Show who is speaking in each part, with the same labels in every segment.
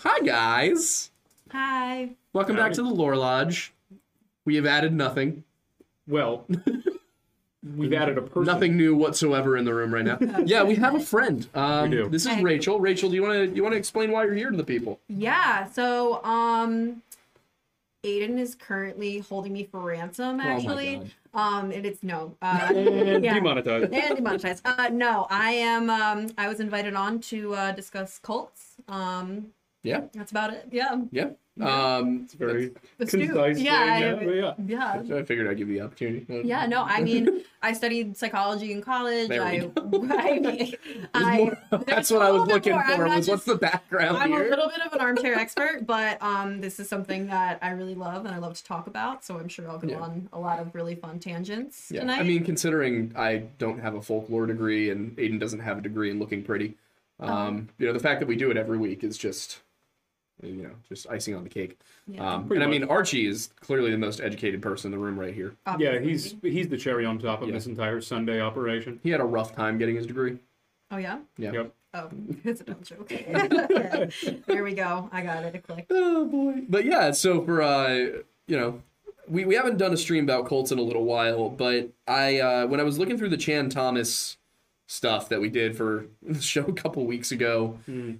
Speaker 1: Hi, guys.
Speaker 2: Hi.
Speaker 1: Welcome back to the Lore Lodge. We have added nothing.
Speaker 3: Well, we've added a person.
Speaker 1: Nothing new whatsoever in the room right now. yeah, we have a friend. Um,
Speaker 3: We do.
Speaker 1: This is
Speaker 2: Hi.
Speaker 1: Rachel. Rachel, do you want to you want to explain why you're here to the people?
Speaker 2: Yeah. So, um, Aiden is currently holding me for ransom.
Speaker 1: Oh my
Speaker 2: Actually,
Speaker 1: God.
Speaker 2: um, and it's no. Uh,
Speaker 3: And
Speaker 2: Yeah.
Speaker 3: demonetized.
Speaker 2: and demonetized. Uh, no, I am. Um, I was invited on to uh, discuss cults. Um,
Speaker 1: Yeah.
Speaker 2: that's about it. Yeah.
Speaker 1: Yeah. Um,
Speaker 3: It's very
Speaker 2: Astute.
Speaker 3: concise.
Speaker 2: Yeah,
Speaker 3: Yeah,
Speaker 2: I-
Speaker 3: yeah, yeah.
Speaker 2: Yeah.
Speaker 1: I figured I'd give you the opportunity.
Speaker 2: Yeah, no, I mean, I studied psychology in college.
Speaker 1: There we
Speaker 2: I, I,
Speaker 1: There's
Speaker 2: I-
Speaker 1: more-
Speaker 2: there's
Speaker 1: that's
Speaker 2: a
Speaker 1: what I was
Speaker 2: little bit
Speaker 1: looking
Speaker 2: more. I'm
Speaker 1: for.
Speaker 2: not
Speaker 1: Was what's
Speaker 2: just-
Speaker 1: the background
Speaker 2: I'm
Speaker 1: here?
Speaker 2: a little bit of an armchair expert, but um, this is something that I really love and I love to talk about. So I'm sure I'll go
Speaker 1: Yeah.
Speaker 2: on a lot of really fun tangents
Speaker 1: yeah.
Speaker 2: tonight.
Speaker 1: I mean, considering I don't have a folklore degree and Aiden doesn't have a degree in looking pretty,
Speaker 2: Uh-huh.
Speaker 1: um, you know, the fact that we do it every week is just, you know, just icing on the cake.
Speaker 2: Yeah.
Speaker 1: um, and
Speaker 3: Pretty
Speaker 1: I mean, Archie is clearly the most educated person in the room right here.
Speaker 2: Oh.
Speaker 3: Yeah,
Speaker 2: obviously.
Speaker 3: he's he's the cherry on top of
Speaker 1: Yeah.
Speaker 3: this entire Sunday operation.
Speaker 1: He had a rough time getting his degree.
Speaker 2: Oh yeah.
Speaker 1: Yeah.
Speaker 3: Yep.
Speaker 2: Oh, it's a dumb joke. okay. There we go. I got it. It clicked.
Speaker 1: Oh boy. But yeah, so for uh, you know, we, we haven't done a stream about Colts in a little while, but I uh, when I was looking through the Chan Thomas stuff that we did for the show a couple weeks ago,
Speaker 3: Mm.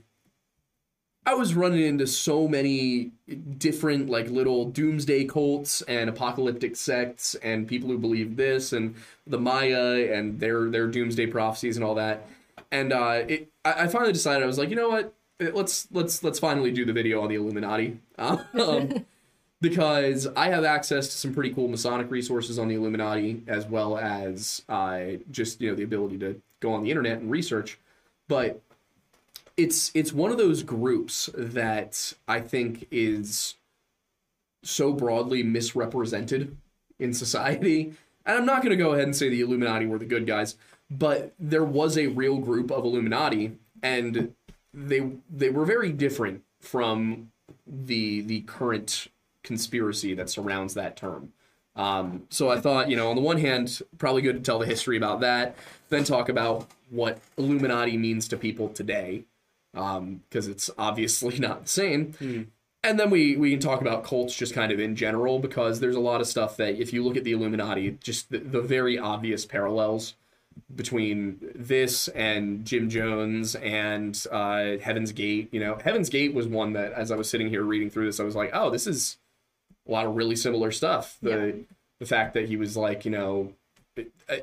Speaker 1: I was running into so many different like little doomsday cults and apocalyptic sects and people who believe this and the Maya and their their doomsday prophecies and all that. And uh, it, I, I finally decided I was like, you know what? Eh, Let's let's let's finally do the video on the Illuminati. Um, because I have access to some pretty cool Masonic resources on the Illuminati, as well as I just you know the ability to go on the internet and research. But it's it's one of those groups that I think is so broadly misrepresented in society. And I'm not going to go ahead and say the Illuminati were the good guys, but there was a real group of Illuminati, and they they were very different from the the current conspiracy that surrounds that term. Um, so I thought, you know, on the one hand, probably good to tell the history about that, then talk about what Illuminati means to people today, because um, it's obviously not the same. And then we we can talk about cults just kind of in general because there's a lot of stuff that if you look at the Illuminati, just the, the very obvious parallels between this and Jim Jones and uh, Heaven's Gate. You know, Heaven's Gate was one that as I was sitting here reading through this, I was like, oh, this is a lot of really similar stuff. The the fact that he was like, you know,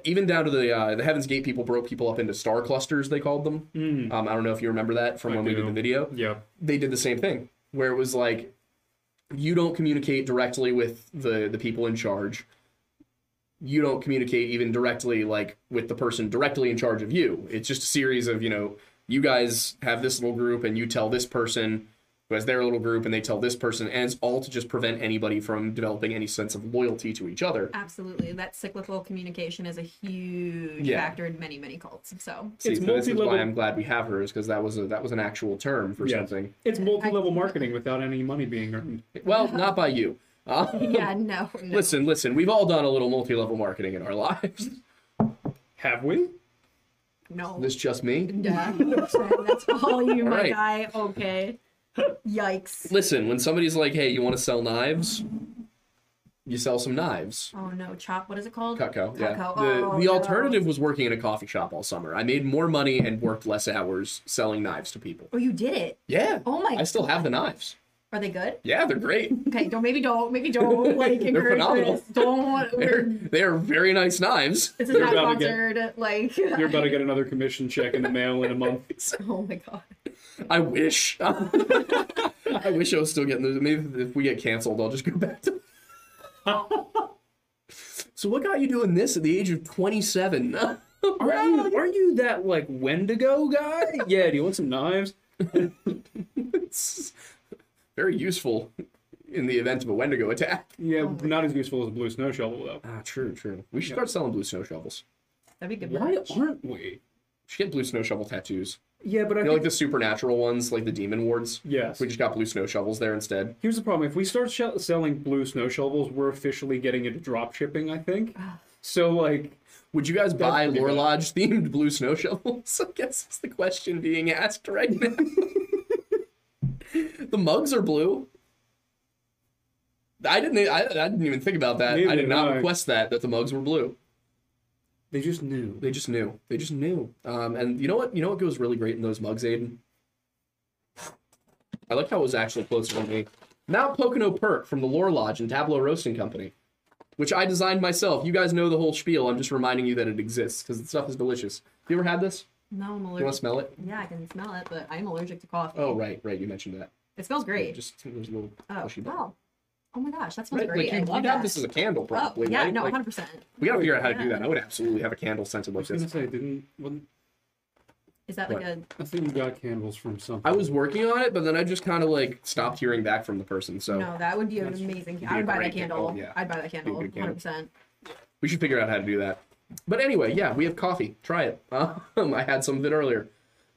Speaker 1: even down to the uh, the Heaven's Gate people broke people up into star clusters. They called them.
Speaker 3: Mm.
Speaker 1: Um, I don't know if you remember that from
Speaker 3: I
Speaker 1: when we did
Speaker 3: do.
Speaker 1: the video
Speaker 3: Yeah.
Speaker 1: they did the same thing where it was like you don't communicate directly with the the people in charge you don't communicate even directly like with the person directly in charge of you it's just a series of you know you guys have this little group and you tell this person who has their little group and they tell this person and it's all to just prevent anybody from developing any sense of loyalty to each other
Speaker 2: Absolutely. That cyclical communication is a huge
Speaker 1: Yeah.
Speaker 2: factor in many, many cults. So
Speaker 1: See,
Speaker 3: It's
Speaker 1: so this is why
Speaker 3: multi-level-
Speaker 1: i'm glad we have hers because that was a that was an actual term for
Speaker 3: Yeah.
Speaker 1: something
Speaker 3: It's multi-level marketing without any money being earned.
Speaker 1: well not by you Uh,
Speaker 2: yeah, no. no.
Speaker 1: Listen, listen, we've all done a little multi level marketing in our lives.
Speaker 3: Have we?
Speaker 2: No.
Speaker 1: This just me?
Speaker 2: Yeah, that's all you, my
Speaker 1: Alright.
Speaker 2: guy. Okay. Yikes.
Speaker 1: Listen, when somebody's like, hey, you want to sell knives? You sell some knives.
Speaker 2: Oh no, chop. What is it called?
Speaker 1: Cutco, yeah.
Speaker 2: Cutco.
Speaker 1: The,
Speaker 2: Oh,
Speaker 1: the
Speaker 2: no.
Speaker 1: alternative was working in a coffee shop all summer. I made more money and worked less hours selling knives to people.
Speaker 2: Oh, you did it.
Speaker 1: Yeah.
Speaker 2: Oh my.
Speaker 1: I still have the knives.
Speaker 2: Are they good?
Speaker 1: Yeah, they're great.
Speaker 2: Okay. Don't maybe don't maybe don't like encourage
Speaker 1: phenomenal.
Speaker 2: this. Don't.
Speaker 1: They're, they're very nice knives.
Speaker 2: this is
Speaker 3: You're
Speaker 2: not
Speaker 3: about to get-
Speaker 2: sponsored. like.
Speaker 3: You're about to get another commission check in the mail in a month.
Speaker 2: oh my god.
Speaker 1: I wish. I wish I was still getting those. Maybe if we get canceled, I'll just go back to. so what got you doing this at the age of twenty-seven?
Speaker 3: Are you are you that like Wendigo guy? Yeah. Do you want some knives?
Speaker 1: it's very useful in the event of a Wendigo attack.
Speaker 3: Yeah. not as useful as a blue snow shovel though.
Speaker 1: Ah, true, true. We should start selling blue snow shovels.
Speaker 2: That'd be good.
Speaker 3: Why
Speaker 2: merch.
Speaker 3: aren't we?
Speaker 1: We should get blue snow shovel tattoos.
Speaker 3: Yeah, but I
Speaker 1: You know,
Speaker 3: think
Speaker 1: like the supernatural ones, like the demon wards.
Speaker 3: yes.
Speaker 1: We just got blue snow shovels there instead.
Speaker 3: Here's the problem: if we start shell selling blue snow shovels, we're officially getting into drop shipping. I think. So like,
Speaker 1: Would you guys buy
Speaker 3: pretty
Speaker 1: Lore
Speaker 3: bad.
Speaker 1: Lodge themed blue snow shovels? I guess is the question being asked right now. The mugs are blue. I didn't. I, I didn't even think about that. I
Speaker 3: Neither
Speaker 1: did
Speaker 3: did
Speaker 1: not
Speaker 3: I.
Speaker 1: request that that the mugs were blue.
Speaker 3: They just knew.
Speaker 1: They just knew. They just knew. Um, and you know what? You know what goes really great in those mugs, Aiden. I like how it was actually closer to me. Mount Pocono Perk from the Lore Lodge and Tableau Roasting Company, which I designed myself. You guys know the whole spiel. I'm just reminding you that it exists because the stuff is delicious. You ever had this?
Speaker 2: No, I'm
Speaker 1: You want to
Speaker 2: allergic.
Speaker 1: smell it?
Speaker 2: Yeah, I can smell it, but I'm allergic to coffee.
Speaker 1: Oh, right, right. You mentioned that.
Speaker 2: It smells great.
Speaker 1: Just there's a little
Speaker 2: oh,
Speaker 1: pushy button.
Speaker 2: wow. Oh my gosh, that smells
Speaker 1: Right?
Speaker 2: great.
Speaker 1: Like,
Speaker 2: I
Speaker 1: you,
Speaker 2: love
Speaker 1: would
Speaker 2: that.
Speaker 1: have this as a candle,
Speaker 2: oh,
Speaker 1: probably.
Speaker 2: yeah,
Speaker 1: right?
Speaker 2: no,
Speaker 1: Like,
Speaker 2: 100%.
Speaker 1: we gotta figure out how to do
Speaker 2: Yeah.
Speaker 1: that. I would absolutely have a candle scented
Speaker 3: I
Speaker 1: like
Speaker 3: was gonna
Speaker 1: this.
Speaker 3: say didn't. wasn't-
Speaker 2: Is that like
Speaker 1: What?
Speaker 2: a.
Speaker 3: I think we got candles from something.
Speaker 1: I was working on it, but then I just kind of like stopped hearing back from the person. So
Speaker 2: No, that would be an
Speaker 3: That's-
Speaker 2: amazing.
Speaker 1: Oh. be
Speaker 2: I
Speaker 1: a
Speaker 2: would buy
Speaker 1: great
Speaker 2: that candle.
Speaker 1: candle, yeah.
Speaker 2: I'd buy that candle.
Speaker 1: good candle.
Speaker 2: 100%.
Speaker 1: we should figure out how to do that. But anyway, yeah, we have coffee. Try it. Um, I had some of it earlier.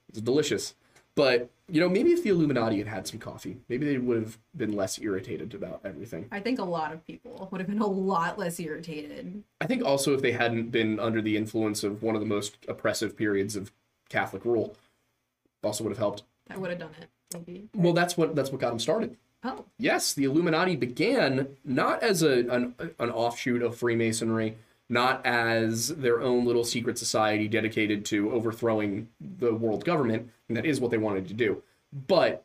Speaker 1: It's delicious. But you know, maybe if the Illuminati had had some coffee, maybe they would have been less irritated about everything.
Speaker 2: I think a lot of people would have been a lot less irritated.
Speaker 1: I think also if they hadn't been under the influence of one of the most oppressive periods of Catholic rule, also would have helped.
Speaker 2: That would have done it. Maybe.
Speaker 1: Well, that's what that's what got them started.
Speaker 2: Oh,
Speaker 1: yes, the Illuminati began not as a an, an offshoot of Freemasonry, not as their own little secret society dedicated to overthrowing the world government, and that is what they wanted to do. But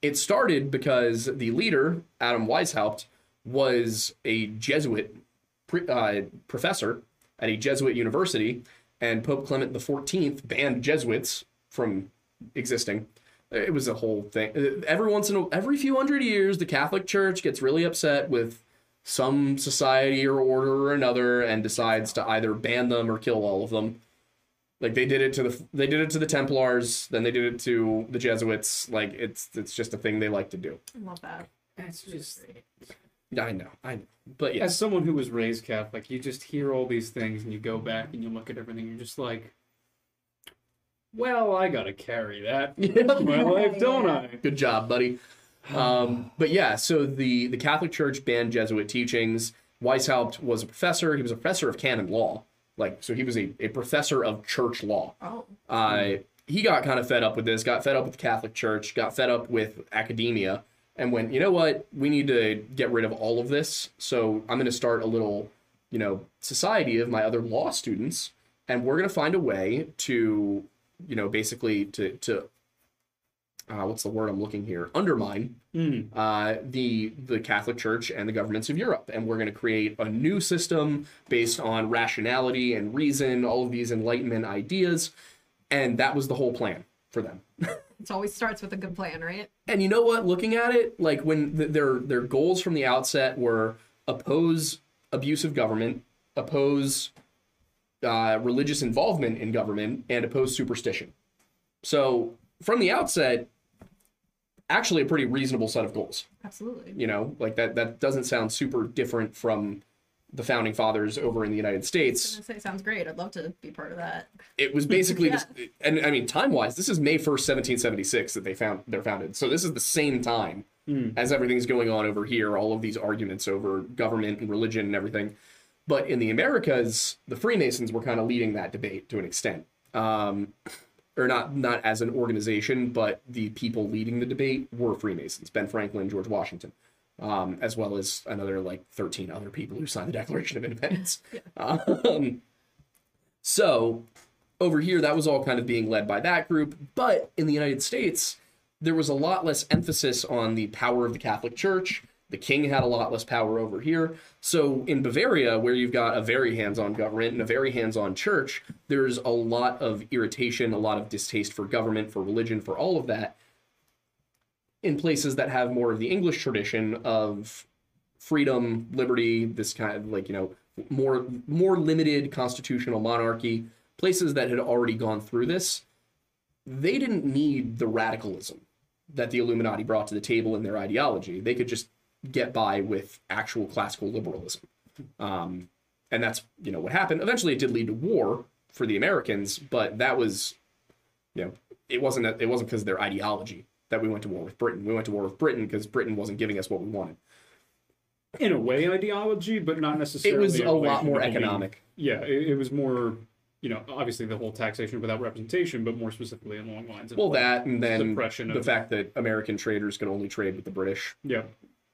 Speaker 1: it started because the leader, Adam Weishaupt, was a Jesuit pre- uh, professor at a Jesuit university, and Pope Clement XIV banned Jesuits from existing. It was a whole thing. Every once in a, every few hundred years, the Catholic Church gets really upset with some society or order or another, and decides to either ban them or kill all of them. Like they did it to the they did it to the Templars, then they did it to the Jesuits. Like it's it's just a thing they like to do.
Speaker 2: I love that.
Speaker 3: That's just.
Speaker 1: I know, I know, but yeah,
Speaker 3: As someone who was raised Catholic, you just hear all these things and you go back and you look at everything. You're just like, well, I gotta carry that in my life, don't I?
Speaker 1: Good job, buddy. Um, but yeah, so the the Catholic Church banned Jesuit teachings. Weishaupt was a professor. He was a professor of canon law, like so he was a, a professor of church law.
Speaker 2: Oh,
Speaker 1: Uh, he got kind of fed up with this. Got fed up with the Catholic Church. Got fed up with academia, and went, you know what? We need to get rid of all of this. So I'm going to start a little, you know, society of my other law students, and we're going to find a way to, you know, basically to to uh, what's the word I'm looking here? Undermine
Speaker 3: Mm.
Speaker 1: uh, the the Catholic Church and the governments of Europe, and we're going to create a new system based on rationality and reason, all of these Enlightenment ideas, and that was the whole plan for them.
Speaker 2: it always starts with a good plan, right?
Speaker 1: And you know what? Looking at it, like when th- their their goals from the outset were oppose abusive government, oppose uh, religious involvement in government, and oppose superstition. So from the outset, actually a pretty reasonable set of goals
Speaker 2: Absolutely.
Speaker 1: you know like that that doesn't sound super different from the founding fathers over in the united states
Speaker 2: I say, sounds great. I'd love to be part of that.
Speaker 1: it was basically
Speaker 2: Yeah.
Speaker 1: just and i mean time wise this is may 1st 1776 that they found they're founded so this is the same time
Speaker 3: Hmm.
Speaker 1: as everything's going on over here all of these arguments over government and religion and everything but in the americas the freemasons were kind of leading that debate to an extent um, or not not as an organization but the people leading the debate were freemasons ben franklin george washington um, as well as another like 13 other people who signed the declaration of independence um, so over here that was all kind of being led by that group but in the united states there was a lot less emphasis on the power of the catholic church the king had a lot less power over here so in bavaria where you've got a very hands-on government and a very hands-on church there's a lot of irritation a lot of distaste for government for religion for all of that in places that have more of the english tradition of freedom, liberty, this kind of like, you know, more more limited constitutional monarchy, places that had already gone through this, they didn't need the radicalism that the Illuminati brought to the table in their ideology. They could just get by with actual classical liberalism. Um, and that's, you know, what happened. Eventually it did lead to war for the Americans, but that was you know, it wasn't it wasn't because of their ideology that we went to war with Britain. We went to war with Britain because Britain wasn't giving us what we wanted.
Speaker 3: In a way, ideology, but not necessarily.
Speaker 1: it was
Speaker 3: in
Speaker 1: a lot
Speaker 3: relation
Speaker 1: more
Speaker 3: to belief.
Speaker 1: economic.
Speaker 3: Yeah, it, it was more you know, obviously the whole taxation without representation, but more specifically along lines of
Speaker 1: Well,
Speaker 3: like,
Speaker 1: that and then
Speaker 3: suppression
Speaker 1: the
Speaker 3: of-
Speaker 1: fact that American traders could only trade with the British.
Speaker 3: yeah,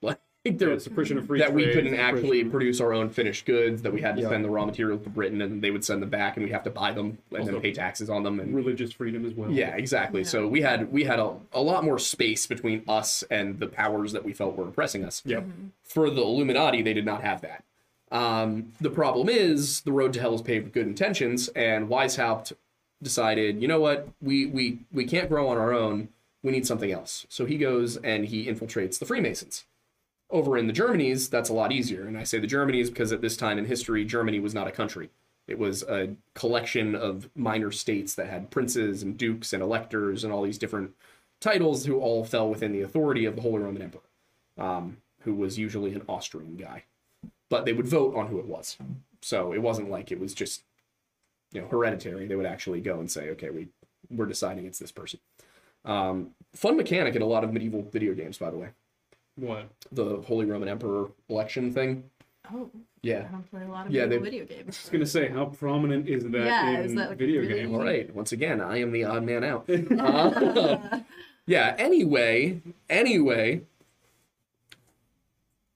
Speaker 1: Like there
Speaker 3: yeah,
Speaker 1: was
Speaker 3: suppression of free
Speaker 1: that we
Speaker 3: trade,
Speaker 1: couldn't
Speaker 3: suppression
Speaker 1: actually
Speaker 3: of-
Speaker 1: produce our own finished goods. That we had to
Speaker 3: Yeah.
Speaker 1: send the raw material to Britain, and they would send them back, and we'd have to buy them and
Speaker 3: Also-
Speaker 1: then pay taxes on them. And
Speaker 3: religious freedom as well.
Speaker 1: yeah, exactly. So we had we had a, a lot more space between us and the powers that we felt were oppressing us.
Speaker 3: yeah,
Speaker 2: Mm-hmm.
Speaker 1: For the Illuminati, they did not have that. Um, the problem is the road to hell is paved with good intentions, and Weishaupt decided, you know what, we we we can't grow on our own. We need something else. So he goes and he infiltrates the Freemasons. Over in the Germanies, that's a lot easier. And I say the Germanies because at this time in history, Germany was not a country. It was a collection of minor states that had princes and dukes and electors and all these different titles who all fell within the authority of the Holy Roman Emperor, um, who was usually an Austrian guy. But they would vote on who it was. So it wasn't like it was just, you know, hereditary. They would actually go and say, okay, we, we're deciding it's this person. Um, fun mechanic in a lot of medieval video games, by the way.
Speaker 3: what?
Speaker 1: The Holy Roman Emperor election thing.
Speaker 2: Oh,
Speaker 1: Yeah.
Speaker 2: I don't play a lot of
Speaker 1: Yeah,
Speaker 2: medieval
Speaker 1: they-
Speaker 2: video
Speaker 3: I
Speaker 2: games.
Speaker 3: was gonna say, how prominent is that
Speaker 2: Yeah,
Speaker 3: in
Speaker 2: is that, like,
Speaker 3: video
Speaker 2: really-
Speaker 3: games?
Speaker 1: All right. Once again, I am the odd man out. Uh, yeah. Anyway, anyway,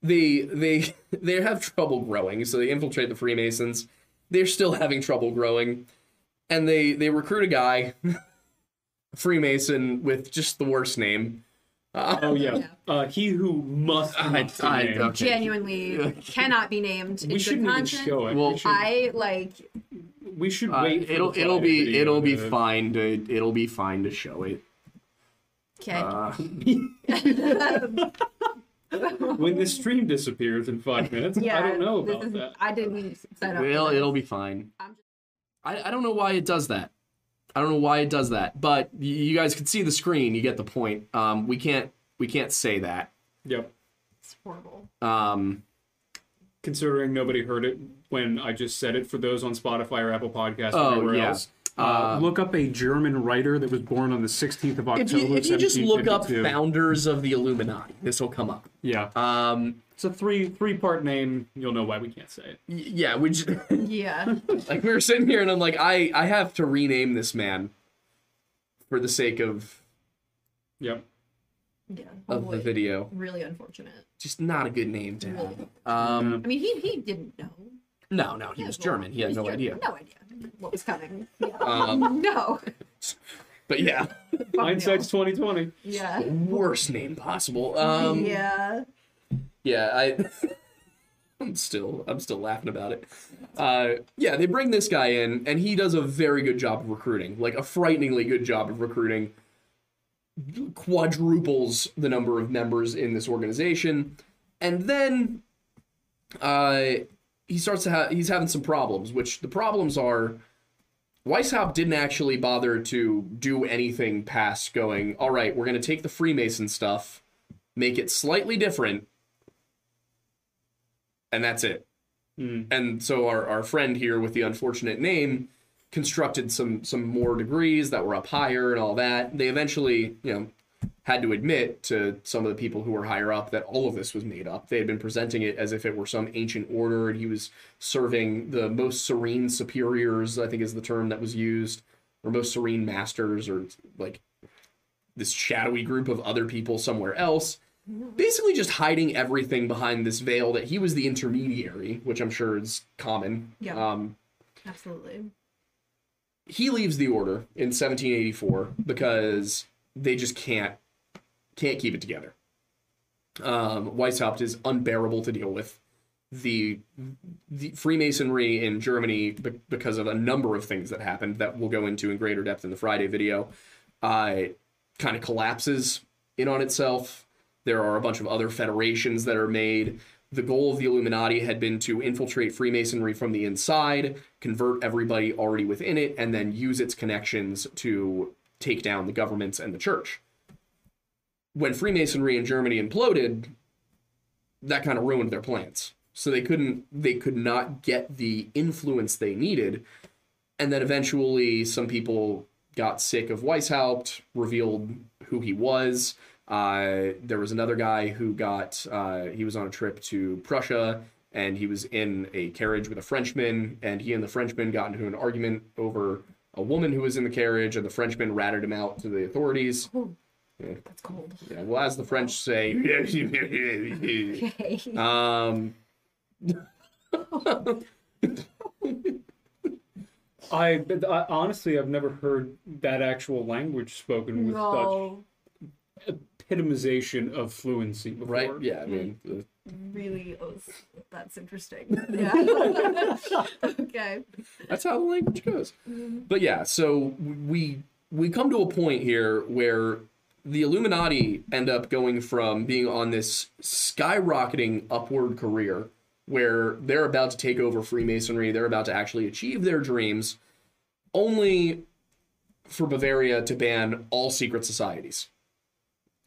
Speaker 1: they they they have trouble growing, so they infiltrate the Freemasons. They're still having trouble growing, and they they recruit a guy, Freemason with just the worst name. Uh,
Speaker 3: Oh yeah,
Speaker 2: Yeah.
Speaker 3: uh, he who must
Speaker 1: I-
Speaker 3: not be
Speaker 1: I-
Speaker 3: named.
Speaker 1: okay.
Speaker 2: Genuinely cannot be named in
Speaker 3: We
Speaker 2: good
Speaker 3: shouldn't even
Speaker 2: conscience.
Speaker 3: show it.
Speaker 1: Well-
Speaker 3: we should,
Speaker 2: I like
Speaker 3: we should
Speaker 1: uh,
Speaker 3: wait. for
Speaker 1: it'll
Speaker 3: the
Speaker 1: it'll
Speaker 3: Friday
Speaker 1: be
Speaker 3: video
Speaker 1: it'll be
Speaker 3: to-
Speaker 1: fine to it'll be fine to show it.
Speaker 2: okay.
Speaker 1: Uh,
Speaker 3: When the stream disappears in five minutes,
Speaker 2: yeah,
Speaker 3: I don't know
Speaker 2: this
Speaker 3: about
Speaker 2: is-
Speaker 3: that.
Speaker 2: I didn't set up.
Speaker 1: well,
Speaker 2: for this.
Speaker 1: it'll be fine.
Speaker 2: I'm just-
Speaker 1: I, I don't know why it does that. I don't know why it does that, but y- you guys can see the screen. You get the point. Um, we can't we can't say that.
Speaker 3: Yep.
Speaker 2: It's horrible.
Speaker 1: Um,
Speaker 3: Considering nobody heard it when I just said it for those on Spotify or Apple Podcasts or
Speaker 1: Oh,
Speaker 3: anywhere
Speaker 1: yeah.
Speaker 3: else. Uh, look up a German writer that was born on the 16th of October.
Speaker 1: if you if you just look up
Speaker 3: 1752.
Speaker 1: founders of the Illuminati, this will come up.
Speaker 3: yeah,
Speaker 1: Um,
Speaker 3: it's a three three part name. You'll know why we can't say it.
Speaker 1: y- yeah, we just,
Speaker 2: Yeah.
Speaker 1: like we were sitting here and I'm like, I I have to rename this man for the sake of
Speaker 3: Yep.
Speaker 2: Yeah.
Speaker 1: of the
Speaker 2: Holy.
Speaker 1: video.
Speaker 2: Really unfortunate.
Speaker 1: Just not a good name to have.
Speaker 2: Really.
Speaker 1: Um,
Speaker 2: I mean, he he didn't know.
Speaker 1: no, no, he was German. He had
Speaker 2: He's
Speaker 1: no
Speaker 2: German.
Speaker 1: idea.
Speaker 2: No idea what was coming. Yeah.
Speaker 1: Um,
Speaker 2: no.
Speaker 1: But yeah,
Speaker 2: Fuck
Speaker 3: Hindsight's twenty twenty.
Speaker 2: no. Yeah.
Speaker 1: worst name possible. Um,
Speaker 2: yeah.
Speaker 1: yeah i i'm still i'm still laughing about it uh yeah they bring this guy in and he does a very good job of recruiting like a frighteningly good job of recruiting quadruples the number of members in this organization and then uh he starts to have he's having some problems which the problems are Weishaupt didn't actually bother to do anything past going, all right, we're going to take the Freemason stuff, make it slightly different, and that's it.
Speaker 3: Mm.
Speaker 1: And so our, our friend here with the unfortunate name constructed some some more degrees that were up higher and all that. They eventually, you know, had to admit to some of the people who were higher up that all of this was made up. They had been presenting it as if it were some ancient order and he was serving the most serene superiors, I think is the term that was used, or most serene masters or like this shadowy group of other people somewhere else basically just hiding everything behind this veil that he was the intermediary, which I'm sure is common.
Speaker 2: Yeah.
Speaker 1: Um,
Speaker 2: Absolutely.
Speaker 1: he leaves the order in 1784 because they just can't can't keep it together. Um, Weishaupt is unbearable to deal with. The, the Freemasonry in Germany, be- because of a number of things that happened that we'll go into in greater depth in the Friday video, uh, kind of collapses in on itself. There are a bunch of other federations that are made. The goal of the Illuminati had been to infiltrate Freemasonry from the inside, convert everybody already within it, and then use its connections to take down the governments and the church. When Freemasonry in Germany imploded, that kind of ruined their plans. So they couldn't they could not get the influence they needed. And then eventually some people got sick of Weishaupt, revealed who he was. Uh, there was another guy who got uh, he was on a trip to Prussia and he was in a carriage with a Frenchman, and he and the Frenchman got into an argument over a woman who was in the carriage, and the Frenchman ratted him out to the authorities.
Speaker 2: That's cold.
Speaker 1: Yeah, well, as the French say,
Speaker 2: Okay.
Speaker 1: um,
Speaker 3: I, but I honestly, I've never heard that actual language spoken with
Speaker 2: no.
Speaker 3: such epitomization of fluency before.
Speaker 1: right? Yeah, I mean, uh,
Speaker 2: Really? Oh, s- that's interesting. Yeah. okay.
Speaker 1: that's how the language goes. But yeah, so we we come to a point here where the Illuminati end up going from being on this skyrocketing upward career where they're about to take over Freemasonry, they're about to actually achieve their dreams, only for Bavaria to ban all secret societies,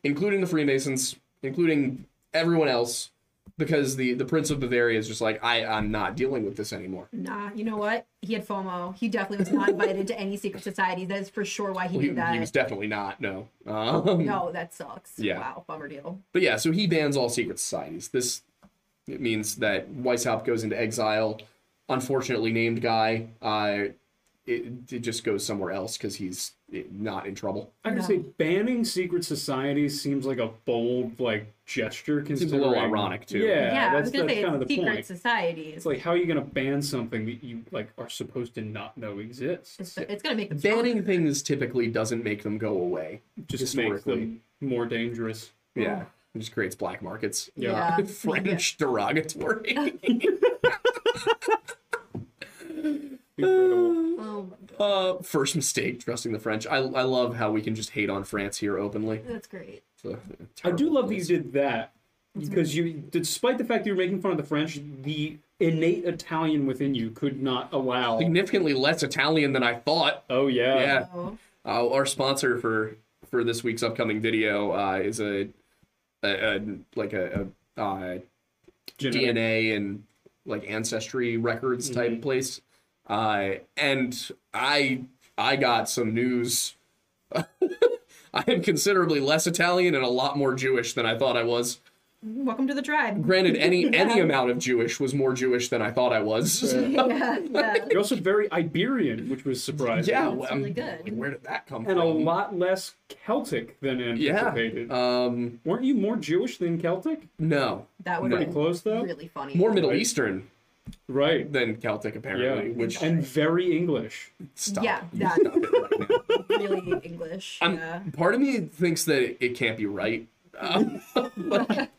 Speaker 1: including the Freemasons, including everyone else, because the, the Prince of Bavaria is just like, I, I'm not dealing with this anymore.
Speaker 2: Nah, you know what? He had FOMO. He definitely was not invited to any secret societies. That is for sure why he
Speaker 1: Well, he,
Speaker 2: did that.
Speaker 1: he was definitely not. No. Um,
Speaker 2: No, that sucks.
Speaker 1: Yeah.
Speaker 2: Wow, bummer deal.
Speaker 1: But yeah, so he bans all secret societies. This it means that Weishaupt goes into exile. Unfortunately, named guy, uh, it, it just goes somewhere else because he's eh, not in trouble.
Speaker 3: I can
Speaker 2: No.
Speaker 3: say banning secret societies seems like a bold like gesture.
Speaker 1: Seems a
Speaker 3: Considering
Speaker 1: little ironic too.
Speaker 3: Yeah,
Speaker 2: Yeah, I
Speaker 3: that's,
Speaker 2: was gonna
Speaker 3: that's
Speaker 2: say
Speaker 3: kind of
Speaker 2: it's
Speaker 3: the
Speaker 2: secret
Speaker 3: point.
Speaker 2: societies.
Speaker 3: It's like how are you gonna ban something that you like are supposed to not know exists?
Speaker 2: It's, it's gonna make them
Speaker 1: Banning things typically doesn't make them go away.
Speaker 3: just makes
Speaker 1: historically.
Speaker 3: them more dangerous.
Speaker 1: Yeah, it just creates black markets.
Speaker 2: Yeah. Yeah.
Speaker 1: French derogatory.
Speaker 3: Incredible.
Speaker 2: stronger. Oh, my God.
Speaker 1: uh, first mistake trusting the French. I I love how we can just hate on France here openly.
Speaker 2: that's great.
Speaker 1: It's a
Speaker 3: I do
Speaker 1: terrible
Speaker 3: love that
Speaker 1: place.
Speaker 3: you did that because you, despite the fact that you were making fun of the French, the innate Italian within you could not allow.
Speaker 1: significantly less Italian than I thought.
Speaker 3: Oh yeah,
Speaker 1: Yeah.
Speaker 2: Oh,
Speaker 1: Uh, our sponsor for for this week's upcoming video uh, is a, a, a like a, a uh,
Speaker 3: Genetic.
Speaker 1: DNA and like ancestry records type place. Uh, and I I got some news. I am considerably less Italian and a lot more Jewish than I thought I was.
Speaker 2: welcome to the tribe.
Speaker 1: Granted, any any amount of Jewish was more Jewish than I thought I was.
Speaker 3: Yeah.
Speaker 2: yeah, yeah.
Speaker 3: You're also very Iberian, which was surprising.
Speaker 1: Yeah,
Speaker 2: That's
Speaker 1: I'm-
Speaker 2: really good.
Speaker 1: Where did that come
Speaker 3: and a
Speaker 1: from?
Speaker 3: lot less Celtic than
Speaker 1: yeah.
Speaker 3: anticipated.
Speaker 1: Um,
Speaker 3: Weren't you more Jewish than Celtic?
Speaker 1: no,
Speaker 2: That would
Speaker 1: No.
Speaker 2: be
Speaker 3: Pretty close though,
Speaker 2: really funny.
Speaker 1: more Middle
Speaker 3: Right.
Speaker 1: Eastern
Speaker 3: right?
Speaker 1: than Celtic
Speaker 3: Yeah,
Speaker 1: apparently. Which
Speaker 3: and very English.
Speaker 1: stop.
Speaker 2: Yeah,
Speaker 1: You
Speaker 2: that-
Speaker 1: stop it right now.
Speaker 2: really English.
Speaker 1: I'm-
Speaker 2: yeah,
Speaker 1: Part of me thinks that it, it can't be right.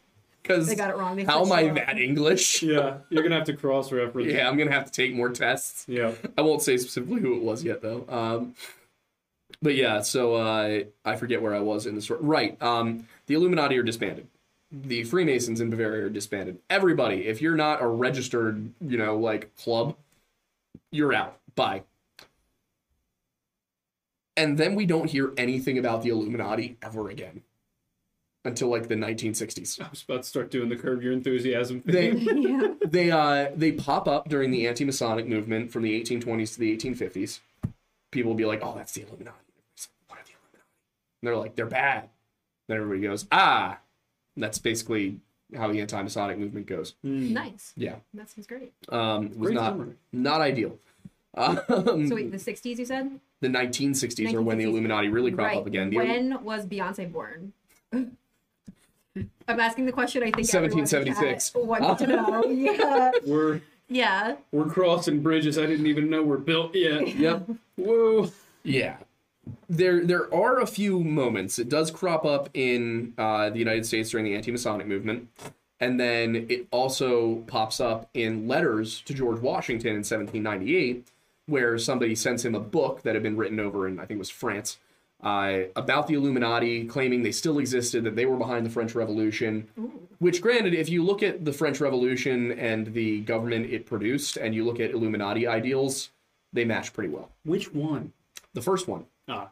Speaker 1: Because
Speaker 2: they got it wrong. They
Speaker 1: how am
Speaker 2: switched
Speaker 1: I
Speaker 2: it up.
Speaker 1: that English?
Speaker 3: Yeah, you're gonna have to cross-reference.
Speaker 1: Yeah, I'm gonna have to take more tests.
Speaker 3: yeah.
Speaker 1: I won't say specifically who it was yet though. Um, but yeah, so uh, I forget where I was in this. Right, um, the Illuminati are disbanded. The Freemasons in Bavaria are disbanded. Everybody, if you're not a registered, you know, like club, you're out. Bye. And then we don't hear anything about the Illuminati ever again until like the 1960s.
Speaker 3: I was about to start doing the curb your enthusiasm thing.
Speaker 1: They
Speaker 2: yeah.
Speaker 1: they uh they pop up during the anti-masonic movement from the 1820s to the 1850s people will be like oh that's the illuminati what are the illuminati and they're like they're bad then everybody goes ah and that's basically how the anti-masonic movement goes
Speaker 3: Hmm.
Speaker 2: Nice.
Speaker 1: yeah
Speaker 2: That sounds great.
Speaker 1: um it was
Speaker 3: Great
Speaker 1: not
Speaker 3: summary.
Speaker 1: not ideal um,
Speaker 2: So wait, the '60s you said?
Speaker 1: the 1960s, are when the
Speaker 2: 1960s.
Speaker 1: illuminati really crop
Speaker 2: right.
Speaker 1: up again The-
Speaker 2: When was Beyonce born? I'm asking the question. I think everyone in chat
Speaker 1: 1776.
Speaker 2: Wants to know. Yeah.
Speaker 3: We're
Speaker 2: Yeah.
Speaker 3: we're crossing bridges I didn't even know were built yet.
Speaker 1: yep
Speaker 3: Whoa.
Speaker 1: Yeah. There there are a few moments. It does crop up in uh, the United States during the anti-Masonic movement. And then it also pops up in letters to George Washington in 1798, where somebody sends him a book that had been written over in, I think it was France, uh, about the Illuminati, claiming they still existed, that they were behind the French Revolution. Which, granted, if you look at the French Revolution and the government it produced, and you look at Illuminati ideals, they match pretty well.
Speaker 3: Which one?
Speaker 1: The first one.
Speaker 3: Ah.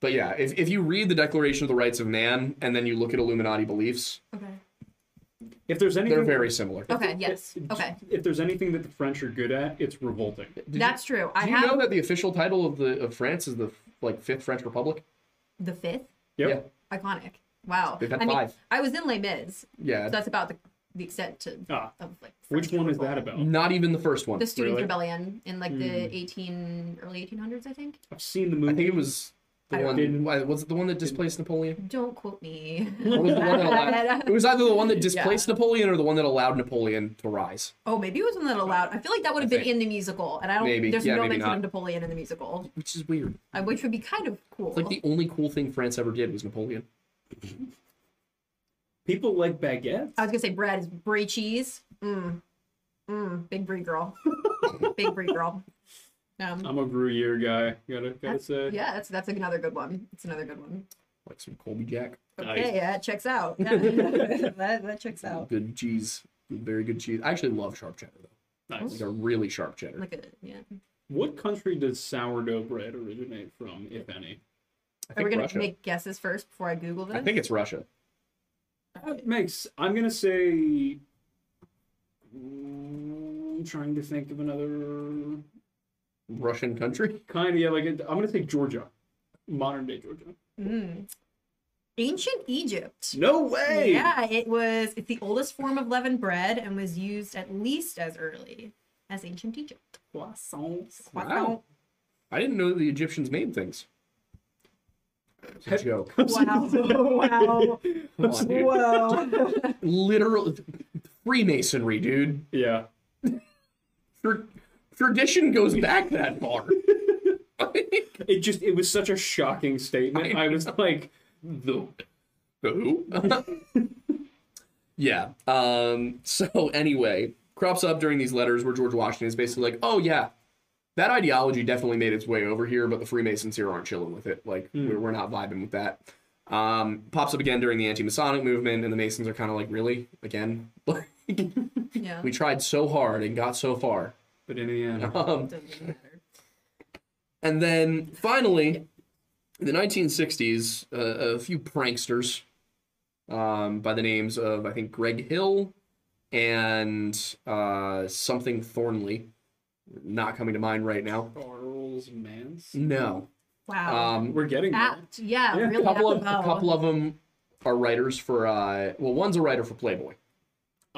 Speaker 1: But yeah, if, if you read the Declaration of the Rights of Man and then you look at Illuminati beliefs,
Speaker 2: Okay.
Speaker 3: If there's anything
Speaker 1: they're very similar.
Speaker 2: Okay. Yes. Okay.
Speaker 3: If there's anything that the French are good at, it's revolting.
Speaker 1: you-
Speaker 2: That's true. I
Speaker 1: Do you
Speaker 2: have
Speaker 1: know that the official title of the of France is the like Fifth French Republic?
Speaker 2: the fifth
Speaker 3: Yep.
Speaker 1: Yeah.
Speaker 2: iconic. Wow.
Speaker 1: They've had
Speaker 2: I mean,
Speaker 1: five.
Speaker 2: I was in Les Mis.
Speaker 1: Yeah,
Speaker 2: So that's about the the extent to
Speaker 3: Ah,
Speaker 2: of like.
Speaker 3: which
Speaker 2: French
Speaker 3: one is
Speaker 2: people.
Speaker 3: that about?
Speaker 1: Not even the first one.
Speaker 2: The Students'
Speaker 3: Really?
Speaker 2: Rebellion in like
Speaker 3: Hmm.
Speaker 2: the eighteen early eighteen hundreds, I think.
Speaker 3: I've seen the
Speaker 1: I
Speaker 3: movie.
Speaker 1: think it was the
Speaker 2: I don't-
Speaker 1: one.
Speaker 3: Didn't-
Speaker 1: why- Was it the one that displaced Napoleon?
Speaker 2: Don't quote me.
Speaker 1: What was the one that allowed- It was either the one that
Speaker 2: Yeah.
Speaker 1: displaced Napoleon or the one that allowed Napoleon to rise.
Speaker 2: oh, maybe it was one that allowed. I feel like that would have been
Speaker 1: think.
Speaker 2: in the musical, and I don't.
Speaker 1: Maybe.
Speaker 2: There's
Speaker 1: Yeah,
Speaker 2: no
Speaker 1: maybe
Speaker 2: mention
Speaker 1: not.
Speaker 2: of Napoleon in the musical,
Speaker 1: Which is weird.
Speaker 2: uh, which would be kind of cool.
Speaker 1: It's like the only cool thing France ever did was Napoleon.
Speaker 3: People like baguettes.
Speaker 2: I was gonna say bread is brie cheese. Mm. Mm. Big brie girl. Big brie girl. Um,
Speaker 3: I'm a Gruyere guy. Gotta gotta
Speaker 2: That's-
Speaker 3: say.
Speaker 2: yeah, that's that's another good one. It's another good one.
Speaker 1: Like some Colby Jack.
Speaker 2: Okay,
Speaker 3: Nice.
Speaker 2: yeah, it checks out. Yeah. that that checks out.
Speaker 1: Good cheese. Very good cheese. I actually love sharp cheddar though.
Speaker 3: Nice.
Speaker 1: Like a really sharp cheddar.
Speaker 2: Like a yeah.
Speaker 3: What country does sourdough bread originate from, if any?
Speaker 1: I
Speaker 2: Are
Speaker 1: think
Speaker 2: we gonna
Speaker 1: Russia.
Speaker 2: make guesses first before I Google this?
Speaker 1: I think it's Russia.
Speaker 3: That makes. I'm gonna say. Mm, trying to think of another
Speaker 1: Russian country.
Speaker 3: kind of yeah. Like it- I'm gonna say Georgia, modern day Georgia.
Speaker 2: Mm. Ancient Egypt.
Speaker 3: No way.
Speaker 2: Yeah, it was. It's the oldest form of leavened bread and was used at least as early as ancient Egypt.
Speaker 3: Croissants.
Speaker 1: Wow. I didn't know the Egyptians made things. It's a joke.
Speaker 2: Wow. wow.
Speaker 1: Come on, dude.
Speaker 2: Whoa.
Speaker 1: Literal Freemasonry, dude.
Speaker 3: Yeah.
Speaker 1: Tr- tradition goes back that far. Like,
Speaker 3: It just it was such a shocking statement.
Speaker 1: I
Speaker 3: I was like,
Speaker 1: the the who? yeah. Um. So anyway, crops up during these letters where George Washington is basically like, "Oh yeah, that ideology definitely made its way over here, but the Freemasons here aren't chilling with it. Like we're, we're not vibing with that." Um. Pops up again during the anti-Masonic movement, and the Masons are kind of like, "Really? Again? Like,
Speaker 2: yeah.
Speaker 1: we tried so hard and got so far."
Speaker 3: but in the end,
Speaker 1: Um,
Speaker 2: Doesn't really matter.
Speaker 1: And then finally, in the 1960s, uh, a few pranksters um, by the names of, I think, Greg Hill and uh, something Thornley. Not coming to mind right now.
Speaker 3: Charles Manson. Mm-hmm.
Speaker 1: No.
Speaker 2: Wow.
Speaker 1: Um,
Speaker 3: We're getting there.
Speaker 2: that, yeah,
Speaker 3: Yeah,
Speaker 2: really.
Speaker 1: a couple
Speaker 2: that
Speaker 1: of a couple of them are writers for uh well one's a writer for Playboy.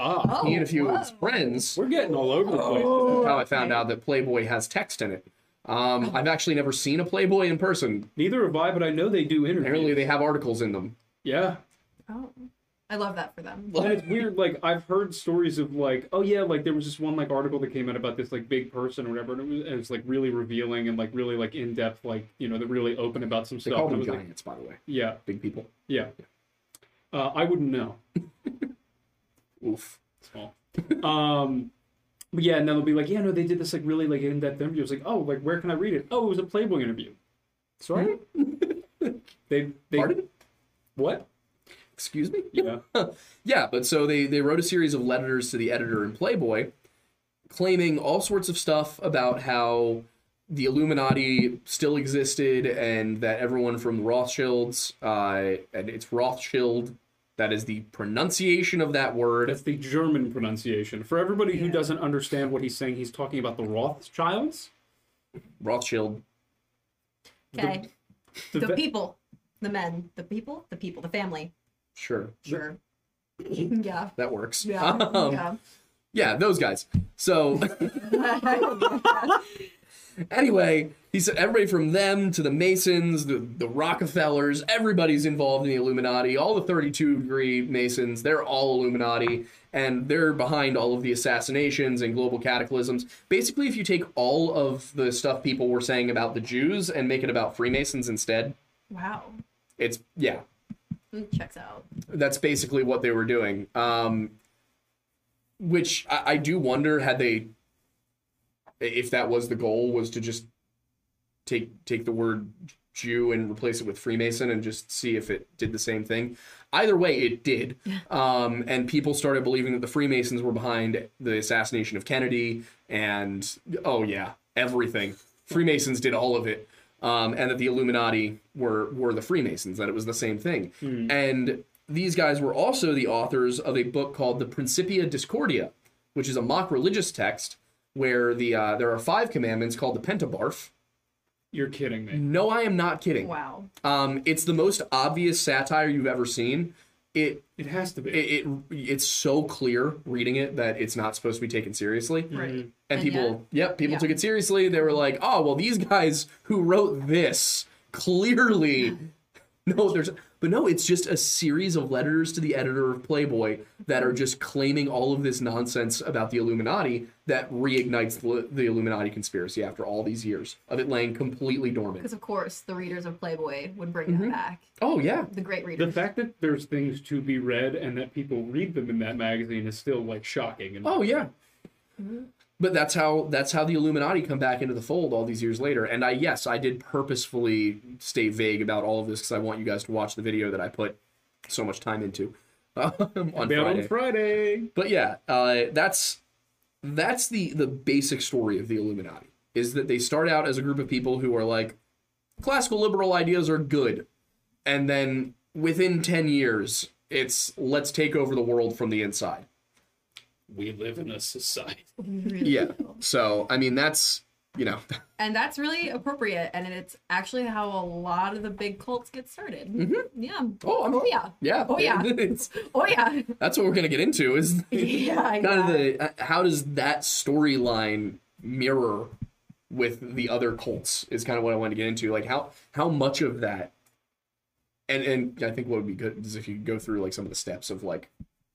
Speaker 3: Ah,
Speaker 2: Oh,
Speaker 1: he and a few of his
Speaker 2: whoa.
Speaker 1: friends
Speaker 3: we're getting all over the place.
Speaker 1: that's how I found
Speaker 2: okay. Oh.
Speaker 1: out that Playboy has text in it. Um, I've actually never seen a Playboy in person.
Speaker 3: Neither have I, but I know they do interviews.
Speaker 1: Apparently they have articles in them.
Speaker 3: Yeah.
Speaker 2: Oh, I love that for them.
Speaker 3: And it's weird, like I've heard stories of like, oh yeah, like there was this one like article that came out about this like big person or whatever, and it was, and it was like really revealing and like really like in depth, like you know, they're really open about some
Speaker 1: They
Speaker 3: stuff.
Speaker 1: call
Speaker 3: and I
Speaker 1: them
Speaker 3: was like,
Speaker 1: giants, by the way.
Speaker 3: yeah,
Speaker 1: Big people.
Speaker 3: yeah. Uh, I wouldn't know.
Speaker 1: Oof.
Speaker 3: Small. um, but yeah, and then they'll be like, yeah, no, they did this like really like in depth interview. It's like, oh, like where can I read it? Oh, it was a Playboy interview. Sorry. they they
Speaker 1: Pardon?
Speaker 3: what?
Speaker 1: Excuse me?
Speaker 3: Yeah.
Speaker 1: Yeah, but so they, they wrote a series of letters to the editor in Playboy claiming all sorts of stuff about how the Illuminati still existed and that everyone from the Rothschilds, uh, and it's Rothschild, that is the pronunciation of that word.
Speaker 3: That's the German pronunciation. For everybody who
Speaker 2: Yeah.
Speaker 3: doesn't understand what he's saying, he's talking about the Rothschilds.
Speaker 1: Rothschild.
Speaker 2: Okay,
Speaker 3: The,
Speaker 2: the
Speaker 3: ve-
Speaker 2: people, the men, the people, the people, the family.
Speaker 1: Sure.
Speaker 2: Sure. yeah.
Speaker 1: That works.
Speaker 2: Yeah.
Speaker 1: Um,
Speaker 2: yeah.
Speaker 1: yeah, those guys. So Anyway, he said everybody from them to the Masons, the, the Rockefellers, everybody's involved in the Illuminati. All the 32 degree Masons, they're all Illuminati, and they're behind all of the assassinations and global cataclysms. Basically, if you take all of the stuff people were saying about the Jews and make it about Freemasons instead,
Speaker 2: wow.
Speaker 1: it's, yeah,
Speaker 2: Mm, Checks out.
Speaker 1: that's basically what they were doing. Um, which I, I do wonder had they, if that was the goal, was to just take take the word Jew and replace it with Freemason and just see if it did the same thing. Either way, it did. Um, and people started believing that the Freemasons were behind the assassination of Kennedy and oh yeah, everything. Freemasons did all of it. Um, and that the Illuminati were were the Freemasons, that it was the same thing. And these guys were also the authors of a book called The Principia Discordia, which is a mock religious text where the uh, there are five commandments called the Pentabarf.
Speaker 3: You're
Speaker 2: Mm.
Speaker 3: kidding me.
Speaker 1: No, I am not kidding.
Speaker 2: Wow.
Speaker 1: Um, it's the most obvious satire you've ever seen, it
Speaker 3: It has to be.
Speaker 1: it, it it's so clear reading it that it's not supposed to be taken seriously.
Speaker 2: Right.
Speaker 1: And
Speaker 2: And
Speaker 1: people, yep, people
Speaker 2: yeah.
Speaker 1: took it seriously. They were like, "Oh, well, these guys who wrote this clearly no, there's but no, it's just a series of letters to the editor of Playboy that are just claiming all of this nonsense about the Illuminati that reignites the, the Illuminati conspiracy after all these years of it laying completely dormant.
Speaker 2: Because of course the readers of Playboy would bring that back.
Speaker 1: Oh yeah,
Speaker 2: The great
Speaker 3: the
Speaker 2: readers.
Speaker 3: fact that there's things to be read and that people read them in that magazine is still like shocking. And
Speaker 1: Oh yeah. But that's how that's how the Illuminati come back into the fold all these years later. And I yes, I did purposefully stay vague about all of this because I want you guys to watch the video that I put so much time into um, on
Speaker 3: Bailed
Speaker 1: Friday.
Speaker 3: on Friday.
Speaker 1: But yeah, uh, that's that's the the basic story of the Illuminati is that they start out as a group of people who are like classical liberal ideas are good, and then within ten years, it's let's take over the world from the inside.
Speaker 3: We live in a society.
Speaker 2: We really
Speaker 1: yeah.
Speaker 2: will.
Speaker 1: So I mean, that's you know,
Speaker 2: Mm-hmm. And that's really appropriate, and it's actually how a lot of the big cults get started. Yeah.
Speaker 1: oh, I'm
Speaker 2: Oh yeah.
Speaker 1: yeah,
Speaker 2: Oh, yeah.
Speaker 1: It's-
Speaker 2: Oh yeah.
Speaker 1: that's what we're gonna get into is
Speaker 2: yeah.
Speaker 1: kind of
Speaker 2: yeah.
Speaker 1: the uh, how does that storyline mirror with the other cults is kind of what I wanted to get into. Like how how much of that. And, and I think what would be good is if you go through like some of the steps of like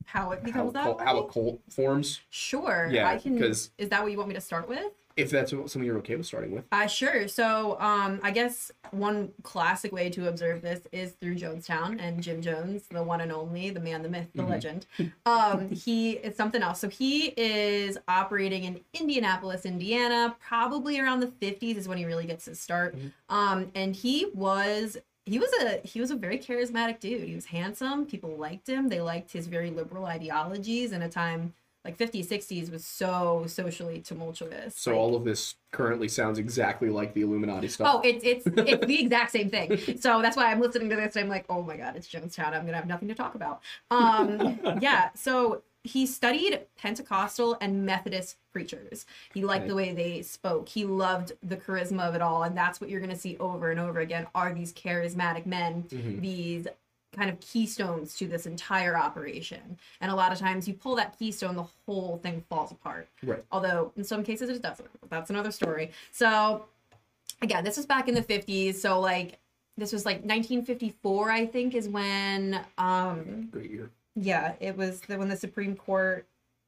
Speaker 2: how it
Speaker 1: how
Speaker 2: becomes
Speaker 1: a
Speaker 2: that.
Speaker 1: cult, how a
Speaker 2: way?
Speaker 1: cult forms
Speaker 2: Sure.
Speaker 1: Yeah,
Speaker 2: I can.
Speaker 1: 'cause-
Speaker 2: Is that what you want me to start with?
Speaker 1: if that's what- something you're okay with starting with.
Speaker 2: Uh, sure. So, um, I guess one classic way to observe this is through Jonestown and Jim Jones, the one and only, the man, the myth, the
Speaker 1: Mhm.
Speaker 2: legend. Um, he is something else. So he is operating in Indianapolis, Indiana, probably around the 50s is when he really gets his start.
Speaker 1: Mhm.
Speaker 2: Um, and he was he was a he was a very charismatic dude. He was handsome. People liked him. They liked his very liberal ideologies in a time like 50s, 60s was so socially tumultuous.
Speaker 1: So
Speaker 2: Like,
Speaker 1: all of this currently sounds exactly like the Illuminati
Speaker 2: Oh,
Speaker 1: stuff.
Speaker 2: it's it's it's the exact same thing. So that's why I'm listening to this and I'm like, oh my god, it's Jonestown. I'm gonna have nothing to talk about. Um, yeah. So he studied Pentecostal and Methodist preachers. He liked
Speaker 1: Okay.
Speaker 2: the way they spoke. He loved the charisma of it all, and that's what you're gonna see over and over again. Are these charismatic men?
Speaker 1: Mhm.
Speaker 2: These kind of keystones to this entire operation. And a lot of times you pull that keystone, the whole thing falls apart
Speaker 1: Right.
Speaker 2: although in some cases it doesn't. But that's another story. So again, this was back in the 50s, so like this was like 1954 I think is when um
Speaker 1: Great year.
Speaker 2: yeah, it was the, when the Supreme Court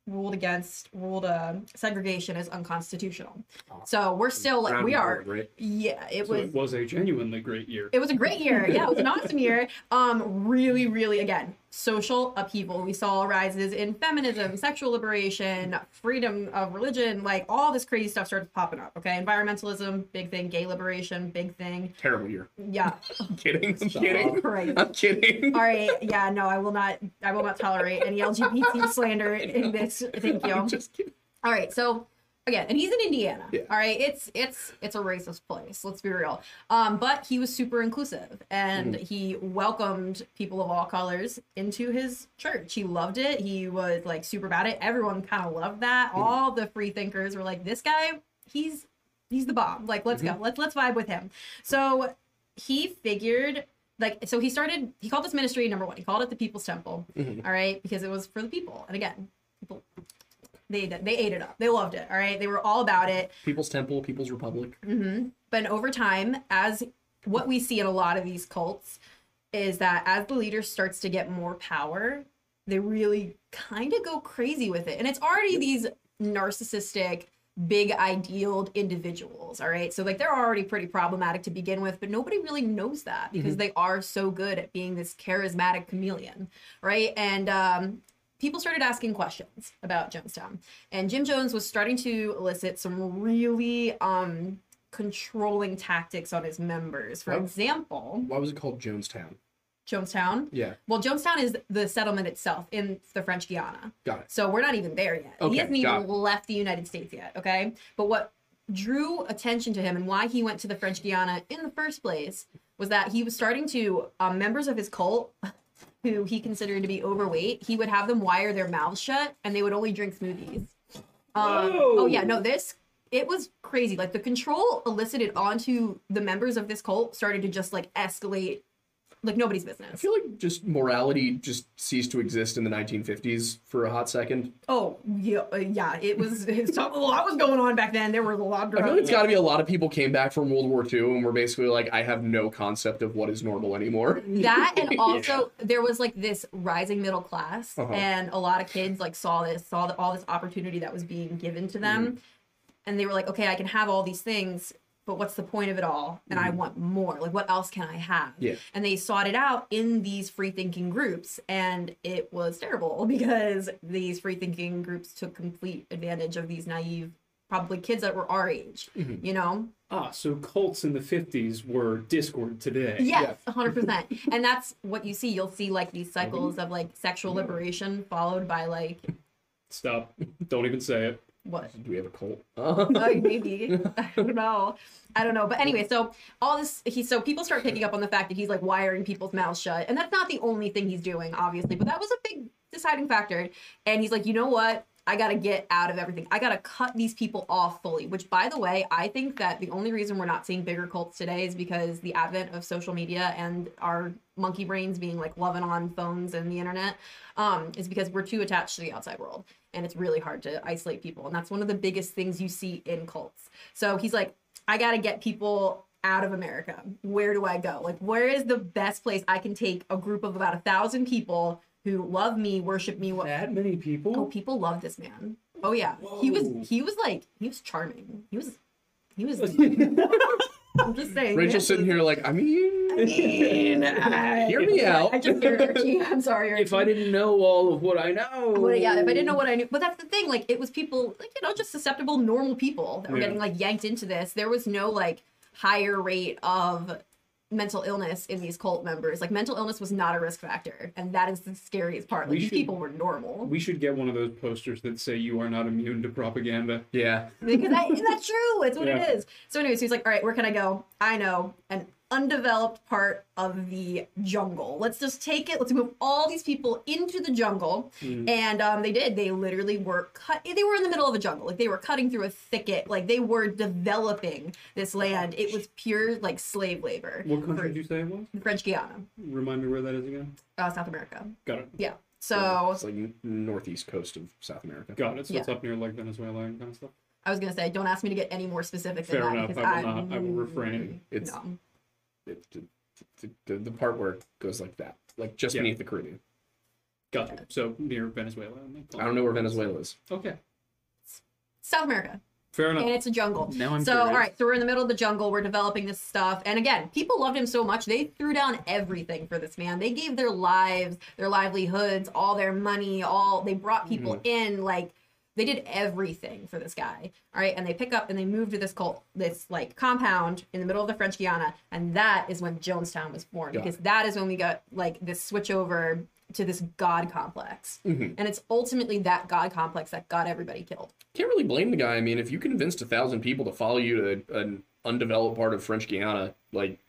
Speaker 2: ruled against ruled uh, segregation as unconstitutional. So we're still like
Speaker 1: Brown
Speaker 2: we
Speaker 1: and
Speaker 2: are
Speaker 1: gold, right?
Speaker 2: yeah, it
Speaker 3: so
Speaker 2: was
Speaker 3: it was a genuinely great year.
Speaker 2: it was a great year. Yeah, it was an awesome year. Um, really, really, again, social upheaval. We saw rises in feminism, sexual liberation, freedom of religion, like all this crazy stuff started popping up. Okay, environmentalism, big thing. Gay liberation, big thing.
Speaker 1: Terrible year.
Speaker 2: Yeah,
Speaker 1: I'm kidding. I'm kidding.
Speaker 2: crazy.
Speaker 1: I'm kidding.
Speaker 2: All right, yeah, no, I will not. I will not tolerate any LGBT slander in this. Thank you.
Speaker 1: I'm just kidding.
Speaker 2: All right, so again, and he's in Indiana.
Speaker 1: Yeah.
Speaker 2: All right, it's it's it's a racist place. Let's be real. Um, but he was super inclusive, and he welcomed people of all colors into his church. He loved it. He was like super about it. Everyone kind of loved that. All the free thinkers were like, "This guy, he's he's the bomb. Like, let's go. Let's let's vibe with him." So he figured. Like so, he started. He called this ministry number one. He called it the People's Temple,
Speaker 1: Mhm.
Speaker 2: all right, because it was for the people. And again, people they they ate it up. They loved it. All right, they were all about it.
Speaker 1: People's Temple, People's Republic.
Speaker 2: hmm But over time, as what we see in a lot of these cults is that as the leader starts to get more power, they really kind of go crazy with it. And it's already these narcissistic, big idealed individuals. All right. So, like, they're already pretty problematic to begin with, but nobody really knows that because they are so good at being this charismatic chameleon. Right. And, um, People started asking questions about Jonestown, and Jim Jones was starting to elicit some really um, controlling tactics on his members. For
Speaker 1: Yep.
Speaker 2: example,
Speaker 1: Why was it called Jonestown?
Speaker 2: Jonestown.
Speaker 1: Yeah,
Speaker 2: Well, Jonestown is the settlement itself in the French Guiana.
Speaker 1: got it.
Speaker 2: So we're not even there yet.
Speaker 1: Okay,
Speaker 2: he hasn't
Speaker 1: got
Speaker 2: even
Speaker 1: it.
Speaker 2: left the United States yet. Okay. But what drew attention to him and why he went to the French Guiana in the first place was that he was starting to, um, members of his cult who he considered to be overweight, he would have them wire their mouths shut and they would only drink smoothies. Um,
Speaker 3: Whoa.
Speaker 2: oh, yeah. No, this. It was crazy. Like the control elicited onto the members of this cult started to just like escalate like nobody's
Speaker 1: I
Speaker 2: business.
Speaker 1: feel like just morality just ceased to exist in the 1950s for a hot second.
Speaker 2: Oh yeah, uh, yeah. It was it's- a lot was going on back then. There were a lot of
Speaker 1: I feel like
Speaker 2: drugs.
Speaker 1: it's got to be a lot of people came back from World War II and were basically like, I have no concept of what is normal anymore.
Speaker 2: that and also there was like this rising middle class
Speaker 1: Uh-huh.
Speaker 2: and a lot of kids like saw this saw all this opportunity that was being given to them
Speaker 1: Mm-hmm.
Speaker 2: and they were like okay i can have all these things but what's the point of it all and i want more like what else can i have
Speaker 1: Mm-hmm. Yeah.
Speaker 2: and they sought it out in these free thinking groups and it was terrible because these free thinking groups took complete advantage of these naive probably kids that were our age
Speaker 1: Mhm.
Speaker 2: you know
Speaker 3: Ah, so cults in the 50s were Discord today.
Speaker 2: Yes, hundred percent. And that's what you see. You'll see like these cycles of like sexual liberation followed by like
Speaker 3: Stop. Don't even say it.
Speaker 2: what?
Speaker 1: Do we have a cult? Uh,
Speaker 2: Like maybe I don't know. I don't know. But anyway, so all this he so people start picking up on the fact that he's like wiring people's mouths shut, and that's not the only thing he's doing, obviously. But that was a big deciding factor. And he's like, you know what? I gotta get out of everything. I gotta cut these people off fully. Which, by the way, I think that the only reason we're not seeing bigger cults today is because the advent of social media and our monkey brains being like loving on phones and the internet um, is because we're too attached to the outside world and it's really hard to isolate people. And that's one of the biggest things you see in cults. So he's like, I gotta get people out of America. Where do I go? Like, where is the best place I can take a group of about a thousand people who love me, worship me, what
Speaker 3: That many
Speaker 2: Oh,
Speaker 3: people?
Speaker 2: people love this man. Oh yeah, he
Speaker 3: Whoa.
Speaker 2: was he was like he was charming. He was he was. I'm just saying.
Speaker 1: Rachel's sitting here like, I mean, hear me out.
Speaker 2: I just hear Archie. I'm sorry. Archie.
Speaker 3: If I didn't know all of what I know.
Speaker 2: Well, yeah, if I didn't know
Speaker 3: Oh.
Speaker 2: what I knew, but that's the thing. Like, it was people, like you know, just susceptible, normal people that were
Speaker 3: Yeah.
Speaker 2: getting like yanked into this. There was no like higher rate of mental illness in these cult members. Like, mental illness was not a risk factor, and that is the scariest part. Like,
Speaker 3: We
Speaker 2: these
Speaker 3: should-
Speaker 2: people were normal
Speaker 3: We should get one of those posters that say you are not immune to propaganda.
Speaker 1: yeah.
Speaker 2: because I, that's true. It's what
Speaker 3: Yeah.
Speaker 2: it is. So, anyways, he's like, all right, where can I go? I know an undeveloped part of the jungle. Let's just take it. Let's move all these people into the jungle.
Speaker 3: Mm-hmm.
Speaker 2: And um, they did. They literally were cut. They were in the middle of a jungle. Like they were cutting through a thicket. Like they were developing this land. It was pure like slave labor.
Speaker 3: What country
Speaker 2: For-
Speaker 3: did you say it was?
Speaker 2: French Guiana,
Speaker 3: Remind me where that is again.
Speaker 2: uh, South America.
Speaker 3: Got it.
Speaker 2: Yeah. So
Speaker 1: It's like northeast coast of South America.
Speaker 3: Got it. So it's up near like Venezuela and kind of stuff.
Speaker 2: I was gonna say, don't ask me to get any more specific
Speaker 3: Fair
Speaker 2: than that
Speaker 3: enough,
Speaker 2: because
Speaker 3: I will
Speaker 2: I'm-
Speaker 3: not. I will refrain.
Speaker 1: It's-
Speaker 2: no.
Speaker 1: It- the- the, the part where it goes like that, like just
Speaker 3: Yeah.
Speaker 1: beneath the Caribbean.
Speaker 3: Got it. So near Venezuela. and, like,
Speaker 1: I don't know where Venezuela is.
Speaker 3: Okay.
Speaker 2: South America,
Speaker 3: Fair
Speaker 2: and
Speaker 3: enough.
Speaker 2: it's a jungle.
Speaker 3: Now I'm
Speaker 2: so
Speaker 3: curious.
Speaker 2: all right, so we're in the middle of the jungle. We're developing this stuff, and again, people loved him so much they threw down everything for this man. They gave their lives, their livelihoods, all their money, all they brought people in. Like they did everything for this guy. All right, and they pick up and they move to this cult, this like compound in the middle of the French Guiana, and that is when Jonestown was born
Speaker 1: Got
Speaker 2: because that is when we got like this switch over to this god complex,
Speaker 1: Mhm.
Speaker 2: and it's ultimately that god complex that got everybody killed.
Speaker 1: Can't really blame the guy. I mean, if you convinced a thousand people to follow you to an undeveloped part of French Guiana, like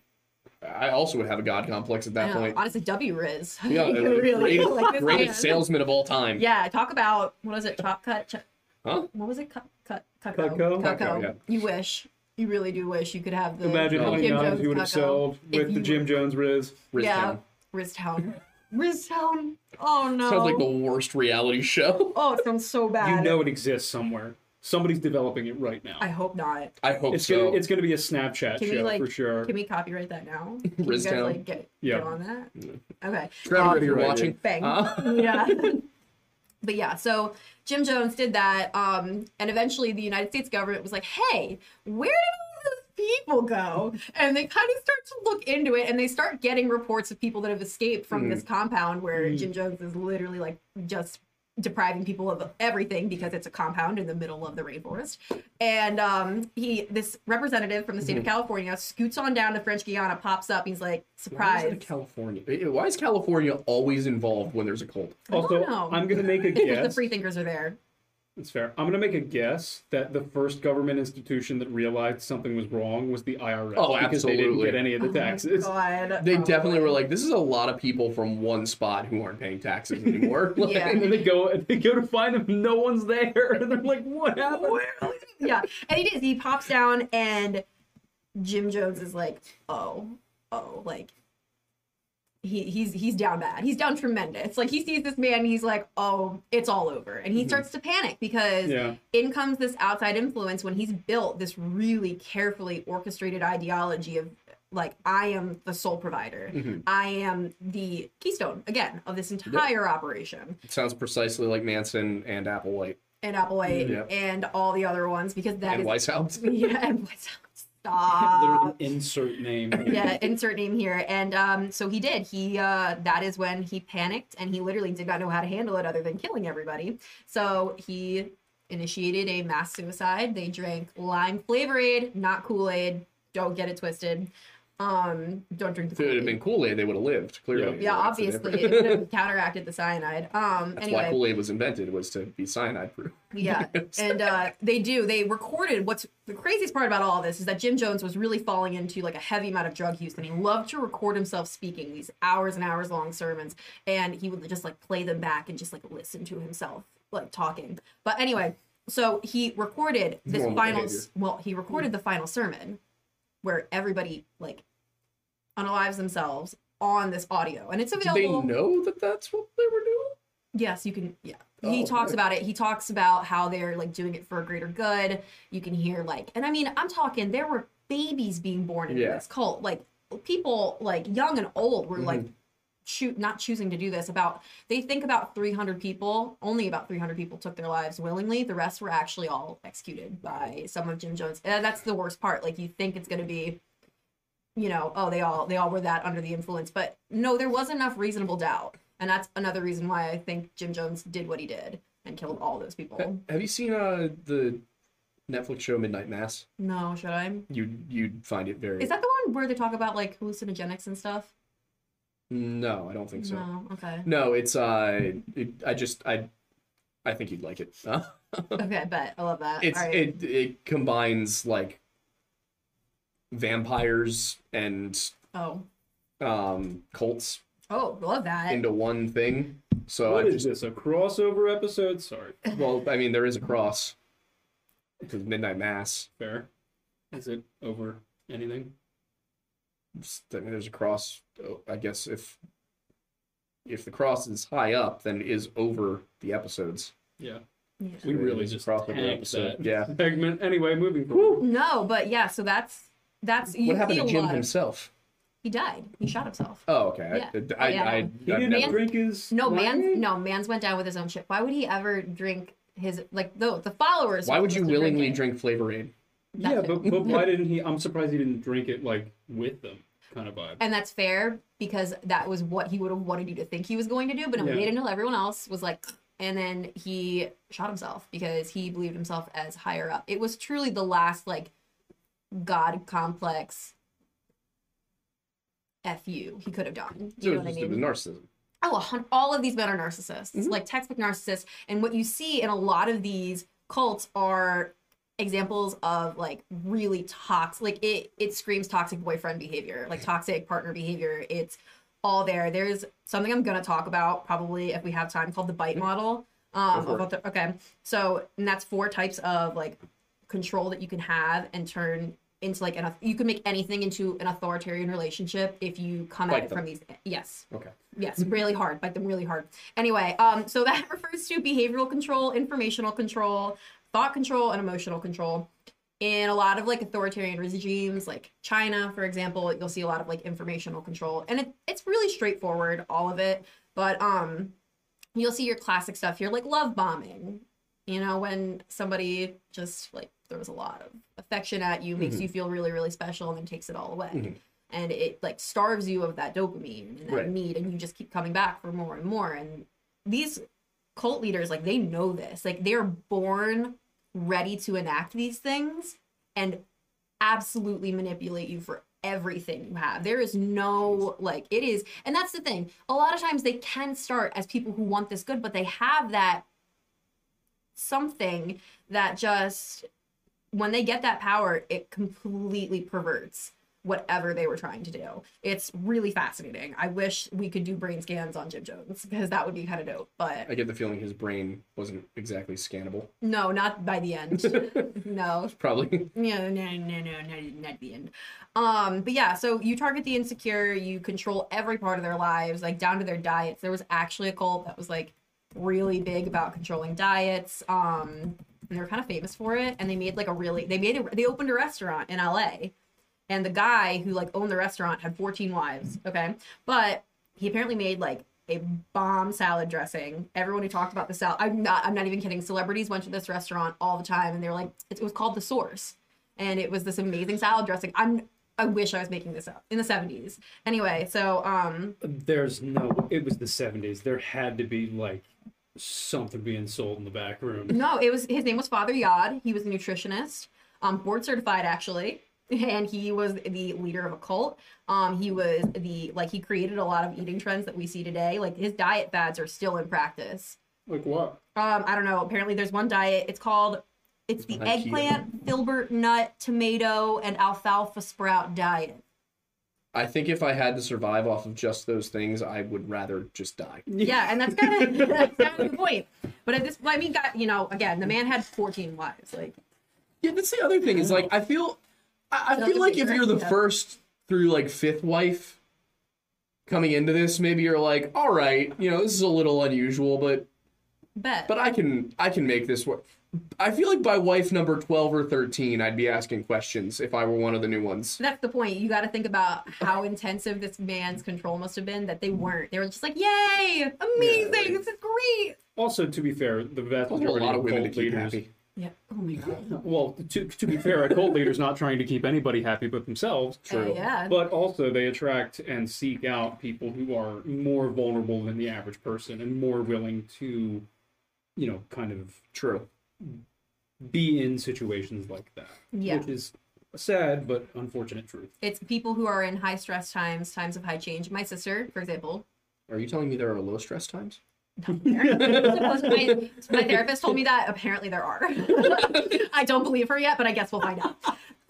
Speaker 1: I also would have a god complex at that
Speaker 2: I know.
Speaker 1: point.
Speaker 2: Honestly, W Riz.
Speaker 1: Yeah,
Speaker 2: Like,
Speaker 1: uh, greatest,
Speaker 2: like this man.
Speaker 1: greatest salesman of all time.
Speaker 2: Yeah, talk about what was it? Top cut? Ch-
Speaker 1: Huh?
Speaker 2: What was it? Cut, cut, cucko.
Speaker 3: Cucko?
Speaker 1: Cucko, yeah.
Speaker 2: You wish. You really do wish you could have the
Speaker 3: Imagine
Speaker 1: No.
Speaker 3: how many
Speaker 2: Jim
Speaker 3: knives
Speaker 2: Jones
Speaker 3: you would have
Speaker 2: cucko
Speaker 3: solved
Speaker 2: if
Speaker 3: with the
Speaker 2: you
Speaker 3: Jim Jones Riz.
Speaker 1: Riztown.
Speaker 2: Yeah. Riztown. Riztown. Oh no.
Speaker 1: Sounds like the worst reality show.
Speaker 2: Oh, it sounds so bad.
Speaker 3: You know it exists somewhere. Somebody's developing it right now.
Speaker 2: I hope not.
Speaker 1: I hope
Speaker 3: it's
Speaker 1: so.
Speaker 3: gonna it's gonna be a Snapchat
Speaker 2: Can we,
Speaker 3: show
Speaker 2: like,
Speaker 3: for sure.
Speaker 2: Can we copyright that now? Can you guys
Speaker 1: Riztown.
Speaker 2: like get,
Speaker 3: Yeah.
Speaker 2: get on that? Okay. Um,
Speaker 1: For everybody who's
Speaker 3: Copyrighted.
Speaker 1: watching.
Speaker 2: Bang.
Speaker 1: Uh,
Speaker 2: yeah. But yeah, so Jim Jones did that, um, and eventually the United States government was like, "Hey, where did all these people go?" And they kind of start to look into it, and they start getting reports of people that have escaped from this
Speaker 1: Mm.
Speaker 2: compound where Jim Jones is literally like just depriving people of everything because it's a compound in the middle of the rainforest. And um, he, this representative from the state of California, scoots on down to French Guiana, pops up, he's like,
Speaker 1: Mm-hmm. why is
Speaker 2: "Surprise!"
Speaker 1: it California? eh, Why is California always involved when there's a cult?
Speaker 3: also,
Speaker 2: don't know.
Speaker 3: I'm gonna make a
Speaker 2: the
Speaker 3: guess.
Speaker 2: free thinkers are there.
Speaker 3: It's fair. I'm gonna make a guess that the first government institution that realized something was wrong was the IRS.
Speaker 1: Oh,
Speaker 3: Because they didn't
Speaker 1: absolutely.
Speaker 3: get any of the
Speaker 2: Oh my
Speaker 3: taxes.
Speaker 2: God.
Speaker 1: They
Speaker 2: Oh,
Speaker 1: definitely
Speaker 2: boy.
Speaker 1: were like, this is a lot of people from one spot who aren't paying taxes anymore. Like,
Speaker 2: Yeah.
Speaker 3: and then they go and they go to find them. No one's there. And they're like, "What happened?"
Speaker 2: yeah, and he does. He pops down, and Jim Jones is like, "Oh, oh, like he he's he's down bad. He's down tremendous. Like he sees this man, and he's like, "Oh, it's all over," and he
Speaker 1: Mm-hmm.
Speaker 3: Mhm.
Speaker 2: starts to panic because
Speaker 3: Yeah.
Speaker 2: in comes this outside influence when he's built this really carefully orchestrated ideology of like I am the sole provider.
Speaker 1: Mhm.
Speaker 2: I am the keystone again of this entire operation
Speaker 1: It sounds precisely like Manson and Applewhite
Speaker 2: and Applewhite
Speaker 1: Mm, Yep.
Speaker 2: and all the other ones because that
Speaker 1: and
Speaker 2: is
Speaker 1: Weishaupt.
Speaker 2: yeah and White
Speaker 3: Literally
Speaker 2: stop
Speaker 3: insert name.
Speaker 2: yeah insert name here and um so he did he uh that is when he panicked and he literally did not know how to handle it other than killing everybody so he initiated a mass suicide they drank lime flavorade not kool-aid don't get it twisted um don't drink the
Speaker 1: If it had
Speaker 2: kool-aid
Speaker 1: been Kool Aid, they would have lived. Clearly,
Speaker 2: yeah
Speaker 1: That's the
Speaker 2: obviously it
Speaker 1: difference.
Speaker 2: would have counteracted the cyanide um
Speaker 1: That's why
Speaker 2: anyway
Speaker 1: Kool Aid was invented was to be cyanide proof.
Speaker 2: yeah and uh, they do they recorded what's the craziest part about all this is that jim jones was really falling into like a heavy amount of drug use and he loved to record himself speaking these hours and hours long sermons and he would just like play them back and just like listen to himself like talking but anyway so he recorded this
Speaker 1: Normal
Speaker 2: final
Speaker 1: behavior.
Speaker 2: well he recorded the final sermon where everybody like unalives themselves on this audio and it's
Speaker 1: Did they
Speaker 2: available
Speaker 1: know that that's what they were doing?
Speaker 2: Yes, you can. Yeah.
Speaker 1: Oh,
Speaker 2: he talks
Speaker 1: okay.
Speaker 2: about it. He talks about how they're like doing it for a greater good. You can hear like, and I mean, I'm talking, there were babies being born into
Speaker 1: Yeah.
Speaker 2: this cult. Like, people, like, young and old were like,
Speaker 1: Mm-hmm.
Speaker 2: choo- not choosing to do this. About, they think about 300 people, only about 300 people took their lives willingly. The rest were actually all executed by some of Jim Jones. And that's the worst part. Like, you think it's going to be you know, oh, they all they all were that under the influence. But no, there was enough reasonable doubt, and that's another reason why I think Jim Jones did what he did and killed all those
Speaker 1: Ha-
Speaker 2: people.
Speaker 1: Have you seen uh, the Netflix show Midnight Mass?
Speaker 2: No, should I?
Speaker 1: You you'd find it very.
Speaker 2: Is that the one where they talk about like hallucinogenics and stuff?
Speaker 1: No, I don't think so. No,
Speaker 2: No, okay,
Speaker 1: it's uh, it, I just I, I think you'd like it.
Speaker 2: okay, bet I love that.
Speaker 1: it's
Speaker 2: all right,
Speaker 1: it it combines like vampires and
Speaker 2: oh,
Speaker 1: um cults
Speaker 2: oh, love that.
Speaker 1: into one thing. So
Speaker 3: What
Speaker 1: I
Speaker 3: is
Speaker 1: just
Speaker 3: this? A crossover episode? Sorry.
Speaker 1: well, I mean, there is a cross because Midnight Mass.
Speaker 3: Fair. Is it over anything?
Speaker 1: s- I mean, there's a cross. oh, I guess if if the cross is high up, then it is over the episodes.
Speaker 3: Yeah.
Speaker 2: Yeah.
Speaker 3: We
Speaker 1: It
Speaker 3: really
Speaker 1: is a
Speaker 3: just
Speaker 1: crossover
Speaker 3: tanked that
Speaker 1: Yeah.
Speaker 3: segment. Anyway, moving forward.
Speaker 2: No, but yeah, so that's that's you
Speaker 1: what
Speaker 2: see
Speaker 1: happened
Speaker 2: a
Speaker 1: to Jim
Speaker 2: lot. Of,
Speaker 1: himself?
Speaker 2: he died. He shot himself.
Speaker 1: Oh, okay.
Speaker 2: Yeah.
Speaker 1: I, I,
Speaker 2: Yeah.
Speaker 1: I, I,
Speaker 3: He
Speaker 1: I've
Speaker 3: didn't
Speaker 1: never-
Speaker 3: drink his.
Speaker 2: No,
Speaker 3: lemonade?
Speaker 2: man's no man's went down with his own shit. Why would he ever drink his like the the followers?
Speaker 1: Why
Speaker 2: were
Speaker 1: would you
Speaker 2: supposed to drink
Speaker 1: willingly
Speaker 2: it.
Speaker 1: drink Flavor Aid?
Speaker 3: Yeah,
Speaker 2: That's it.
Speaker 3: but, but why didn't he? I'm surprised he didn't drink it like with them, kind of vibe.
Speaker 2: and that's fair because that was what he would have wanted you to think he was going to do but he
Speaker 3: Yeah.
Speaker 2: waited until everyone else was like and then he shot himself because he believed himself as higher up it was truly the last like god complex f you he could have done
Speaker 1: So
Speaker 2: you know
Speaker 1: it
Speaker 2: what i
Speaker 1: was, just, it was
Speaker 2: mean
Speaker 1: narcissism.
Speaker 2: oh a hun- all of these men are narcissists
Speaker 1: Mhm.
Speaker 2: like textbook narcissists and what you see in a lot of these cults are examples of like really toxic like it it screams toxic boyfriend behavior like toxic partner behavior it's all there there's something i'm gonna talk about probably if we have time called the bite model um
Speaker 1: Mm-hmm. Go for it.
Speaker 2: about the, okay so and that's four types of like control that you can have and turn into like an auth- you can make anything into an authoritarian relationship if you come
Speaker 1: Bite
Speaker 2: at it
Speaker 1: them.
Speaker 2: from these yes
Speaker 1: Okay.
Speaker 2: Yes, really hard. Bite them really hard. Anyway, um, so that refers to behavioral control, informational control, thought control, and emotional control. In a lot of like authoritarian regimes, like China, for example, you'll see a lot of like informational control, and it, it's really straightforward, all of it. But um, you'll see your classic stuff here, like love bombing. You know, when somebody just like throws a lot of affection at you, makes
Speaker 1: Mhm.
Speaker 2: you feel really, really special, and then takes it all away
Speaker 1: Mhm.
Speaker 2: and it like starves you of that dopamine and that
Speaker 1: Right.
Speaker 2: need and you just keep coming back for more and more and these cult leaders like they know this like they're born ready to enact these things and absolutely manipulate you for everything you have there is no like it is and that's the thing a lot of times they can start as people who want this good but they have that something that just when they get that power it completely perverts whatever they were trying to do. It's really fascinating. I wish we could do brain scans on Jim Jones because that would be kind of dope. But
Speaker 1: I get the feeling his brain wasn't exactly scannable.
Speaker 2: no, not by the end. no,
Speaker 1: Probably.
Speaker 2: no, no, no, no, no, not at the end. Um, but yeah, so you target the insecure, you control every part of their lives, like down to their diets. There was actually a cult that was like really big about controlling diets. Um, and they were kind of famous for it. And they made like a really they made a, they opened a restaurant in LA, and the guy who like owned the restaurant had 14 wives. Okay, but he apparently made like a bomb salad dressing. Everyone who talked about the salad, I'm not, I'm not even kidding. Celebrities went to this restaurant all the time, and they were like, it, it was called the Source, and it was this amazing salad dressing. I'm, I wish I was making this up in the 70s. Anyway, so um,
Speaker 3: There's no. It was the '70s. There had to be like something being sold in the back room.
Speaker 2: no, it was his name was Father Yod. He was a nutritionist, um, board certified actually. And he was the leader of a cult. Um, he was the like he created a lot of eating trends that we see today. Like his diet fads are still in practice.
Speaker 3: Like what?
Speaker 2: um i don't know apparently there's one diet it's called it's the
Speaker 1: It's not keto.
Speaker 2: eggplant filbert nut tomato and alfalfa sprout diet
Speaker 1: I think if I had to survive off of just those things, I would rather just die.
Speaker 2: yeah and that's kind of that's kind of the point but at this i mean got you know again the man had 14 wives like
Speaker 1: Yeah, that's the other thing is like I feel, I, I
Speaker 2: Not
Speaker 1: feel
Speaker 2: the
Speaker 1: like if
Speaker 2: bigger,
Speaker 1: you're the
Speaker 2: yeah.
Speaker 1: first through like fifth wife coming into this, maybe you're like, all right, you know, this is a little unusual, but
Speaker 2: bet
Speaker 1: but I can I can make this work. I feel like by wife number twelve or thirteen, I'd be asking questions if I were one of the new ones.
Speaker 2: that's the point you got to think about how intensive this man's control must have been that they weren't they were just like yay amazing
Speaker 1: like-
Speaker 2: this is great
Speaker 3: Also, to be fair, the vast
Speaker 1: A
Speaker 3: majority
Speaker 1: lot of women to
Speaker 3: cult
Speaker 1: keep
Speaker 3: leaders.
Speaker 1: happy.
Speaker 2: yeah oh my god
Speaker 3: Well, to to be fair, a cult leader's not trying to keep anybody happy but themselves.
Speaker 1: True.
Speaker 2: yeah
Speaker 3: But also, they attract and seek out people who are more vulnerable than the average person and more willing to, you know, kind of
Speaker 1: True.
Speaker 3: be in situations like that.
Speaker 2: yeah
Speaker 3: Which is a sad but unfortunate truth.
Speaker 2: it's people who are in high stress times times of high change my sister for example
Speaker 1: Are you telling me there are low stress times?
Speaker 2: my, my therapist told me that apparently there are. I don't believe her yet, but I guess we'll find out.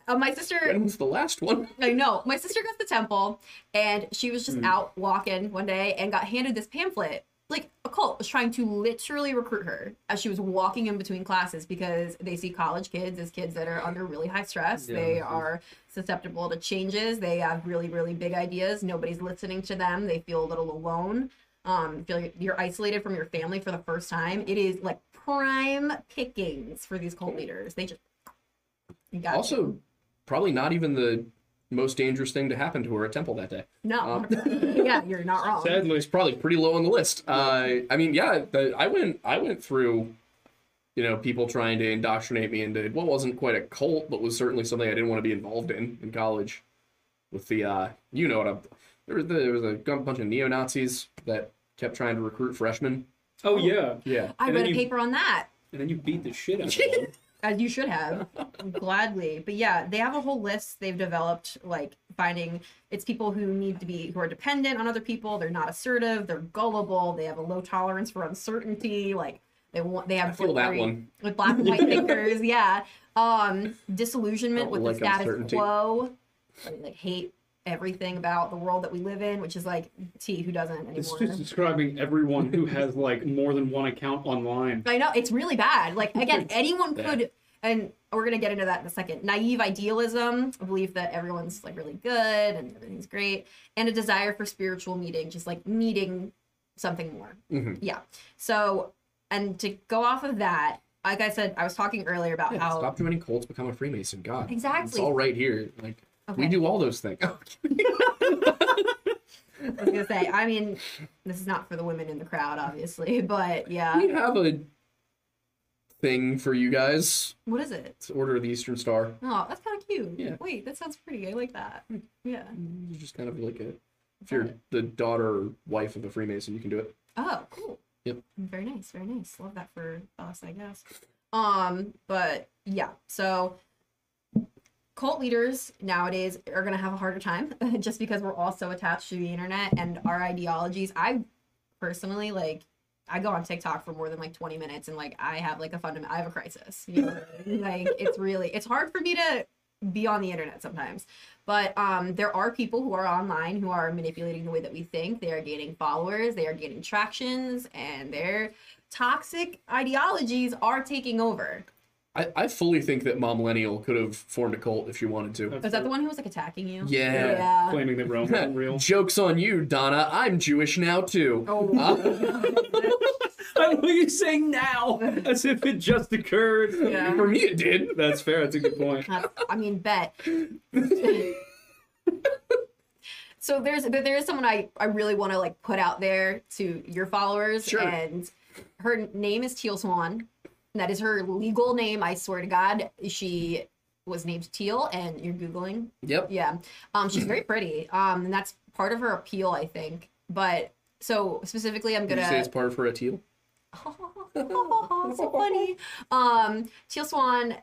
Speaker 2: Uh, my sister,
Speaker 1: When was the last one?
Speaker 2: I know, my sister got the temple and she was
Speaker 3: Hmm.
Speaker 2: just out walking one day and got handed this pamphlet. Like a cult was trying to literally recruit her as she was walking in between classes because they see college kids as kids that are under really high stress.
Speaker 3: Yeah,
Speaker 2: they
Speaker 3: this is-
Speaker 2: are susceptible to changes. They have really, really big ideas. Nobody's listening to them. They feel a little alone um feel like you're isolated from your family for the first time it is like prime pickings for these cult leaders they just you got
Speaker 1: Also, probably not even the most dangerous thing to happen to her at temple that day.
Speaker 2: no
Speaker 1: um,
Speaker 2: yeah you're not wrong
Speaker 1: It's probably pretty low on the list. Uh, I mean, yeah, the, I went I went through, you know, people trying to indoctrinate me into what wasn't quite a cult, but was certainly something I didn't want to be involved in in college. With the, uh, you know what I'm. There was, there was a gun- bunch of neo Nazis that kept trying to recruit freshmen.
Speaker 3: Oh yeah,
Speaker 1: Yeah.
Speaker 2: i
Speaker 3: and
Speaker 2: read
Speaker 3: then
Speaker 2: a
Speaker 3: you-
Speaker 2: paper on that
Speaker 3: and then you beat the shit out of them.
Speaker 2: as you should have gladly but yeah they have a whole list they've developed like finding it's people who need to be who are dependent on other people they're not assertive they're gullible they have a low tolerance for uncertainty like they want they have
Speaker 1: I feel that
Speaker 2: blurry-
Speaker 1: one.
Speaker 2: with black and white thinkers. Yeah. Um, disillusionment
Speaker 1: Oh,
Speaker 2: with
Speaker 1: like
Speaker 2: the status
Speaker 1: uncertainty.
Speaker 2: quo. I mean, like hate everything about the world that we live in, which is like T who doesn't
Speaker 3: It's
Speaker 2: anymore.
Speaker 3: just describing everyone who has like more than one account online.
Speaker 2: I know it's really bad. Like again, anyone
Speaker 1: Yeah.
Speaker 2: could and we're gonna get into that in a second. Naive idealism, a belief that everyone's like really good and everything's great, and a desire for spiritual meeting, just like needing something more.
Speaker 1: hmm
Speaker 2: Yeah. So and to go off of that, like I said, I was talking earlier about
Speaker 1: Yeah,
Speaker 2: how
Speaker 1: Stop joining cults, become a Freemason. God. It's
Speaker 2: Exactly.
Speaker 1: all right here. Like, we
Speaker 2: Okay.
Speaker 1: do all those things.
Speaker 2: I was gonna say, I mean, this is not for the women in the crowd, obviously, but yeah.
Speaker 1: we have a thing for you guys.
Speaker 2: What is it?
Speaker 1: It's Order of the Eastern Star.
Speaker 2: Oh, that's kind of cute.
Speaker 1: Yeah.
Speaker 2: Wait, that sounds pretty. I like that. Yeah.
Speaker 1: You're just kind of like a if you're the daughter or wife of a Freemason, you can do it.
Speaker 2: Oh, cool.
Speaker 1: Yep.
Speaker 2: Very nice. Very nice. Love that for us, I guess. Um, but yeah, so cult leaders nowadays are gonna have a harder time just because we're all so attached to the internet and our ideologies. I personally like. I go on TikTok for more than like 20 minutes and like I have like a fundamental I have a crisis. You know, what I mean? like it's really it's hard for me to be on the internet sometimes. But um, there are people who are online who are manipulating the way that we think. They are gaining followers, they are gaining tractions, and their toxic ideologies are taking over.
Speaker 1: I, I fully think that Mom Millennial could have formed a cult if she wanted to.
Speaker 2: Was that the one who was like attacking you?
Speaker 1: Yeah.
Speaker 2: Yeah.
Speaker 3: claiming that Rome wasn't real?
Speaker 1: Joke's on you, Donna. I'm Jewish now, too. Uh,
Speaker 2: Oh, wow.
Speaker 3: I know you're saying now, as if it just occurred.
Speaker 2: Yeah.
Speaker 1: For me, it did.
Speaker 3: That's fair. That's a good point.
Speaker 2: That's- I mean, bet. so there's but there is someone I I really want to like put out there to your followers,
Speaker 1: Sure.
Speaker 2: and her name is Teal Swan. And that is her legal name. I swear to God, she was named Teal, and you're googling.
Speaker 1: Yep.
Speaker 2: Yeah, um, she's very pretty. Um, and that's part of her appeal, I think. But so specifically, I'm
Speaker 1: Did
Speaker 2: gonna
Speaker 1: you say it's part of her teal?
Speaker 2: so funny. Um, Teal Swan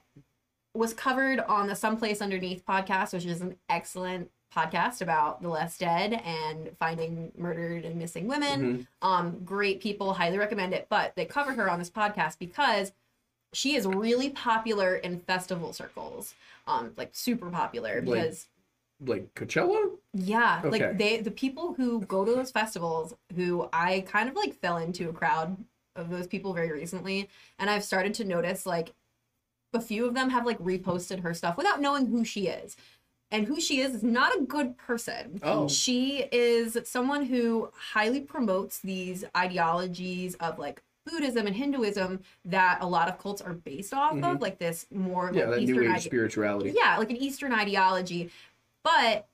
Speaker 2: was covered on the Someplace Underneath podcast, which is an excellent podcast about the less dead and finding murdered and missing women.
Speaker 1: Mhm.
Speaker 2: Um, great people, highly recommend it. But they cover her on this podcast because she is really popular in festival circles, um, like super popular
Speaker 1: Like-
Speaker 2: because
Speaker 1: Like Coachella?
Speaker 2: yeah,
Speaker 1: Okay.
Speaker 2: like they the people who go to those festivals who I kind of like fell into a crowd of those people very recently and I've started to notice like a few of them have like reposted her stuff without knowing who she is. And who she is is not a good person.
Speaker 1: Oh.
Speaker 2: She is someone who highly promotes these ideologies of like Buddhism and Hinduism that a lot of cults are based off of,
Speaker 1: Mhm.
Speaker 2: like this more
Speaker 1: Yeah,
Speaker 2: like,
Speaker 1: that
Speaker 2: Eastern
Speaker 1: new age
Speaker 2: ide-
Speaker 1: spirituality.
Speaker 2: yeah, like an Eastern ideology. But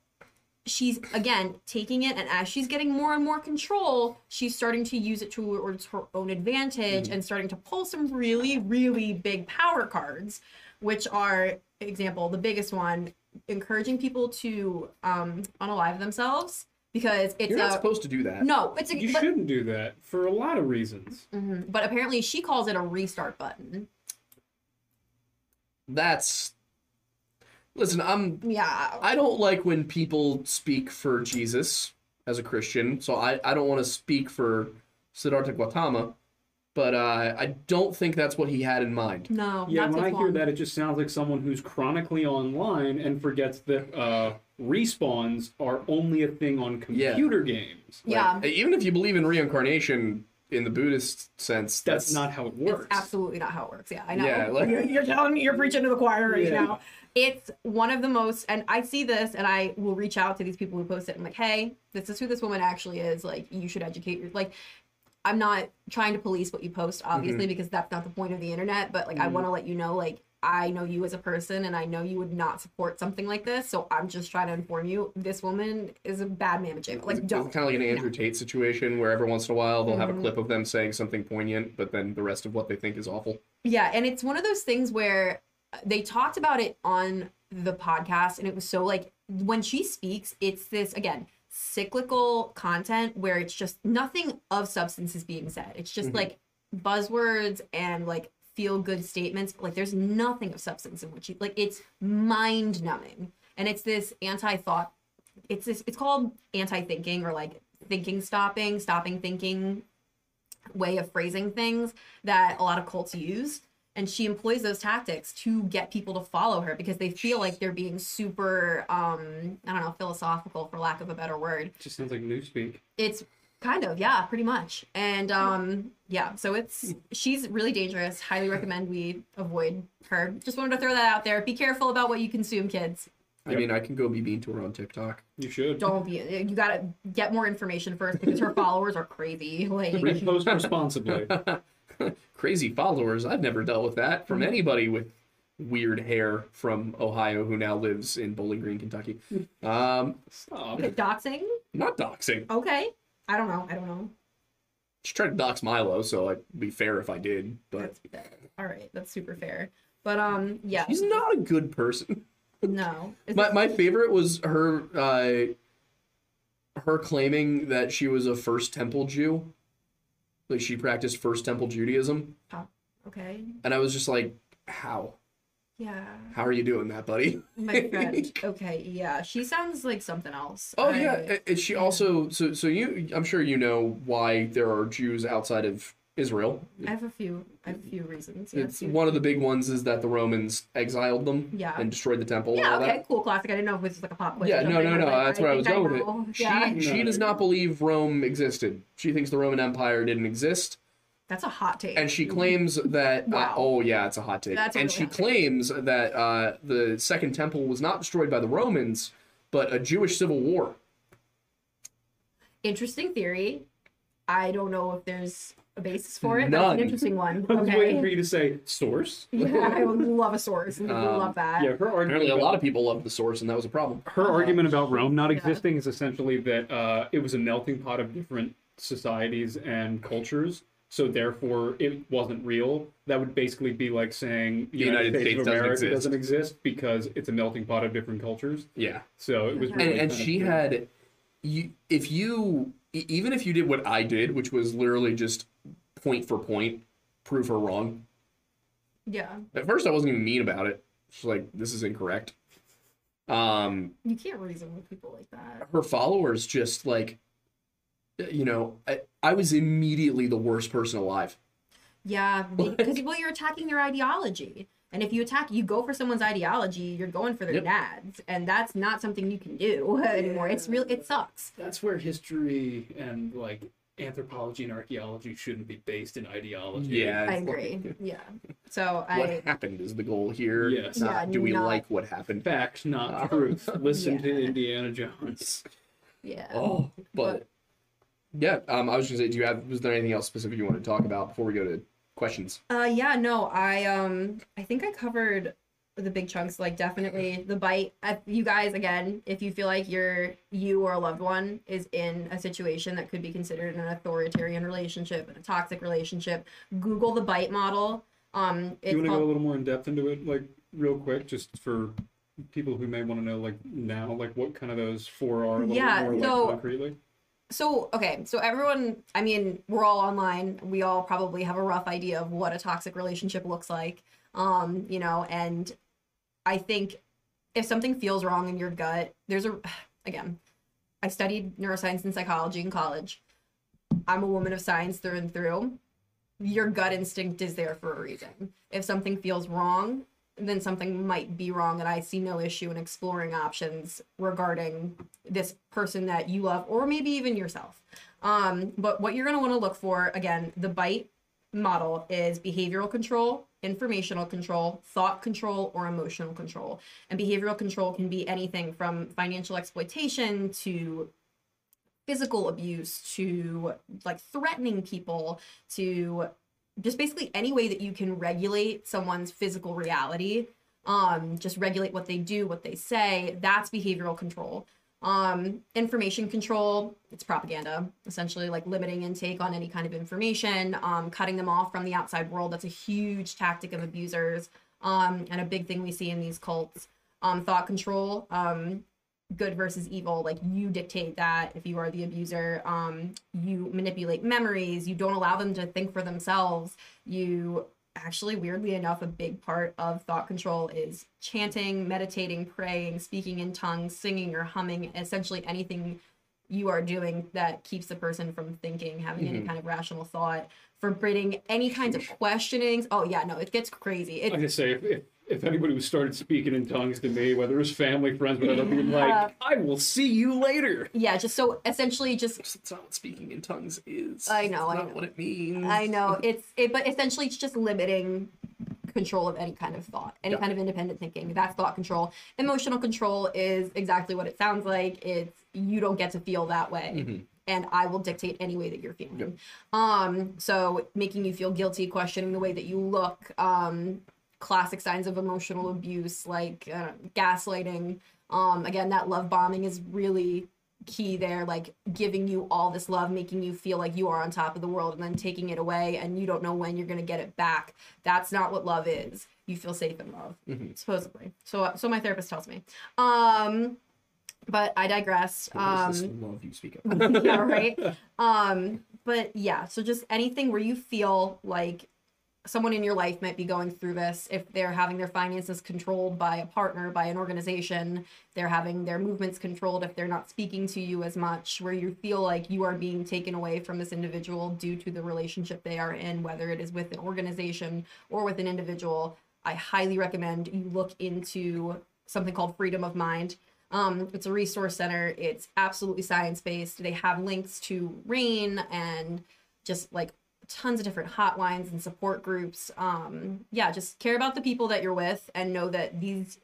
Speaker 2: she's again taking it, and as she's getting more and more control, she's starting to use it towards her own advantage
Speaker 1: Mm-hmm.
Speaker 2: and starting to pull some really, really big power cards, which are, example, the biggest one, encouraging people to um, unalive themselves because it's
Speaker 1: You're not
Speaker 2: a
Speaker 1: supposed to do that.
Speaker 2: no, it's a
Speaker 3: You
Speaker 2: but,
Speaker 3: shouldn't do that for a lot of reasons.
Speaker 2: Mhm. but apparently she calls it a restart button.
Speaker 1: That's. Listen, I'm
Speaker 2: Yeah,
Speaker 1: I don't like when people speak for Jesus as a Christian, so I, I don't want to speak for Siddhartha Gautama, but uh, I don't think that's what he had in mind.
Speaker 2: no,
Speaker 3: Yeah,
Speaker 2: not
Speaker 3: when
Speaker 2: so
Speaker 3: I
Speaker 2: long.
Speaker 3: hear that, it just sounds like someone who's chronically online and forgets that uh, respawns are only a thing on
Speaker 1: Yeah.
Speaker 3: computer games.
Speaker 1: Like,
Speaker 2: yeah,
Speaker 1: E, Even if you believe in reincarnation in the Buddhist sense,
Speaker 3: That's not how it works.
Speaker 2: It's absolutely not how it works. Yeah, I know.
Speaker 1: Yeah, like-
Speaker 2: you're, you're telling me you're preaching to the choir right
Speaker 3: Yeah.
Speaker 2: now. It's one of the most, and I see this, and I will reach out to these people who post it. I'm like, hey, this is who this woman actually is. Like, you should educate your like. I'm not trying to police what you post,
Speaker 1: Mm-hmm.
Speaker 2: obviously, because that's not the point of the internet. But like, I
Speaker 3: Mhm.
Speaker 2: want to let you know, like, I know you as a person, and I know you would not support something like this. So I'm just trying to inform you. This woman is a bad mamma jamma. Like,
Speaker 1: It's kind
Speaker 2: don't.
Speaker 1: of like an Andrew Tate situation where every once in a while they'll have a
Speaker 2: Mhm.
Speaker 1: clip of them saying something poignant, but then the rest of what they think is awful.
Speaker 2: Yeah, and it's one of those things where uh, they talked about it on the podcast, and it was so like when she speaks, it's this again cyclical content where it's just nothing of substance is being said. It's just
Speaker 1: Mhm.
Speaker 2: like buzzwords and like feel good statements. But, like there's nothing of substance in what she like. It's mind numbing, and it's this anti thought. It's this. It's called anti thinking or like thinking stopping, stopping thinking way of phrasing things that a lot of cults use. And she employs those tactics to get people to follow her because they feel like they're being super, um, I don't know, philosophical for lack of a better word.
Speaker 3: just sounds like newspeak.
Speaker 2: It's kind of, yeah, pretty much. And um, yeah, so it's, she's really dangerous. Highly recommend we avoid her. Just wanted to throw that out there. Be careful about what you consume, kids.
Speaker 1: I
Speaker 3: Yep.
Speaker 1: mean, I can go be mean to her on TikTok.
Speaker 3: You should.
Speaker 2: Don't be, you gotta get more information first because her followers are crazy. Like,
Speaker 3: Repost responsibly.
Speaker 1: Crazy followers. I've never dealt with that from anybody with weird hair from Ohio who now lives in Bowling Green, Kentucky. Um,
Speaker 3: Stop.
Speaker 2: doxing?
Speaker 1: not doxing.
Speaker 2: Okay. I don't know. I don't know.
Speaker 1: She tried to dox Milo, so I'd be fair if I did, but
Speaker 2: That's all right. That's super fair. But um, yeah,
Speaker 1: he's not a good person.
Speaker 2: no. Is
Speaker 1: My
Speaker 2: it-
Speaker 1: my favorite was her uh, her claiming that she was a first temple Jew. Like she practiced first temple Judaism.
Speaker 2: okay.
Speaker 1: And I was just like, How?
Speaker 2: Yeah,
Speaker 1: How are you doing that, buddy?
Speaker 2: my friend. Okay, yeah, she sounds like something else.
Speaker 1: Oh
Speaker 2: I-
Speaker 1: yeah. a- And she also so so you I'm sure you know why there are Jews outside of Israel.
Speaker 2: I have a few. I have a few reasons. yeah,
Speaker 1: It's
Speaker 2: few-
Speaker 1: one of the big ones is that the Romans exiled them
Speaker 2: Yeah.
Speaker 1: and destroyed the temple. and
Speaker 2: Yeah.
Speaker 1: all that.
Speaker 2: Okay. Cool. Classic. I didn't know if it was just like a pop quiz. or
Speaker 1: Yeah, no,
Speaker 2: something.
Speaker 1: no, no.
Speaker 2: like,
Speaker 1: That's where I was
Speaker 2: think
Speaker 1: going with
Speaker 2: know.
Speaker 1: it. She
Speaker 2: Yeah.
Speaker 1: she does not believe Rome existed. She thinks the Roman Empire didn't exist,
Speaker 2: That's a hot take.
Speaker 1: and she claims that. Uh,
Speaker 2: Mm-hmm. Wow.
Speaker 1: oh yeah, it's a hot take.
Speaker 2: That's a
Speaker 1: and
Speaker 2: really
Speaker 1: she
Speaker 2: hot take.
Speaker 1: claims that uh, the Second Temple was not destroyed by the Romans, but a Jewish civil war.
Speaker 2: interesting theory. I don't know if there's a basis for it. That's
Speaker 1: None.
Speaker 2: an interesting one.
Speaker 3: I was waiting for
Speaker 2: Okay.
Speaker 3: you to say source.
Speaker 2: yeah, I would love a source. I would
Speaker 1: Um,
Speaker 2: love that.
Speaker 3: Yeah, her argument.
Speaker 1: Apparently, a
Speaker 3: about-
Speaker 1: lot of people loved the source, and that was a problem.
Speaker 3: her argument about Rome not
Speaker 2: Yeah.
Speaker 3: existing is essentially that uh, it was a melting pot of different societies and cultures, so therefore it wasn't real. That would basically be like saying the United, States, of
Speaker 1: doesn't
Speaker 3: America
Speaker 1: exist.
Speaker 3: doesn't exist because it's a melting pot of different cultures.
Speaker 1: Yeah.
Speaker 3: So it was
Speaker 2: Okay.
Speaker 1: and,
Speaker 3: really
Speaker 1: and
Speaker 3: kind of
Speaker 1: she
Speaker 3: weird.
Speaker 1: had you if you e- even if you did what i did which was literally just point for point prove her wrong
Speaker 2: Yeah.
Speaker 1: at first i wasn't even mean about it she's like this is incorrect um
Speaker 2: You can't reason with people like that.
Speaker 1: her followers just like you know i, I was immediately the worst person alive
Speaker 2: Yeah, because well, you're attacking their ideology, and if you attack, you go for someone's ideology, you're going for their
Speaker 1: Yep.
Speaker 2: dads, and that's not something you can do anymore. It's real. It sucks.
Speaker 3: That's where history and like anthropology and archaeology shouldn't be based in ideology.
Speaker 1: yeah
Speaker 2: I
Speaker 1: it's like,
Speaker 2: agree. Yeah. So I.
Speaker 1: what happened is the goal here
Speaker 3: Yes.
Speaker 1: not
Speaker 2: Yeah,
Speaker 1: do we
Speaker 2: not-
Speaker 1: like what happened
Speaker 3: Fact,
Speaker 1: Uh,
Speaker 3: not truth. Listen
Speaker 2: Yeah.
Speaker 3: to Indiana Jones.
Speaker 2: Yeah.
Speaker 1: Oh, but yeah, um, I was gonna say, do you have? Was there anything else specific you wanted to talk about before we go to questions?
Speaker 2: Uh, yeah, no, I um, I think I covered the big chunks. Like, definitely the bite. I, you guys, again, if you feel like your you or a loved one is in a situation that could be considered an authoritarian relationship and a toxic relationship, Google the bite model. Um,
Speaker 3: Do you
Speaker 2: it's
Speaker 3: want to go a
Speaker 2: called,
Speaker 3: little more in depth into it, like real quick, just for people who may want to know, like now, like what kind of those four are? A little
Speaker 2: Yeah,
Speaker 3: more, like,
Speaker 2: so-
Speaker 3: concretely.
Speaker 2: so okay. So everyone, I mean, we're all online. We all probably have a rough idea of what a toxic relationship looks like. Um, you know, and I think if something feels wrong in your gut, there's a again, I studied neuroscience and psychology in college. I'm a woman of science through and through. Your gut instinct is there for a reason. If something feels wrong, then something might be wrong, and I see no issue in exploring options regarding this person that you love or maybe even yourself. Um, but what you're going to want to look for again, the bite model is behavioral control, informational control, thought control, or emotional control. And behavioral control can be anything from financial exploitation to physical abuse to like threatening people to just basically any way that you can regulate someone's physical reality um just regulate what they do what they say that's behavioral control um information control it's propaganda essentially like limiting intake on any kind of information um cutting them off from the outside world that's a huge tactic of abusers um and a big thing we see in these cults um thought control um good versus evil like you dictate that if you are the abuser um you manipulate memories you don't allow them to think for themselves you actually weirdly enough a big part of thought control is chanting meditating praying speaking in tongues singing or humming essentially anything you are doing that keeps the person from thinking having any
Speaker 1: Mhm.
Speaker 2: kind of rational thought forbidding any kinds of questionings oh yeah no it gets crazy
Speaker 3: Like
Speaker 2: it,
Speaker 3: I say, if, if if anybody who started speaking in tongues to me, whether it was family, friends, whatever, be like, I will see you later.
Speaker 2: yeah just so essentially just
Speaker 1: It's not what speaking in tongues is.
Speaker 2: I know,
Speaker 1: It's
Speaker 2: I
Speaker 1: not
Speaker 2: know.
Speaker 1: what it means.
Speaker 2: I know it's it, but essentially it's just limiting control of any kind of thought, any
Speaker 1: Yeah.
Speaker 2: kind of independent thinking. That's thought control. Emotional control is exactly what it sounds like. It's you don't get to feel that way.
Speaker 1: Mhm.
Speaker 2: And I will dictate any way that you're feeling.
Speaker 1: Yep.
Speaker 2: Um, so making you feel guilty, questioning the way that you look, um, classic signs of emotional abuse like uh, gaslighting. Um, again, that love bombing is really key there like giving you all this love making you feel like you are on top of the world and then taking it away and you don't know when you're going to get it back that's not what love is you feel safe in love
Speaker 1: Mhm.
Speaker 2: supposedly so so my therapist tells me um but i digress
Speaker 1: What is
Speaker 2: um
Speaker 1: this love you speak of?
Speaker 2: yeah, right. Um, but yeah, so just anything where you feel like someone in your life might be going through this if they're having their finances controlled by a partner by an organization they're having their movements controlled if they're not speaking to you as much where you feel like you are being taken away from this individual due to the relationship they are in whether it is with an organization or with an individual i highly recommend you look into something called freedom of mind um, it's a resource center it's absolutely science based they have links to rain and just like tons of different hotlines and support groups. Um, yeah, just care about the people that you're with and know that these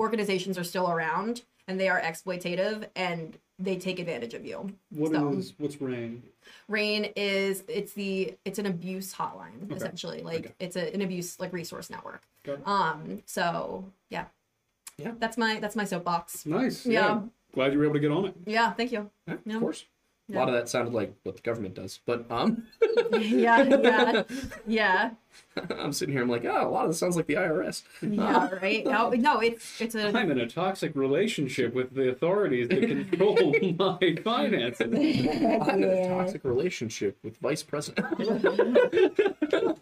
Speaker 2: organizations are still around and they are exploitative and they take advantage of you.
Speaker 3: What
Speaker 2: So-
Speaker 3: is- what's rain?
Speaker 2: Rain is it's the it's an abuse hotline
Speaker 3: Okay.
Speaker 2: essentially. Like
Speaker 1: Okay.
Speaker 2: it's a, an abuse like resource network.
Speaker 3: Got it.
Speaker 2: Um so yeah.
Speaker 1: Yeah.
Speaker 2: That's my that's my soapbox.
Speaker 3: Nice.
Speaker 2: Yeah.
Speaker 3: Glad you were able to get on it.
Speaker 2: Yeah, thank you.
Speaker 1: Yeah,
Speaker 2: Yeah.
Speaker 1: Of course. A lot of that sounded like what the government does, but um,
Speaker 2: yeah, yeah. Yeah.
Speaker 1: I'm sitting here. I'm like, oh, a lot of this sounds like the IRS.
Speaker 2: Yeah, right. No, no, it's it's a
Speaker 3: I'm in a toxic relationship with the authorities that control my finances.
Speaker 1: I'm in a toxic relationship with vice president.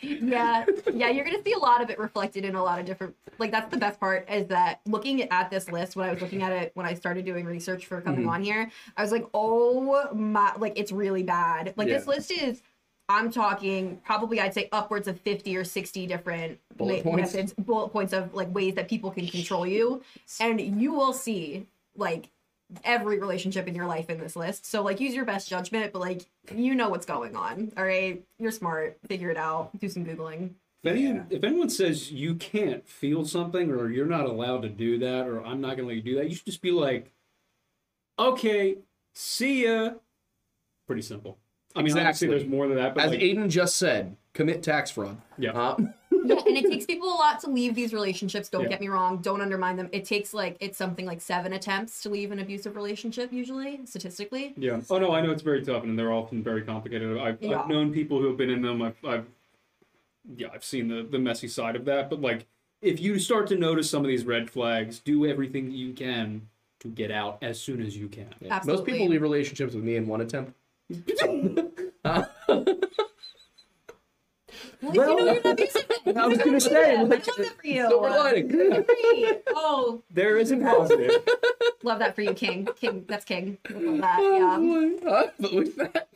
Speaker 2: yeah yeah you're gonna see a lot of it reflected in a lot of different like that's the best part is that looking at this list when i was looking at it when i started doing research for coming
Speaker 1: Mhm.
Speaker 2: on here i was like oh my like it's really bad like this
Speaker 1: Yeah.
Speaker 2: list is i'm talking probably i'd say upwards of 50 or 60 different
Speaker 1: Bullet points.
Speaker 2: methods bullet points of like ways that people can control you and you will see like every relationship in your life in this list so like use your best judgment but like you know what's going on all right you're smart figure it out do some googling
Speaker 3: If, anyone, if anyone says you can't feel something or you're not allowed to do that or I'm not going to let you do that, you should just be like, okay, see ya. Pretty simple. I mean, obviously
Speaker 1: Exactly.
Speaker 3: there's more to that, but
Speaker 1: As
Speaker 3: like,
Speaker 1: Aiden just said, commit tax fraud.
Speaker 3: Yeah.
Speaker 1: Uh,
Speaker 2: yeah, and it takes people a lot to leave these relationships. Don't
Speaker 3: Yeah.
Speaker 2: get me wrong. Don't undermine them. It takes like it's something like seven attempts to leave an abusive relationship, usually statistically.
Speaker 3: yeah. Oh no, I know it's very tough and they're often very complicated. I've,
Speaker 2: Yeah.
Speaker 3: I've known people who have been in them. I've, I've yeah, I've seen the, the messy side of that, but like if you start to notice some of these red flags, do everything you can to get out as soon as you can.
Speaker 1: most
Speaker 2: Absolutely.
Speaker 1: people leave relationships with me in one attempt.
Speaker 2: Well, you know you're an abusive.
Speaker 1: I was gonna
Speaker 2: I love that for you.
Speaker 1: Silver lining.
Speaker 2: Great. Oh,
Speaker 3: There is a positive.
Speaker 2: love that for you, King. King, that's King. Love that.
Speaker 3: Oh,
Speaker 2: Yeah.
Speaker 1: Uh, but with that,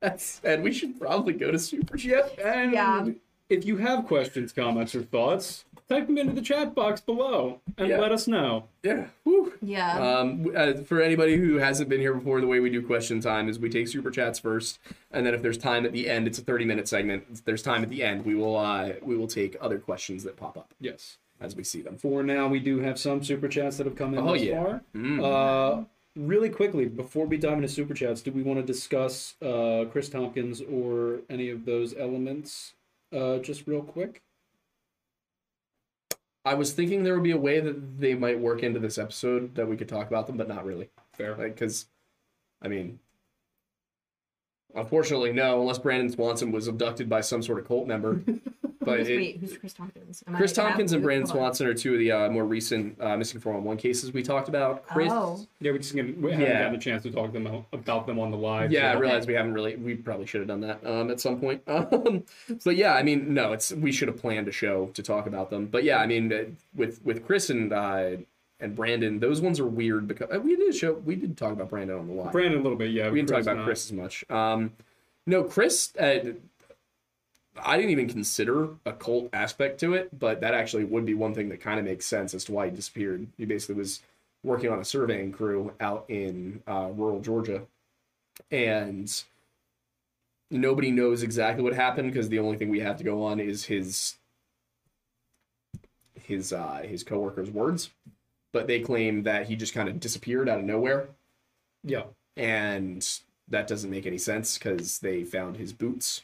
Speaker 1: that's, and we should probably go to Super Jeff.
Speaker 3: And
Speaker 2: Yeah.
Speaker 3: if you have questions, comments, or thoughts, type them into the chat box below and
Speaker 1: Yeah.
Speaker 3: let us know.
Speaker 1: Yeah. Whew.
Speaker 2: Yeah.
Speaker 1: Um, w- uh, for anybody who hasn't been here before, the way we do question time is we take super chats first, and then if there's time at the end, it's a 30 minute segment. If there's time at the end, we will uh, we will take other questions that pop up
Speaker 3: Yes.
Speaker 1: as we see them.
Speaker 3: For now, we do have some super chats that have come in
Speaker 1: Oh,
Speaker 3: thus
Speaker 1: yeah.
Speaker 3: far.
Speaker 1: Mm.
Speaker 3: Uh, really quickly, before we dive into super chats, do we want to discuss uh, Chris Tompkins or any of those elements? Uh, just real quick.
Speaker 1: I was thinking there would be a way that they might work into this episode that we could talk about them, but not really,
Speaker 3: Fair.
Speaker 1: like because, I mean. Unfortunately, no. Unless Brandon Swanson was abducted by some sort of cult member, but
Speaker 2: who's,
Speaker 1: it,
Speaker 2: wait, who's Chris Tompkins? Am I
Speaker 1: Chris
Speaker 2: making that
Speaker 1: Tompkins and
Speaker 2: up?
Speaker 1: Brandon
Speaker 2: Hold on.
Speaker 1: Swanson are two of the uh, more recent uh, missing 411 cases we talked about. Chris,
Speaker 2: Oh.
Speaker 3: yeah, we just gonna, we haven't
Speaker 1: Yeah.
Speaker 3: gotten a chance to talk them out, about them on the live.
Speaker 1: yeah, I
Speaker 3: so-
Speaker 1: realize we haven't really. We probably should have done that um, at some point. Um, but yeah, I mean, no, it's we should have planned a show to talk about them. But yeah, I mean, uh, with with Chris and uh, and Brandon, those ones are weird because uh, we did a show. We did talk about Brandon on the live.
Speaker 3: Brandon a little bit. Yeah,
Speaker 1: we didn't
Speaker 3: Chris
Speaker 1: talk about
Speaker 3: not.
Speaker 1: Chris as much. Um, no, Chris. Uh, I didn't even consider a cult aspect to it, but that actually would be one thing that kind of makes sense as to why he disappeared. He basically was working on a surveying crew out in uh, rural Georgia, and nobody knows exactly what happened because the only thing we have to go on is his his uh, his coworker's words. But they claim that he just kind of disappeared out of nowhere
Speaker 3: Yeah.
Speaker 1: and that doesn't make any sense because they found his boots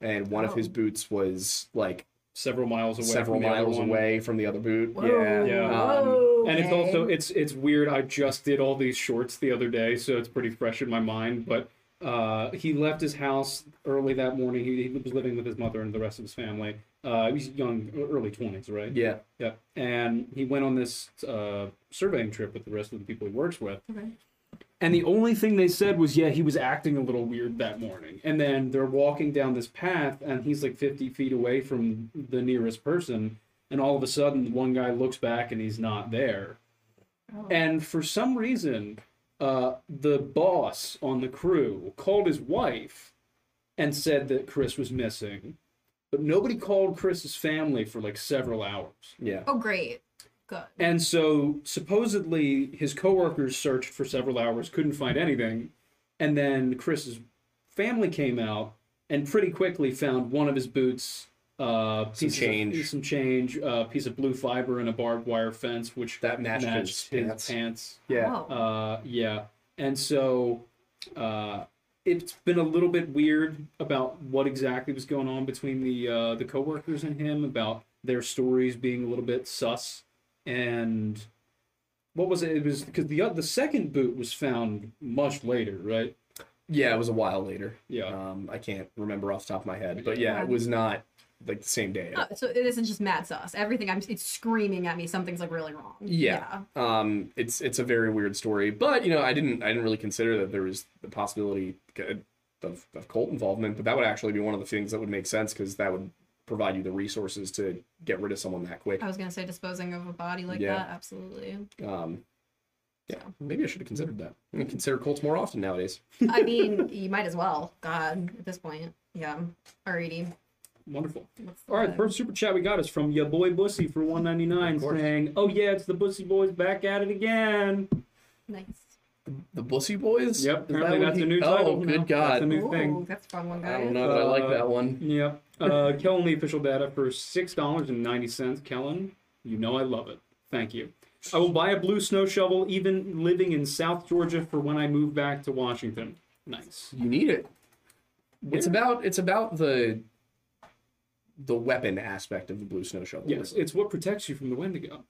Speaker 1: and one
Speaker 2: Oh.
Speaker 1: of his boots was like
Speaker 3: Several miles away.
Speaker 1: several
Speaker 3: from the other
Speaker 1: miles
Speaker 3: one.
Speaker 1: away from the other boot
Speaker 2: Whoa,
Speaker 1: yeah
Speaker 3: Yeah.
Speaker 1: Um,
Speaker 2: whoa,
Speaker 3: And it's
Speaker 2: okay.
Speaker 3: also it's it's weird. I just did all these shorts the other day, so it's pretty fresh in my mind. But uh, he left his house early that morning. He, he was living with his mother and the rest of his family. Uh, he was young, early twenties, right?
Speaker 1: yeah
Speaker 3: Yeah. And he went on this uh, surveying trip with the rest of the people he works with.
Speaker 2: Okay.
Speaker 3: And the only thing they said was, yeah, he was acting a little weird that morning. And then they're walking down this path, and he's like 50 feet away from the nearest person. And all of a sudden, one guy looks back and he's not there.
Speaker 2: Oh.
Speaker 3: And for some reason, uh, the boss on the crew called his wife and said that Chris was missing. But nobody called Chris's family for like several hours.
Speaker 1: Yeah.
Speaker 2: Oh, great. Good.
Speaker 3: And so supposedly his coworkers searched for several hours, couldn't find anything, and then Chris's family came out and pretty quickly found one of his boots, uh, pieces of-
Speaker 1: change.
Speaker 3: some change, uh, piece of blue fiber, and a barbed wire fence, which
Speaker 1: That matched his pants.
Speaker 3: pants.
Speaker 1: Yeah.
Speaker 2: Oh.
Speaker 3: Uh, yeah, and so uh, it's been a little bit weird about what exactly was going on between the uh, the coworkers and him about their stories being a little bit sus. And what was it? It was because the oth- the second boot was found much later, right?
Speaker 1: Yeah, it was a while later.
Speaker 3: Yeah.
Speaker 1: Um, I can't remember off the top of my head, but yeah, it was not like the same day.
Speaker 2: Oh, so it isn't just mad sauce. Everything I'm, it's screaming at me. Something's like really wrong.
Speaker 1: Yeah. Um, it's it's a very weird story, but you know, I didn't I didn't really consider that there was the possibility of of cult involvement, but that would actually be one of the things that would make sense because that would provide you the resources to get rid of someone that quick.
Speaker 2: I was gonna say disposing of a body like
Speaker 1: Yeah.
Speaker 2: that. Absolutely.
Speaker 1: Um, yeah,
Speaker 2: So.
Speaker 1: maybe I should have considered that. I mean, consider cults more often nowadays.
Speaker 2: I mean, you might as well. God, at this point. Yeah. E Alrighty.
Speaker 3: Wonderful.
Speaker 2: Let's-
Speaker 3: All right, the
Speaker 2: uh,
Speaker 3: first super chat we got is from your boy Bussy for one ninety nine,
Speaker 1: Of course.
Speaker 3: saying, "Oh yeah, it's the Bussy boys back at it again."
Speaker 2: nice.
Speaker 1: The Bussy Boys.
Speaker 3: Yep,
Speaker 1: Is that
Speaker 3: apparently
Speaker 1: what
Speaker 3: that's
Speaker 1: he-
Speaker 3: a new
Speaker 1: Oh,
Speaker 3: title now.
Speaker 1: good
Speaker 3: That's
Speaker 1: God!
Speaker 3: a new thing.
Speaker 2: Ooh, that's a fun one,
Speaker 1: I
Speaker 2: guys.
Speaker 1: don't know that I like
Speaker 3: Uh,
Speaker 1: that one.
Speaker 3: Yep. Uh, Kellen Lee official data for six dollars and ninety cents. Kellen, you know I love it. Thank you. I will buy a blue snow shovel, even living in South Georgia, for when I move back to Washington. Nice.
Speaker 1: You need it. It's
Speaker 3: Yeah.
Speaker 1: about it's about the the weapon aspect of the blue snow shovel.
Speaker 3: Yes, it's what protects you from the Wendigo.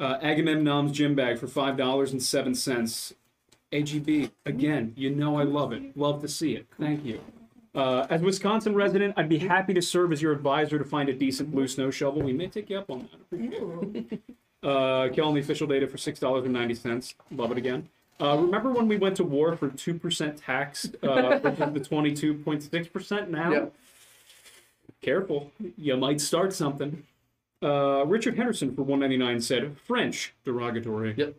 Speaker 3: Uh, Agamemnon's gym bag for five dollars and seven cents. AGB again. You know I love it. Love to see it. Thank you. Uh, as Wisconsin resident, I'd be happy to serve as your advisor to find a decent blue snow shovel. We may take you up on that. Appreciate it.
Speaker 2: Ooh.
Speaker 3: Uh, Kellen, the official data for six dollars and ninety cents. Love it again. Uh, remember when we went to war for two percent tax uh, versus the twenty-two point six percent now?
Speaker 1: Yep.
Speaker 3: Careful, you might start something. Uh, Richard Henderson for one ninety-nine said French derogatory.
Speaker 1: Yep.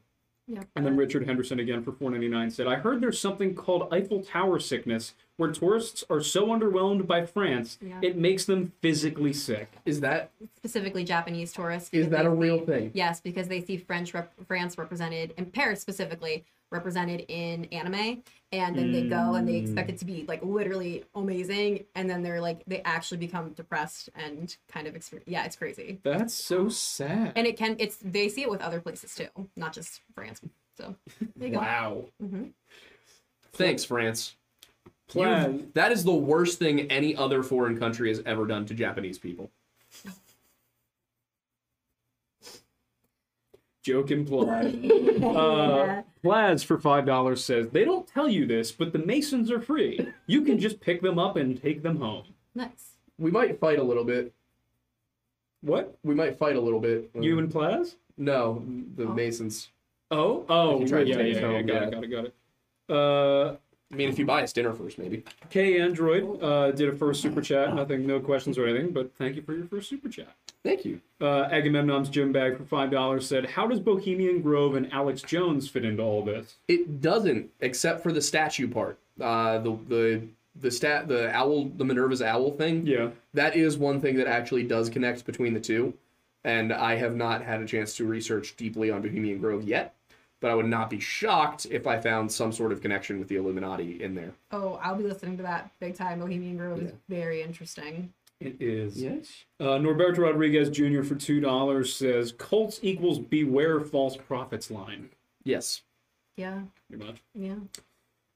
Speaker 2: Yeah.
Speaker 3: And then Richard Henderson again for four ninety nine said, "I heard there's something called Eiffel Tower sickness, where tourists are so underwhelmed by France,
Speaker 2: Yeah.
Speaker 3: it makes them physically sick."
Speaker 1: Is that
Speaker 2: specifically Japanese tourists.
Speaker 1: is
Speaker 2: because
Speaker 1: that
Speaker 2: they
Speaker 1: a real
Speaker 2: see-
Speaker 1: thing?
Speaker 2: Yes, because they see French rep- France represented and Paris specifically represented in anime, and then they go and they expect it to be like literally amazing, and then they're like they actually become depressed and kind of exper- yeah, it's crazy.
Speaker 3: That's so sad.
Speaker 2: And it can it's they see it with other places too, not just France. So there you go.
Speaker 3: wow.
Speaker 2: Mhm.
Speaker 1: Thanks, France.
Speaker 3: Plan.
Speaker 1: You've- That is the worst thing any other foreign country has ever done to Japanese people.
Speaker 3: Joke implied.
Speaker 2: Yeah.
Speaker 3: uh, Plaz for five dollars says they don't tell you this, but the Masons are free. You can just pick them up and take them home.
Speaker 2: Nice.
Speaker 1: We might fight a little bit.
Speaker 3: What?
Speaker 1: We might fight a little bit. Um,
Speaker 3: You and Plaz?
Speaker 1: no the
Speaker 2: Oh.
Speaker 1: Masons.
Speaker 3: Oh, oh,
Speaker 1: If you try to
Speaker 3: yeah,
Speaker 1: take
Speaker 3: yeah,
Speaker 1: us
Speaker 3: yeah,
Speaker 1: home,
Speaker 3: got
Speaker 1: yeah.
Speaker 3: it, got it, got it. Uh,
Speaker 1: I mean, if you buy us dinner first, maybe.
Speaker 3: K Android uh, did a first super chat. Nothing, no questions or anything, but thank you for your first super chat.
Speaker 1: Thank you.
Speaker 3: Uh, Agamemnon's gym bag for five dollars said, "How does Bohemian Grove and Alex Jones fit into all this?"
Speaker 1: It doesn't, except for the statue part. Uh, the the the stat the owl the Minerva's owl thing.
Speaker 3: Yeah,
Speaker 1: that is one thing that actually does connect between the two and i have not had a chance to research deeply on bohemian grove yet but i would not be shocked if i found some sort of connection with the illuminati in there
Speaker 2: Oh, I'll be listening to that big time. Bohemian Grove is
Speaker 1: Yeah.
Speaker 2: very interesting.
Speaker 3: it is.
Speaker 1: yes
Speaker 3: Uh, Norberto Rodriguez Jr. for two dollars says Colts equals beware false prophets line.
Speaker 1: yes
Speaker 2: Yeah.
Speaker 3: Pretty much.
Speaker 2: Yeah.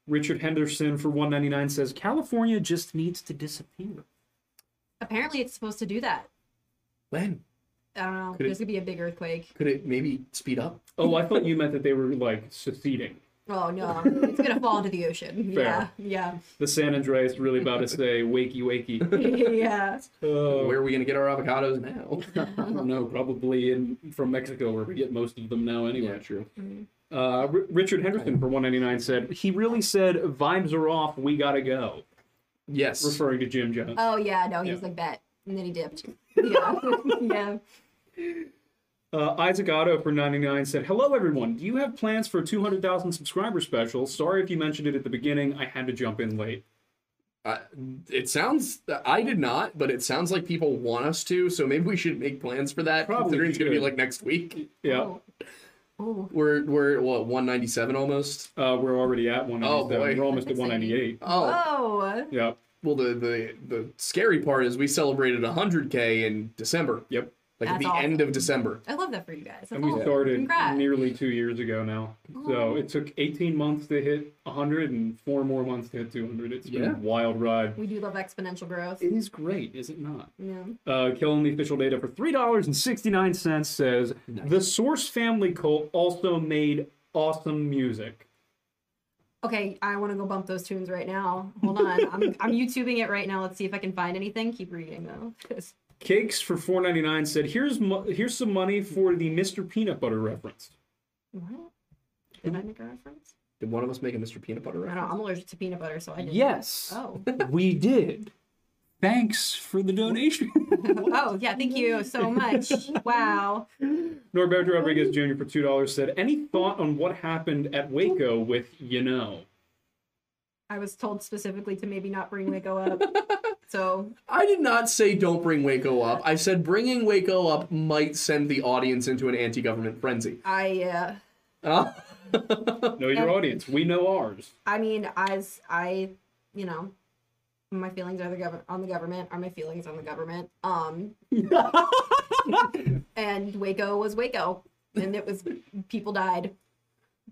Speaker 3: Richard Henderson for one ninety nine says California just needs to disappear.
Speaker 2: Apparently, it's supposed to do that.
Speaker 1: when
Speaker 2: I don't know.
Speaker 1: Could it-
Speaker 2: There's gonna be a big earthquake.
Speaker 1: could it maybe speed up
Speaker 3: Oh, I thought you meant that they were like seceding.
Speaker 2: Oh no, it's gonna fall into the ocean.
Speaker 3: Fair.
Speaker 2: Yeah,
Speaker 3: The San Andreas really about to say wakey wakey.
Speaker 2: yeah, yeah.
Speaker 1: where
Speaker 3: Oh,
Speaker 1: are we going to get our avocados now
Speaker 3: Uh, I don't know. Probably in from Mexico where we get most of them now anyway.
Speaker 1: yeah true
Speaker 3: Uh, R- Richard Henderson for 199 said he really said vibes are off. We gotta go,
Speaker 1: Yes.
Speaker 3: referring to Jim Jones.
Speaker 2: Oh yeah, no, he was
Speaker 3: Yeah.
Speaker 2: like bet, and then he dipped. Yeah, yeah.
Speaker 3: Uh, Isaac Otto for 99 said, Hello, everyone. Do you have plans for a 200,000 subscriber special? Sorry if you mentioned it at the beginning. I had to jump in late.
Speaker 1: I, Uh, it sounds. I did not, but it sounds like people want us to. So maybe we should make plans for that.
Speaker 3: Probably
Speaker 1: considering it's gonna be
Speaker 3: should.
Speaker 1: like next week.
Speaker 3: Yeah,
Speaker 2: Oh,
Speaker 1: We're we're at, what one ninety seven almost.
Speaker 3: uh, we're already at 197.
Speaker 1: Oh, boy.
Speaker 3: We're almost at
Speaker 2: That's
Speaker 3: 198.
Speaker 1: Oh
Speaker 2: oh,
Speaker 3: Yeah,
Speaker 1: well, the the the scary part is we celebrated hundred k in December,
Speaker 3: yep.
Speaker 1: like at
Speaker 2: That's
Speaker 1: the end of December.
Speaker 2: I love that for you guys. That's
Speaker 3: And we
Speaker 2: awesome.
Speaker 3: started
Speaker 2: Congrats.
Speaker 3: nearly two years ago now. So it took 18 months to hit 100 and four more months to hit 200. It's been
Speaker 1: Yeah.
Speaker 3: a wild ride.
Speaker 2: We do love exponential growth.
Speaker 3: It is great, is it not?
Speaker 2: Yeah.
Speaker 3: Uh, killing the official data for three dollars and sixty nine cents says the Source family cult also made awesome music.
Speaker 2: Okay, I want to go bump those tunes right now. Hold on, I'm I'm YouTubing it right now. Let's see if I can find anything. Keep reading though.
Speaker 3: Cakes for four ninety nine said here's mo- here's some money for the Mr Peanut Butter reference.
Speaker 2: what? Did I make a reference?
Speaker 1: Did one of us make a Mr. Peanut Butter
Speaker 2: I
Speaker 1: reference?
Speaker 2: don't. know, I'm allergic to peanut butter, so I didn't.
Speaker 3: Yes,
Speaker 2: Oh.
Speaker 3: we did. Thanks for the donation.
Speaker 2: oh yeah, thank you so much. Wow.
Speaker 3: Norberto Rodriguez Jr. for two dollars said any thought on what happened at Waco with you know.
Speaker 2: I was told specifically to maybe not bring Waco up. So
Speaker 1: I did not say don't bring Waco up. I said bringing Waco up might send the audience into an anti-government frenzy.
Speaker 2: I, uh,
Speaker 1: Uh,
Speaker 3: Know your
Speaker 2: Um,
Speaker 3: audience. We know ours.
Speaker 2: I mean, as I, you know, my feelings are the gov- on the government are my feelings on the government. Um, and Waco was Waco, and it was people died.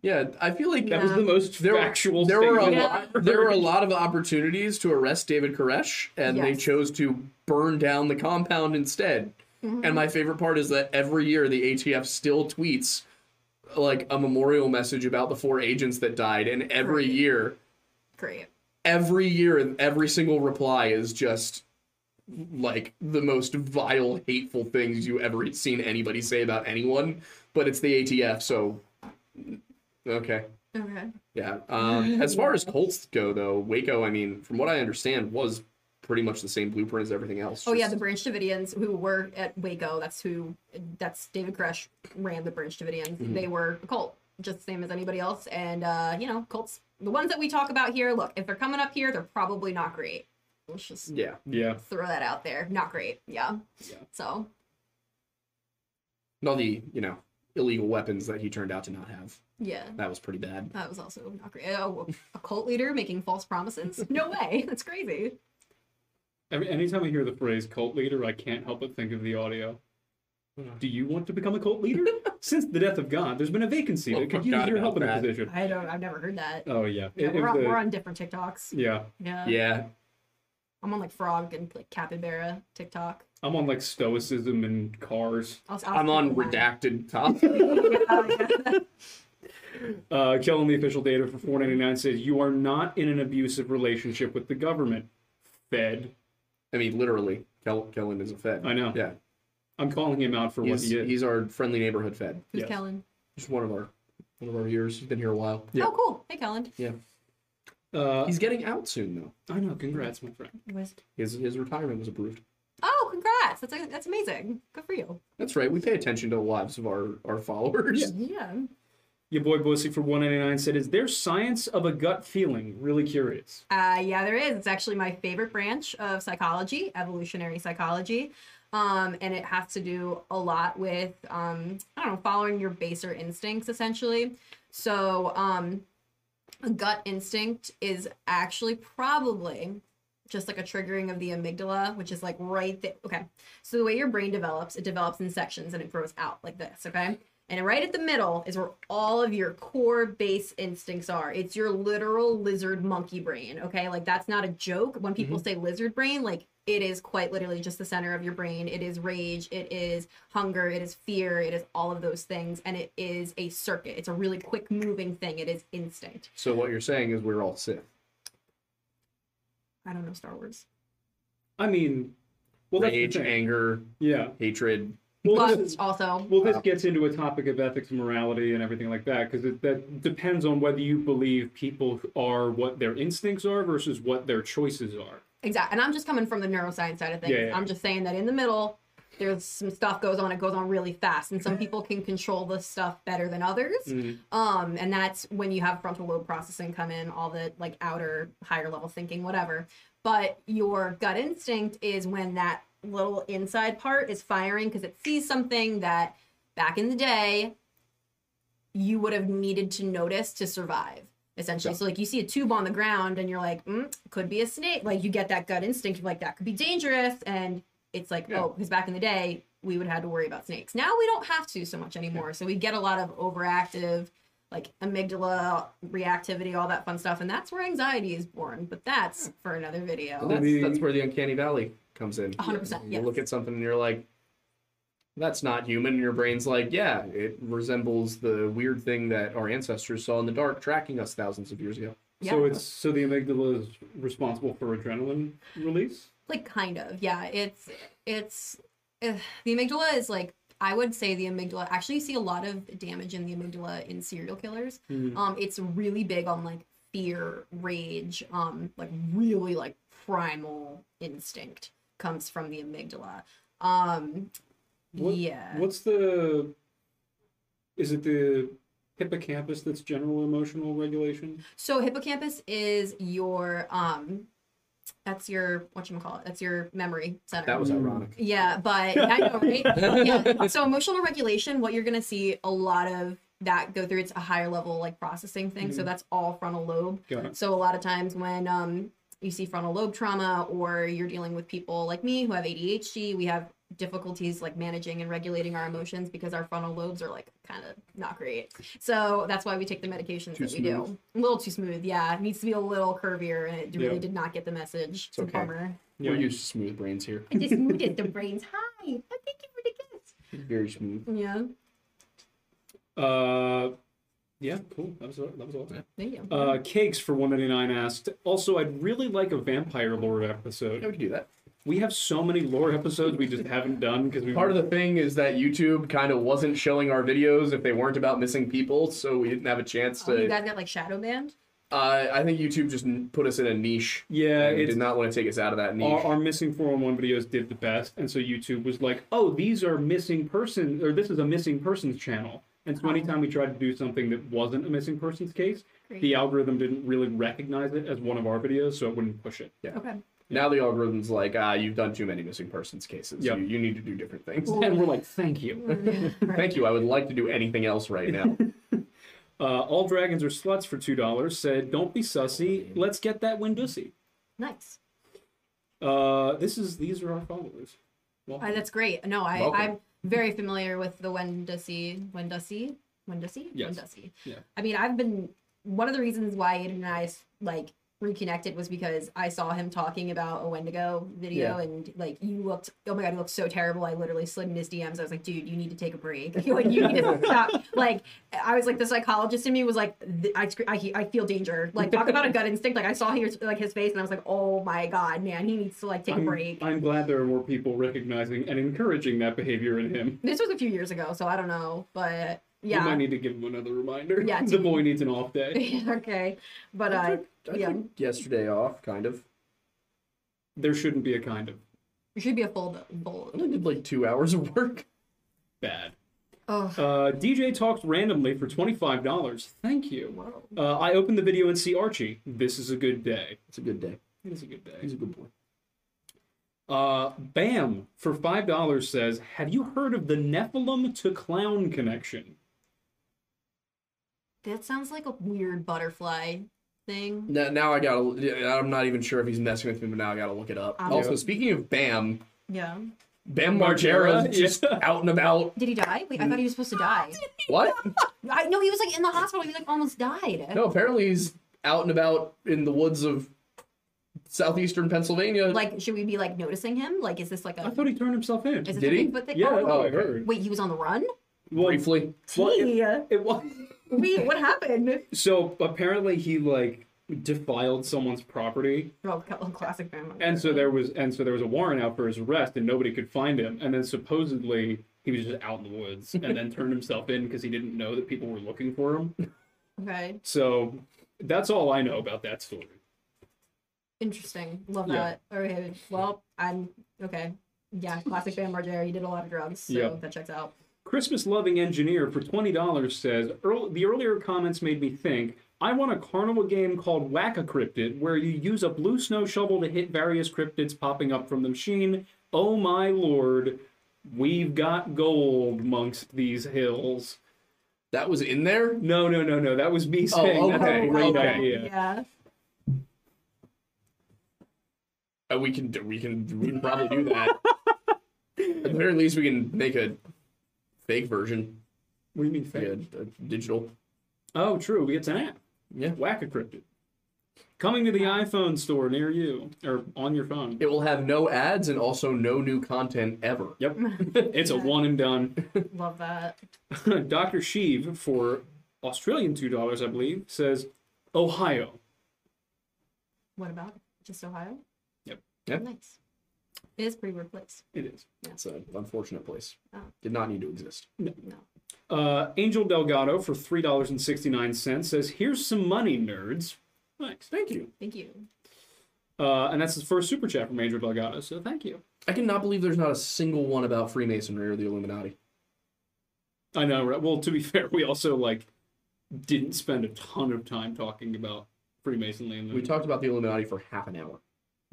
Speaker 1: yeah, I feel like
Speaker 3: That was the most
Speaker 1: There-
Speaker 3: factual
Speaker 1: there were a
Speaker 3: statement
Speaker 2: Yeah.
Speaker 1: lot, there were a lot of opportunities to arrest David Koresh, and they
Speaker 2: Yes.
Speaker 1: chose to burn down the compound instead.
Speaker 2: Mm-hmm.
Speaker 1: And my favorite part is that every year the ATF still tweets like a memorial message about the four agents that died, and every
Speaker 2: Right.
Speaker 1: year,
Speaker 2: Great.
Speaker 1: every year, every single reply is just like the most vile, hateful things you ever seen anybody say about anyone. But it's the ATF, so okay.
Speaker 2: Okay.
Speaker 1: Yeah. Um, as far as Colts go, though, Waco, I mean, from what I understand, was pretty much the same blueprint as everything else.
Speaker 2: Oh yeah,
Speaker 1: just-
Speaker 2: the Branch Davidians who were at Waco. That's who. That's David Koresh ran the Branch Davidians. They were a cult, just the same as anybody else. And uh, you know, cults. The ones that we talk about here. Look, if they're coming up here, they're probably not great. Let's just
Speaker 1: yeah.
Speaker 3: Yeah.
Speaker 2: throw that out there. Not great. Yeah.
Speaker 3: Yeah.
Speaker 2: So
Speaker 1: And all the, you know, illegal weapons that he turned out to not have.
Speaker 2: yeah.
Speaker 1: That was pretty bad.
Speaker 2: That was also not great. Oh, a cult leader making false promises? No way. That's crazy.
Speaker 3: I mean, anytime I hear the phrase cult leader, I can't help but think of the audio.
Speaker 1: Hmm.
Speaker 3: Do you want to become a cult leader? Since the death of God, there's been a vacancy
Speaker 1: Oh,
Speaker 3: that could use
Speaker 1: forgot
Speaker 3: your
Speaker 1: about
Speaker 3: help in a
Speaker 1: that.
Speaker 3: position.
Speaker 2: I don't. I've never heard that.
Speaker 3: Oh yeah,
Speaker 2: Yeah,
Speaker 3: It- it
Speaker 2: we're,
Speaker 3: was
Speaker 2: on,
Speaker 3: the-
Speaker 2: we're on different TikToks.
Speaker 3: yeah.
Speaker 2: Yeah.
Speaker 1: Yeah.
Speaker 2: I'm on like Frog and like Capybara TikTok.
Speaker 3: I'm on like stoicism and cars.
Speaker 2: I'll, I'll
Speaker 1: I'm on
Speaker 2: keep mine.
Speaker 1: redacted top.
Speaker 3: Uh, killing the official data for 499 says you are not in an abusive relationship with the government. Fed.
Speaker 1: I mean, literally, Kel- Kellen is a Fed.
Speaker 3: I know.
Speaker 1: Yeah.
Speaker 3: I'm calling him out for what
Speaker 1: He's,
Speaker 3: he is.
Speaker 1: he's our friendly neighborhood Fed.
Speaker 2: Who's
Speaker 3: Yes.
Speaker 2: Kellen?
Speaker 1: Just one of our one of our viewers. He's been here a while.
Speaker 2: Oh, cool. Hey, Kellen.
Speaker 3: Uh,
Speaker 1: He's getting out soon, though.
Speaker 3: I know. Congrats, my friend.
Speaker 2: Was-
Speaker 1: His his retirement was approved.
Speaker 2: Oh, congrats. That's that's amazing. Good for you.
Speaker 1: That's right. We pay attention to the lives of our our followers.
Speaker 2: Yeah.
Speaker 3: Your boy Bussy for 199 said, "Is there science of a gut feeling? Really curious."
Speaker 2: Uh, yeah, there is. It's actually my favorite branch of psychology, evolutionary psychology. Um, and it has to do a lot with, um, I don't know, following your baser instincts essentially. So, um, a gut instinct is actually probably just like a triggering of the amygdala, which is like right there. Okay. So, the way your brain develops, it develops in sections and it grows out like this. Okay. And right at the middle is where all of your core base instincts are. It's your literal lizard monkey brain. Okay. Like, that's not a joke. When
Speaker 3: Mm-hmm.
Speaker 2: people say lizard brain, like, it is quite literally just the center of your brain. It is rage. It is hunger. It is fear. It is all of those things. And it is a circuit. It's a really quick moving thing. It is instinct.
Speaker 1: So what you're saying is we're all Sith.
Speaker 2: I don't know Star Wars.
Speaker 3: I mean, well, that's
Speaker 1: Rage,
Speaker 3: the thing.
Speaker 1: anger,
Speaker 3: Yeah.
Speaker 1: hatred,
Speaker 3: Well,
Speaker 2: But
Speaker 3: this is,
Speaker 2: also,
Speaker 3: well, this gets into a topic of ethics and morality and everything like that because that depends on whether you believe people are what their instincts are versus what their choices are.
Speaker 2: exactly. And I'm just coming from the neuroscience side of things.
Speaker 3: Yeah, yeah.
Speaker 2: I'm just saying that in the middle, there's some stuff goes on. It goes on really fast, and some people can control this stuff better than others.
Speaker 1: Mm.
Speaker 2: Um, and that's when you have frontal lobe processing come in, all the like outer, higher level thinking, whatever. But your gut instinct is when that little inside part is firing because it sees something that back in the day you would have needed to notice to survive, essentially.
Speaker 1: Yeah.
Speaker 2: So, like, you see a tube on the ground and you're like, mm, could be a snake. Like, you get that gut instinct, you're like, that could be dangerous. And it's like,
Speaker 3: Yeah.
Speaker 2: oh, because back in the day, we would have had to worry about snakes. Now we don't have to so much anymore. So, we get a lot of overactive like amygdala reactivity, all that fun stuff, and that's where anxiety is born. But that's for another video.
Speaker 1: And that's,
Speaker 3: The-
Speaker 1: that's where the uncanny valley comes in.
Speaker 2: 100%,
Speaker 1: You
Speaker 2: yes.
Speaker 1: look at something and you're like, that's not human. And your brain's like, yeah, it resembles the weird thing that our ancestors saw in the dark tracking us thousands of years ago.
Speaker 2: Yeah,
Speaker 3: So it's so the amygdala is responsible for adrenaline release.
Speaker 2: like kind of. Yeah, it's it's uh, the amygdala is like I would say the amygdala. Actually, you see a lot of damage in the amygdala in serial killers. Um, it's really big on like fear, rage, um, like really like primal instinct comes from the amygdala. Um,
Speaker 3: What-
Speaker 2: yeah.
Speaker 3: What's the? Is it the hippocampus that's general emotional regulation?
Speaker 2: So hippocampus is your um that's your what you call it? That's your memory center.
Speaker 1: That was
Speaker 3: Mm.
Speaker 1: ironic.
Speaker 2: yeah, but I know, right? yeah. So emotional regulation, what you're gonna see a lot of that go through, it's a higher level like processing thing. So
Speaker 3: Mhm.
Speaker 2: that's all frontal lobe.
Speaker 3: Got it.
Speaker 2: So a lot of times when um, you see frontal lobe trauma or you're dealing with people like me who have ADHD, we have difficulties like managing and regulating our emotions because our frontal lobes are like kind of not great. So that's why we take the medications
Speaker 1: Too
Speaker 2: that we do. A little too smooth, yeah. It needs to be a little curvier and it really
Speaker 3: Yeah.
Speaker 2: did not get the message. It's, a
Speaker 1: okay.
Speaker 2: bummer.
Speaker 3: Yeah.
Speaker 1: We're used to smooth brains here.
Speaker 2: I just moved it. The brain's high. I thank you for the
Speaker 1: Very smooth.
Speaker 2: gift. Yeah.
Speaker 3: Uh, yeah, cool. That was that was all.
Speaker 2: Thank you.
Speaker 3: Uh, Cakes for one ninety nine asked. Also, I'd really like a vampire lore
Speaker 1: Yeah,
Speaker 3: episode.
Speaker 1: we can do that.
Speaker 3: We have so many lore episodes we just haven't done because we
Speaker 1: Part of the thing is that YouTube kind of wasn't showing our videos if they weren't about missing people, so we didn't have a chance
Speaker 2: Oh, you
Speaker 1: to.
Speaker 2: guys got like shadow band?
Speaker 1: Uh, I think YouTube just n- put us in a niche.
Speaker 3: yeah.
Speaker 1: and
Speaker 3: It's
Speaker 1: did not want to take us out of that niche.
Speaker 3: our, our missing 411 videos did the best and so youtube was like oh these are missing person or this is a missing persons channel and
Speaker 2: Uh-huh.
Speaker 3: so anytime we tried to do something that wasn't a missing persons case the
Speaker 2: Great.
Speaker 3: algorithm didn't really recognize it as one of our videos so it wouldn't push it
Speaker 2: Okay.
Speaker 1: Now the algorithm's like, ah, you've done too many missing persons cases.
Speaker 3: Yep.
Speaker 1: You, you need to do different things.
Speaker 3: and we're like thank you
Speaker 2: Mm.
Speaker 1: Thank you. I would like to do anything else right now.
Speaker 3: uh, all dragons are sluts for two dollars said don't be sussy let's get that windussy
Speaker 2: Nice.
Speaker 3: uh, this is these are our followers well,
Speaker 2: Uh, that's great. No, I,
Speaker 1: Welcome.
Speaker 2: I'm very familiar with the Wendusy, Wendusy, Wendusy,
Speaker 3: Yes.
Speaker 2: Wendusy.
Speaker 3: Yeah.
Speaker 2: I mean, I've been one of the reasons why Aiden and I like reconnected was because I saw him talking about a Wendigo video
Speaker 1: Yeah.
Speaker 2: and like you looked oh my god you looked so terrible I literally slid in his DMs I was like dude you need to take a break like you need to stop like I was like the psychologist in me was like th- I, sc- I I feel danger like talk about a gut instinct like I saw his like his face and I was like oh my god man he needs to like take a
Speaker 3: I'm,
Speaker 2: break
Speaker 3: I'm glad there are more people recognizing and encouraging that behavior in him
Speaker 2: This was a few years ago, so I don't know, but
Speaker 3: We might
Speaker 2: yeah.
Speaker 3: need to give him another reminder.
Speaker 2: Yeah,
Speaker 3: the
Speaker 2: do-
Speaker 3: boy needs an off day.
Speaker 2: okay, but uh,
Speaker 1: I
Speaker 2: yeah,
Speaker 1: took yesterday off, kind of.
Speaker 3: There shouldn't be a kind of
Speaker 2: it should be a full
Speaker 1: I
Speaker 2: bold.
Speaker 1: only did like two hours of work.
Speaker 3: bad.
Speaker 2: Oh,
Speaker 3: Uh, DJ talked randomly for twenty-five dollars. Thank you.
Speaker 2: whoa.
Speaker 3: Uh, I open the video and see Archie. This is a good day.
Speaker 1: It's a good day.
Speaker 3: It is a good day.
Speaker 1: He's a good boy.
Speaker 3: Uh, Bam for five dollars says, "Have you heard of the Nephilim to Clown connection?"
Speaker 2: that sounds like a weird butterfly thing.
Speaker 1: Now, now I gotta. I'm not even sure if he's messing with me, but now I gotta look it up.
Speaker 2: Um,
Speaker 1: also, speaking of Bam,
Speaker 2: Yeah.
Speaker 1: Bam
Speaker 3: Margera,
Speaker 1: Margera is just
Speaker 3: yeah.
Speaker 1: out and about.
Speaker 2: Did he die? Wait, I thought he was supposed to die.
Speaker 1: What?
Speaker 2: I no, he was like in the hospital. He like almost died.
Speaker 1: No, apparently he's out and about in the woods of southeastern Pennsylvania.
Speaker 2: Like, should we be like noticing him? Like, is this like
Speaker 3: I
Speaker 2: a?
Speaker 3: thought he turned himself in.
Speaker 2: Is this
Speaker 1: Did
Speaker 2: a
Speaker 1: he?
Speaker 2: Bigfoot thing?
Speaker 3: yeah,
Speaker 2: I
Speaker 3: that's
Speaker 2: don't know.
Speaker 1: oh,
Speaker 3: what I
Speaker 1: okay.
Speaker 3: heard.
Speaker 2: Wait, he was on the run.
Speaker 3: Well,
Speaker 1: briefly.
Speaker 3: well, it,
Speaker 2: Gee.
Speaker 3: it was.
Speaker 2: Wait, what happened?
Speaker 3: So apparently he like defiled someone's property,
Speaker 2: Well, cl- Oh, classic family.
Speaker 3: and so there was and so there was a warrant out for his arrest, and nobody could find him. And then supposedly he was just out in the woods, and then turned himself in because he didn't know that people were looking for him.
Speaker 2: Okay,
Speaker 3: So that's all I know about that story.
Speaker 2: interesting. Love
Speaker 3: Yeah.
Speaker 2: that. Okay, well, I'm okay. Yeah, classic Bam Margera. He did a lot of drugs, so
Speaker 3: Yeah.
Speaker 2: that checks out.
Speaker 3: Christmas loving engineer for twenty dollars says Earl the earlier comments made me think. I want a carnival game called Whack a Cryptid, where you use a blue snow shovel to hit various cryptids popping up from the machine. Oh my lord, we've got gold amongst these hills.
Speaker 1: That was in there?
Speaker 3: No, no, no, no. That was me saying that's a
Speaker 1: okay,
Speaker 3: great
Speaker 1: okay.
Speaker 3: idea.
Speaker 2: oh, Yeah.
Speaker 1: Uh, we can do- we can we can probably do that. At the very least, we can make a fake version,
Speaker 3: What do you mean
Speaker 1: like
Speaker 3: fake?
Speaker 1: a, a digital.
Speaker 3: Oh, true. We get to that.
Speaker 1: Yeah.
Speaker 3: Whack a Cryptid. Coming to the iPhone store near you or on your phone.
Speaker 1: It will have no ads and also no new content ever.
Speaker 3: Yep. It's a one and done.
Speaker 2: Love that.
Speaker 3: Dr. Sheev for Australian two dollars, I believe, says Ohio.
Speaker 2: What about just Ohio?
Speaker 3: Yep.
Speaker 1: Yep.
Speaker 2: Nice. It is a pretty weird place.
Speaker 3: It is.
Speaker 1: It's an unfortunate place.
Speaker 2: Oh.
Speaker 1: Did not need to exist.
Speaker 2: No.
Speaker 3: Uh, Angel Delgado for three dollars and sixty nine cents says, "Here's some money, nerds." Thanks.
Speaker 1: Thank you.
Speaker 2: Thank you.
Speaker 3: Uh, and that's his first super chat from Angel Delgado, so thank you.
Speaker 1: I cannot believe there's not a single one about Freemasonry or the Illuminati.
Speaker 3: I know, right? Well, to be fair, we also like didn't spend a ton of time talking about Freemasonry. And
Speaker 1: We talked about the Illuminati for half an hour.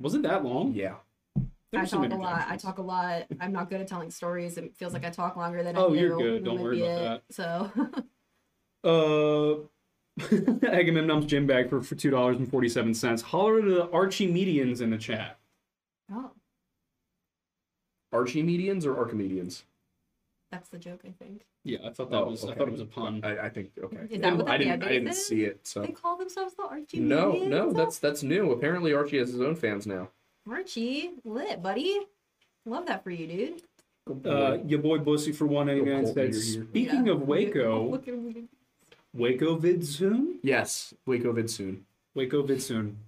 Speaker 3: Was it that long?
Speaker 1: Yeah.
Speaker 3: There
Speaker 2: I
Speaker 3: were some
Speaker 2: talk a lot. I
Speaker 3: interjections.
Speaker 2: talk a lot. I'm not good at telling stories. It feels like I talk longer than I
Speaker 3: Oh,
Speaker 2: do.
Speaker 3: you're good.
Speaker 2: That
Speaker 3: Don't
Speaker 2: might
Speaker 3: worry
Speaker 2: be
Speaker 3: about
Speaker 2: it. So
Speaker 3: Uh, Agamemnon's gym bag for, for two dollars and forty seven cents. Holler to the Archie medians in the chat.
Speaker 2: Oh,
Speaker 1: Archimedians or Archimedians?
Speaker 2: that's the joke, I think.
Speaker 3: Yeah, I thought that
Speaker 1: Oh,
Speaker 3: was I
Speaker 1: okay.
Speaker 3: thought it was a pun.
Speaker 1: I, I think okay.
Speaker 2: Is that what
Speaker 1: I
Speaker 2: the
Speaker 1: didn't I
Speaker 2: Agamemnon
Speaker 1: didn't
Speaker 2: is?
Speaker 1: see it. So
Speaker 2: They
Speaker 3: Uh,
Speaker 2: call themselves the Archie
Speaker 1: no,
Speaker 2: Medians?
Speaker 1: no, that's that's new. Apparently Archie has his own fans now.
Speaker 2: Archie lit, buddy. Love that for you, dude.
Speaker 3: Uh, your boy Bussy for one eighty nine
Speaker 1: Colt in your
Speaker 3: said.
Speaker 1: ear.
Speaker 3: Speaking
Speaker 2: Yeah.
Speaker 3: of Waco,
Speaker 2: Look at him.
Speaker 3: Waco vid soon.
Speaker 1: yes, Waco vid soon.
Speaker 3: Waco vid soon.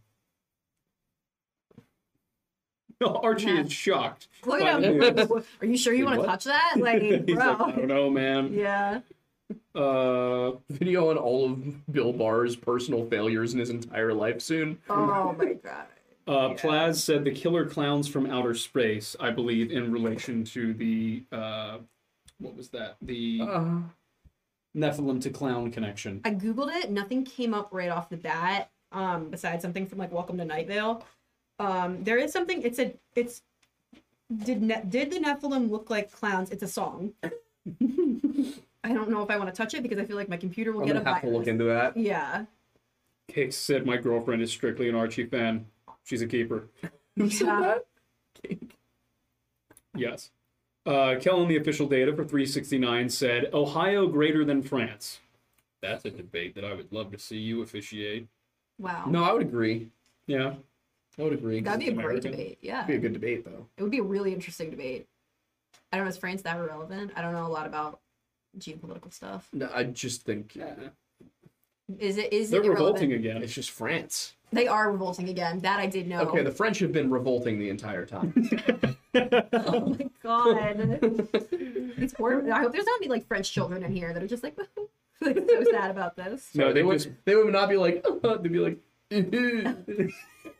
Speaker 3: No, Archie
Speaker 2: Yeah.
Speaker 3: is shocked.
Speaker 2: Look
Speaker 3: by
Speaker 2: at
Speaker 3: the news.
Speaker 2: him. Are you sure you
Speaker 1: Wait,
Speaker 2: want to
Speaker 1: what?
Speaker 2: touch that?
Speaker 3: He's
Speaker 2: Like,
Speaker 3: like,
Speaker 2: bro.
Speaker 3: I don't know, man.
Speaker 2: yeah.
Speaker 3: Uh,
Speaker 1: Video on all of Bill Barr's personal failures in his entire life soon.
Speaker 2: Oh my god.
Speaker 3: Uh, Plaz said the killer clowns from outer space, I believe, in relation to the uh, what was that? The
Speaker 1: Uh,
Speaker 3: Nephilim to clown connection.
Speaker 2: I googled it. Nothing came up right off the bat. Um, besides something from like Welcome to Night Vale. Um, there is something. It's a. It's. Did ne- did the Nephilim look like clowns? It's a song. I don't know if I want to touch it because I feel like my computer will
Speaker 1: I'm
Speaker 2: get
Speaker 1: gonna
Speaker 2: a
Speaker 1: have to look
Speaker 2: virus.
Speaker 1: into that.
Speaker 2: Yeah.
Speaker 3: Cake said my girlfriend is strictly an Archie fan. She's a keeper.
Speaker 1: Who said
Speaker 2: Yeah.
Speaker 1: that?
Speaker 3: Yes. Uh, Kellen, the official data for 369 said Ohio greater than France. That's a debate that I would love to see you officiate.
Speaker 2: Wow.
Speaker 1: No, I would agree.
Speaker 3: Yeah.
Speaker 1: I would agree.
Speaker 2: That'd be a great
Speaker 3: American.
Speaker 2: debate. Yeah.
Speaker 1: That'd be a good debate though.
Speaker 2: It would be a really interesting debate. I don't know, is France that relevant? I don't know a lot about geopolitical stuff.
Speaker 1: No, I just think
Speaker 2: Is it is
Speaker 3: They're
Speaker 2: it irrelevant?
Speaker 3: revolting again.
Speaker 1: it's just France.
Speaker 2: They are revolting again. That I did know.
Speaker 1: Okay, the French have been revolting the entire time.
Speaker 2: oh my god. it's horrible. I hope there's not any like French children in here that are just like, like so sad about this.
Speaker 3: No,
Speaker 1: no,
Speaker 3: they
Speaker 1: they would
Speaker 3: just-
Speaker 1: they would not be like they'd be like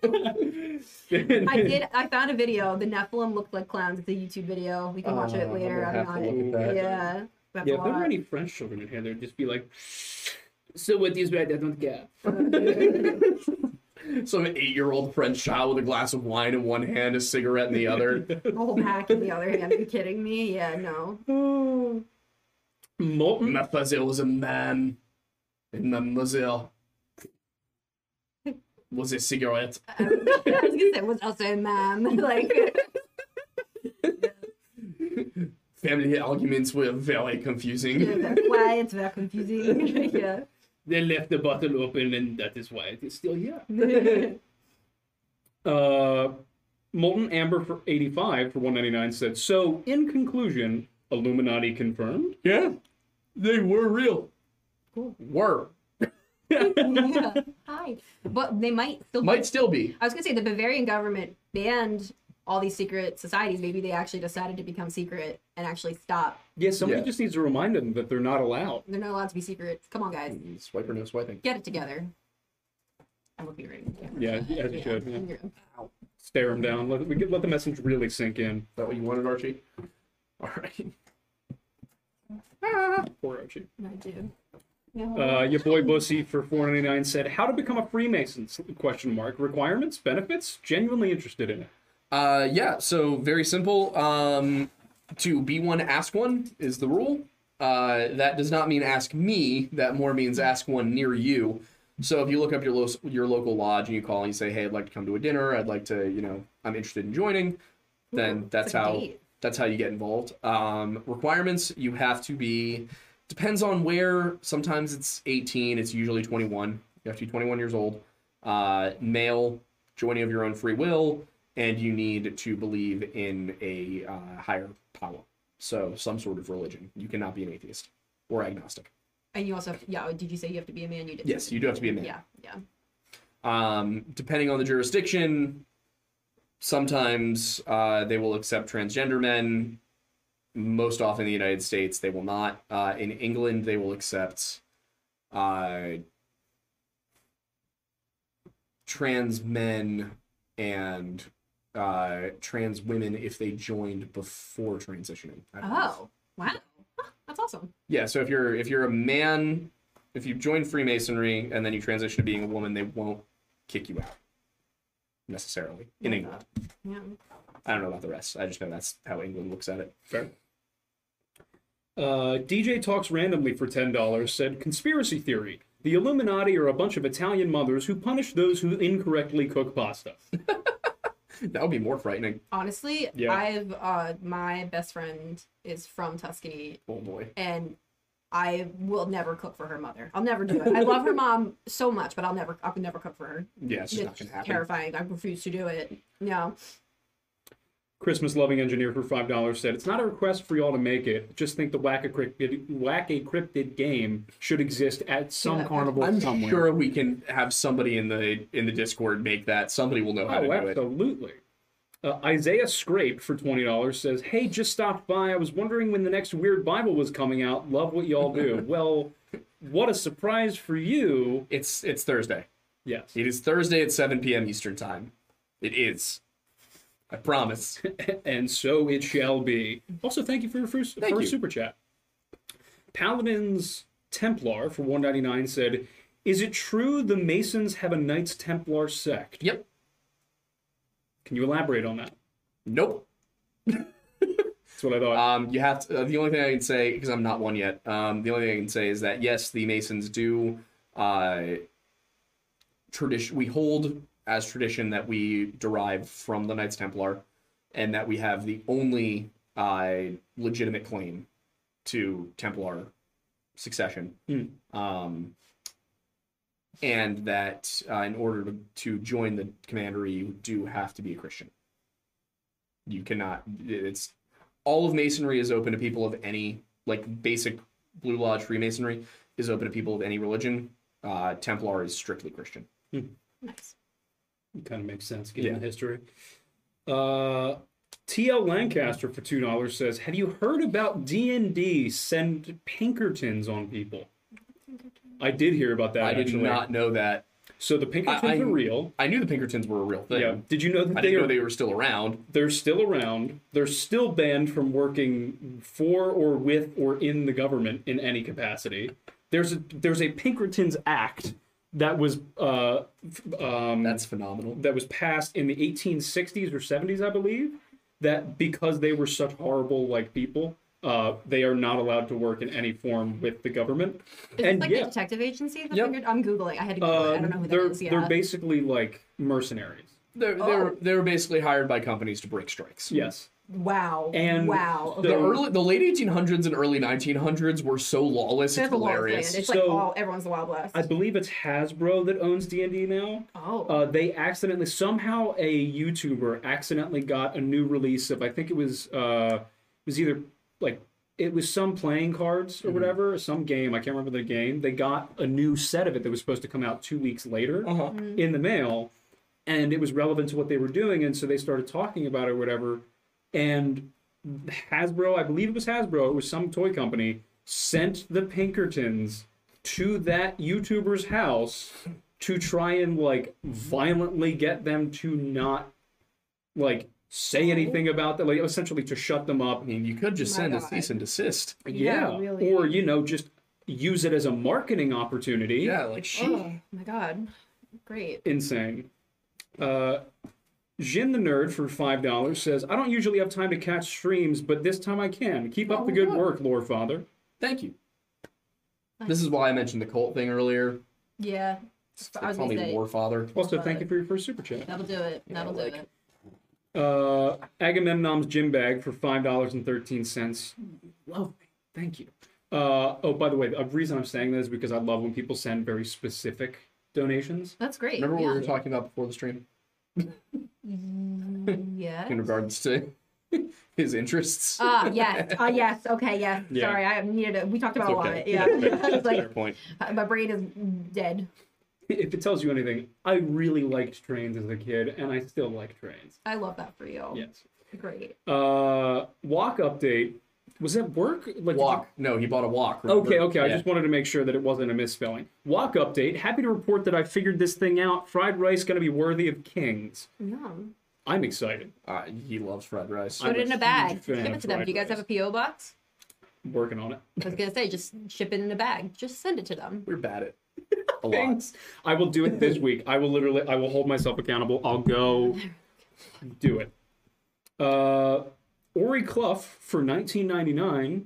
Speaker 2: I did I found a video. The Nephilim looked like clowns. It's a YouTube video. We can watch
Speaker 1: Uh,
Speaker 2: it
Speaker 1: I'm
Speaker 2: later.
Speaker 1: gonna
Speaker 2: I'm
Speaker 1: have
Speaker 2: not
Speaker 1: to look at that.
Speaker 2: yeah. we have to
Speaker 3: Yeah, if there
Speaker 2: watch.
Speaker 3: were any French children in here, they'd just be like, "So what is red? I don't get."
Speaker 1: some eight year old French child with a glass of wine in one hand, a cigarette in the other.
Speaker 2: a whole pack in the other hand. Are you kidding me? Yeah, no.
Speaker 3: Molten.
Speaker 1: Mademoiselle was a man, and Mademoiselle was a cigarette.
Speaker 2: I was gonna say, what's also ma'am? Like,
Speaker 1: Family arguments were very confusing.
Speaker 2: yeah, that's why it's very confusing. yeah.
Speaker 3: They left the bottle open, and that is why it is still here. Uh, Molten Amber for eighty-five for one ninety-nine said. So, in conclusion, Illuminati confirmed.
Speaker 1: Yeah, they were real.
Speaker 2: Cool.
Speaker 1: Were.
Speaker 2: yeah. Hi. But they might still be-
Speaker 1: Might still be.
Speaker 2: I was gonna say the Bavarian government banned all these secret societies. Maybe they actually decided to become secret and actually stop.
Speaker 3: Yeah, somebody
Speaker 1: Yeah.
Speaker 3: just needs to remind them that they're not allowed.
Speaker 2: They're not allowed to be secret. Come on, guys,
Speaker 1: Swipe or no swiping.
Speaker 2: get it together. I'm looking right at the camera.
Speaker 3: Yeah, as you should. Yeah.
Speaker 2: You're-
Speaker 3: Stare them down. Let, we could let the message really sink in.
Speaker 1: Is that what you wanted, Archie? All right.
Speaker 3: Poor Archie.
Speaker 2: I do. No.
Speaker 3: Uh, your boy Bussy for four ninety nine said, "How to become a Freemason?" Question mark. Requirements, benefits. Genuinely interested in it.
Speaker 1: Uh, yeah, so very simple. Um, to be one, ask one is the rule. Uh, that does not mean ask me. That more means ask one near you. So if you look up your lo- your local lodge and you call and you say, "Hey, I'd like to come to a dinner. I'd like to, you know, I'm interested in joining," then
Speaker 2: Ooh,
Speaker 1: that's
Speaker 2: it's like a
Speaker 1: how
Speaker 2: date.
Speaker 1: that's how you get involved. Um, requirements: you have to be. Depends on where. Sometimes it's 18. It's usually 21. You have to be 21 years old. Uh, male, joining of your own free will, and you need to believe in a uh, higher power. So some sort of religion. You cannot be an atheist or agnostic.
Speaker 2: and you also, have, yeah. Did you say you have to be a man? You did.
Speaker 1: Yes, you do have to be a man.
Speaker 2: Yeah, yeah.
Speaker 1: Um, depending on the jurisdiction, sometimes uh, they will accept transgender men. Most often in the United States, they will not. Uh, in England, they will accept uh, trans men and uh, trans women if they joined before transitioning. I believe.
Speaker 2: Oh, wow. Huh, That's awesome.
Speaker 1: Yeah, so if you're if you're a man, if you join Freemasonry and then you transition to being a woman, they won't kick you out necessarily in
Speaker 2: Yeah.
Speaker 1: England.
Speaker 2: Yeah.
Speaker 1: I don't know about the rest. I just know that's how England looks at it.
Speaker 3: Fair. Uh, DJ Talks Randomly for $10 said Conspiracy Theory. The Illuminati are a bunch of Italian mothers who punish those who incorrectly cook pasta.
Speaker 1: That would be more frightening.
Speaker 2: Honestly,
Speaker 3: Yeah.
Speaker 2: I've uh, my best friend is from Tuscany,
Speaker 1: Oh boy.
Speaker 2: and I will never cook for her mother. I'll never do it. I love her mom so much, but I'll never, I could never cook for her.
Speaker 1: Yeah, it's just not
Speaker 2: It's
Speaker 1: gonna happen.
Speaker 2: terrifying. I refuse to do it. No,
Speaker 3: Christmas Loving Engineer for $5 said It's not a request for y'all to make it. Just think the Whack a Cryptid, whack a Cryptid game should exist at some
Speaker 2: Yeah.
Speaker 3: carnival
Speaker 1: I'm
Speaker 3: somewhere.
Speaker 1: sure we can have somebody in the in the Discord make that. Somebody will know how to
Speaker 3: Oh,
Speaker 1: do it.
Speaker 3: absolutely. Uh, Isaiah Scrape for twenty dollars says, "Hey, just stopped by. I was wondering when the next Weird Bible was coming out. Love what y'all do. well, what a surprise for you.
Speaker 1: It's it's Thursday.
Speaker 3: Yes.
Speaker 1: It is Thursday at 7 p.m. Eastern time. It is. I promise.
Speaker 3: and so it shall be. Also, thank you for your first,
Speaker 1: Thank
Speaker 3: first
Speaker 1: you.
Speaker 3: super chat. Paladin's Templar for one ninety nine said, "Is it true the Masons have a Knights Templar sect?
Speaker 1: yep.
Speaker 3: Can you elaborate on that?
Speaker 1: Nope.
Speaker 3: That's what I thought.
Speaker 1: Um, you have to, uh, the only thing I can say because I'm not one yet. Um, the only thing I can say is that yes, the Masons do uh, tradition. We hold as tradition that we derive from the Knights Templar, and that we have the only uh, legitimate claim to Templar succession. Um, and that uh, in order to, to join the commandery, you do have to be a Christian. You cannot. It's all of Masonry is open to people of any like basic Blue Lodge Freemasonry is open to people of any religion. Uh, Templar is strictly Christian.
Speaker 2: nice.
Speaker 3: kind of makes sense given
Speaker 1: Yeah.
Speaker 3: the history. Uh, TL Lancaster for two dollars says, "Have you heard about D and D send Pinkertons on people?" I did hear about that.
Speaker 1: I did
Speaker 3: actually.
Speaker 1: not know that.
Speaker 3: So the Pinkertons
Speaker 1: I- I-
Speaker 3: are real.
Speaker 1: I knew the Pinkertons were a real thing.
Speaker 3: Yeah. Mm-hmm. Did you know
Speaker 1: I
Speaker 3: that they
Speaker 1: didn't know
Speaker 3: are?
Speaker 1: they were still around.
Speaker 3: They're still around. They're still banned from working for or with or in the government in any capacity. There's a there's a Pinkertons Act that was uh, f- um,
Speaker 1: That's phenomenal.
Speaker 3: that was passed in the 1860s or 70s, I believe, that because they were such horrible like people, uh, they are not allowed to work in any form with the government.
Speaker 2: Is this
Speaker 3: and
Speaker 2: like the
Speaker 3: yeah,
Speaker 2: detective agency? The
Speaker 1: Yep. Um,
Speaker 2: fingered- I'm googling. I had to Google it. I don't know
Speaker 3: uh,
Speaker 2: who
Speaker 3: they're
Speaker 2: that is yet.
Speaker 3: they're basically like mercenaries.
Speaker 1: They're, they're,
Speaker 2: Oh.
Speaker 1: they were basically hired by companies to break strikes.
Speaker 3: Yes,
Speaker 2: wow.
Speaker 3: And
Speaker 2: wow.
Speaker 1: The
Speaker 3: So-
Speaker 1: early, the late 1800s and early 1900s were so lawless. It's
Speaker 2: There's a wild
Speaker 1: hilarious.
Speaker 2: land. It's like
Speaker 3: So-
Speaker 2: all everyone's the Wild West.
Speaker 3: I believe it's Hasbro that owns D and D now.
Speaker 2: oh,
Speaker 3: Uh, they accidentally somehow a YouTuber accidentally got a new release of I think it was uh, it was either like it was some playing cards or
Speaker 1: Mhm.
Speaker 3: whatever, some game. I can't remember the game. They got a new set of it that was supposed to come out two weeks later
Speaker 1: Uh-huh.
Speaker 2: Mm.
Speaker 3: Mm-hmm. in the mail and it was relevant to what they were doing and so they started talking about it or whatever and hasbro i believe it was hasbro it was some toy company sent the pinkertons to that youtuber's house to try and like violently get them to not like
Speaker 2: Oh.
Speaker 3: say anything about that like essentially to shut them
Speaker 1: I
Speaker 3: up
Speaker 1: mean, you could just
Speaker 2: My
Speaker 1: send a
Speaker 2: God.
Speaker 1: cease and desist.
Speaker 2: Yeah, really.
Speaker 3: or you know just use it as a marketing opportunity
Speaker 1: Yeah, like she.
Speaker 2: Oh my god, great.
Speaker 3: insane. Uh, Jin the nerd for five dollars says, "I don't usually have time to catch streams, but this time I can. Keep up the good work, Lord Father."
Speaker 1: Thank you. This is why I mentioned the cult thing earlier.
Speaker 2: Yeah, I was
Speaker 1: Call
Speaker 2: gonna
Speaker 1: me
Speaker 2: say
Speaker 1: Warfather.
Speaker 3: Also, thank you for your first super chat.
Speaker 2: that'll do it. That'll
Speaker 1: like-
Speaker 2: do it.
Speaker 3: Uh, Agamemnon's gym bag for five dollars and thirteen cents. Love me, thank you. Uh, oh, by the way, the reason I'm saying that is because I love when people send very specific donations.
Speaker 2: That's great.
Speaker 1: Remember what
Speaker 2: yeah.
Speaker 1: we were talking about before the stream
Speaker 2: Yeah.
Speaker 1: in regards to his interests?
Speaker 2: Ah, yes. Ah, yes. Okay, yes.
Speaker 3: Yeah.
Speaker 2: Sorry, I needed it. We talked about a lot of it. Yeah.
Speaker 1: That's
Speaker 2: It's
Speaker 1: a
Speaker 2: like, uh,
Speaker 1: fair point.
Speaker 2: my brain is dead.
Speaker 3: If it tells you anything, I really liked trains as a kid, and I still like trains.
Speaker 2: I love that for you.
Speaker 3: Yes.
Speaker 2: Great.
Speaker 3: Uh, walk update. Was that work? Like, did you-
Speaker 1: Walk. No, he bought a walk. remember?
Speaker 3: Okay, okay. I
Speaker 1: Yeah.
Speaker 3: just wanted to make sure that it wasn't a misspelling. Walk update. Happy to report that I figured this thing out. Fried rice gonna be worthy of kings.
Speaker 2: Yum.
Speaker 3: I'm excited.
Speaker 1: Uh, he loves fried rice.
Speaker 3: I'm
Speaker 2: Put
Speaker 3: a
Speaker 2: it in a
Speaker 3: huge
Speaker 2: bag.
Speaker 3: fan
Speaker 2: Give
Speaker 3: of
Speaker 2: it to them.
Speaker 3: fried
Speaker 2: Do you guys
Speaker 3: rice.
Speaker 2: have a PO box?
Speaker 3: Working on it.
Speaker 2: I was gonna say, just ship it in a bag. Just send it to them.
Speaker 1: We're bad at a lot.
Speaker 3: Thanks. I will do it this week. I will literally. I will hold myself accountable. I'll go do it. Uh, Ori Clough for 19.99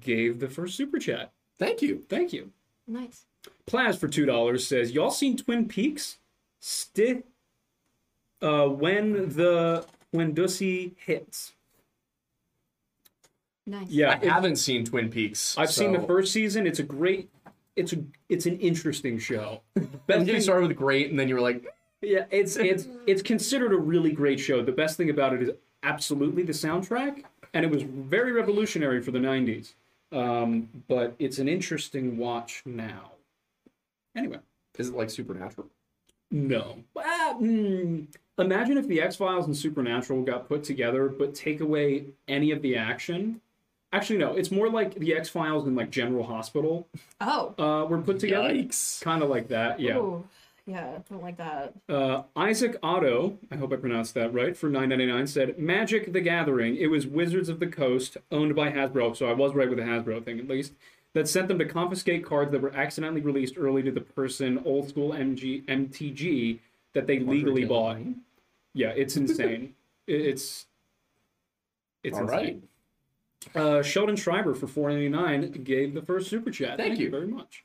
Speaker 3: gave the first super chat.
Speaker 1: Thank you.
Speaker 3: Thank you.
Speaker 2: Nice.
Speaker 3: Plaz for two dollars says, "Y'all seen Twin Peaks? Sti, uh, when the when Dussie hits."
Speaker 2: Nice.
Speaker 3: Yeah,
Speaker 1: I haven't seen Twin Peaks.
Speaker 3: I've seen the
Speaker 1: so-
Speaker 3: first season. It's a great, it's a it's an interesting show.
Speaker 1: I
Speaker 3: Best
Speaker 1: think you
Speaker 3: thing-
Speaker 1: started with great, and then you were like,
Speaker 3: yeah, it's it's it's considered a really great show. The best thing about it is absolutely the soundtrack, and it was very revolutionary for the '90s. Um, but it's an interesting watch now. Anyway.
Speaker 1: "Is it like supernatural?"
Speaker 3: No. Well, mm, imagine if the X Files and Supernatural got put together, but take away any of the action. Actually, no. It's more like the X Files and like General Hospital
Speaker 2: Oh.
Speaker 3: uh, were put together.
Speaker 1: Yikes! Oh.
Speaker 3: Kind of like that, yeah.
Speaker 2: Ooh. Yeah. I don't like that.
Speaker 3: Uh, Isaac Otto, I hope I pronounced that right, for 9.99 said Magic: The Gathering. It was Wizards of the Coast, owned by Hasbro, so I was right with the Hasbro thing at least. That sent them to confiscate cards that were accidentally released early to the person, old school MG, MTG, that they legally bought. Yeah, it's insane. It- it's it's
Speaker 1: All right.
Speaker 3: insane. Uh, Sheldon Schreiber for four ninety nine gave the first super chat.
Speaker 1: Thank you.
Speaker 3: very much.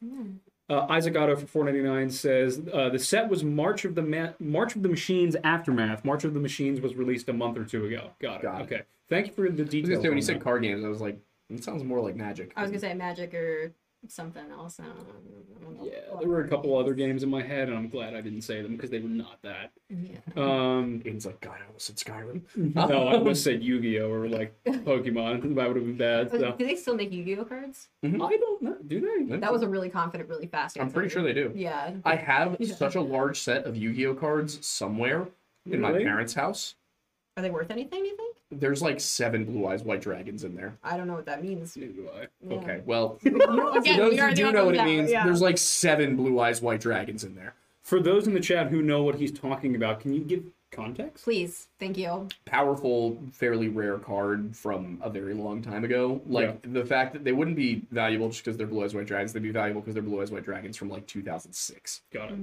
Speaker 3: Uh, Isaac Otto for four ninety nine says uh, the set was March of the Ma- March of the Machines aftermath. March of the Machines was released a month or two ago. Got it.
Speaker 1: Got it.
Speaker 3: okay. Thank you for the
Speaker 1: I was gonna
Speaker 3: details.
Speaker 1: say when
Speaker 3: on
Speaker 1: you said
Speaker 3: that.
Speaker 1: card games, I was like, "It sounds more like magic."
Speaker 2: I was gonna say magic or something else. I don't I don't know.
Speaker 3: yeah, there were a couple other games in my head, and I'm glad I didn't say them because they were not that.
Speaker 2: Yeah.
Speaker 3: Um,
Speaker 1: Aiden's like, "God, I almost said Skyrim."
Speaker 3: no, I would have said Yu Gi Oh or like Pokemon. That would have been bad.
Speaker 2: Do
Speaker 3: So.
Speaker 2: they still make Yu-Gi-Oh cards?
Speaker 3: I don't know. Do they?
Speaker 2: That was a really confident, really fast answer.
Speaker 1: I'm pretty sure they do.
Speaker 2: Yeah.
Speaker 1: I have
Speaker 2: Yeah.
Speaker 1: such a large set of Yu-Gi-Oh cards somewhere in my
Speaker 3: Really?
Speaker 1: parents' house.
Speaker 2: Are they worth anything? You think?
Speaker 1: There's like seven blue eyes white dragons in there.
Speaker 2: I don't know what that means.
Speaker 3: Neither do I.
Speaker 2: Yeah.
Speaker 1: Okay, well,
Speaker 2: Again,
Speaker 1: for those
Speaker 2: we
Speaker 1: who
Speaker 2: already
Speaker 1: do
Speaker 2: got
Speaker 1: know
Speaker 2: those
Speaker 1: what it
Speaker 2: out,
Speaker 1: means,
Speaker 2: yeah.
Speaker 1: there's like seven blue eyes white dragons in there.
Speaker 3: For those in the chat who know what he's talking about, can you give context?
Speaker 2: Please, thank you.
Speaker 1: Powerful, fairly rare card from a very long time ago. Like the fact that they wouldn't be valuable just because they're blue eyes white dragons, they'd be valuable because they're blue eyes white dragons from like 2006.
Speaker 3: Got it.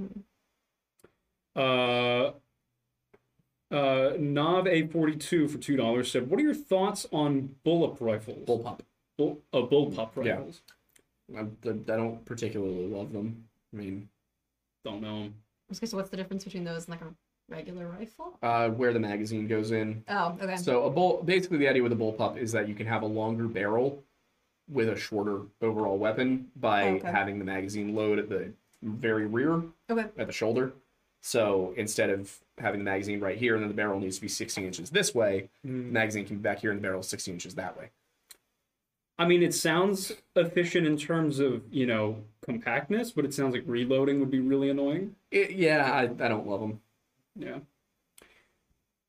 Speaker 2: Mhm.
Speaker 3: Uh, uh, Nav A42 for $2 said, What are your thoughts on bullet rifles?
Speaker 1: Bullpup.
Speaker 3: Bull, oh, bullpup
Speaker 1: Yeah.
Speaker 3: rifles.
Speaker 1: I, I don't particularly love them. I mean,
Speaker 3: Don't know 'em.
Speaker 2: Okay, so what's the difference between those and like a regular rifle?
Speaker 1: uh, where the magazine goes in,
Speaker 2: Oh, okay.
Speaker 1: So a bull, basically the idea with a bullpup is that you can have a longer barrel with a shorter overall weapon by
Speaker 2: Okay.
Speaker 1: having the magazine load at the very rear
Speaker 2: okay.
Speaker 1: at the shoulder. So instead of having the magazine right here and then the barrel needs to be 16 inches this way, the magazine can be back here and the barrel is 16 inches that way.
Speaker 3: I mean, it sounds efficient in terms of you know compactness, but it sounds like reloading would be really annoying.
Speaker 1: It, yeah, I, I don't love them.
Speaker 3: Yeah.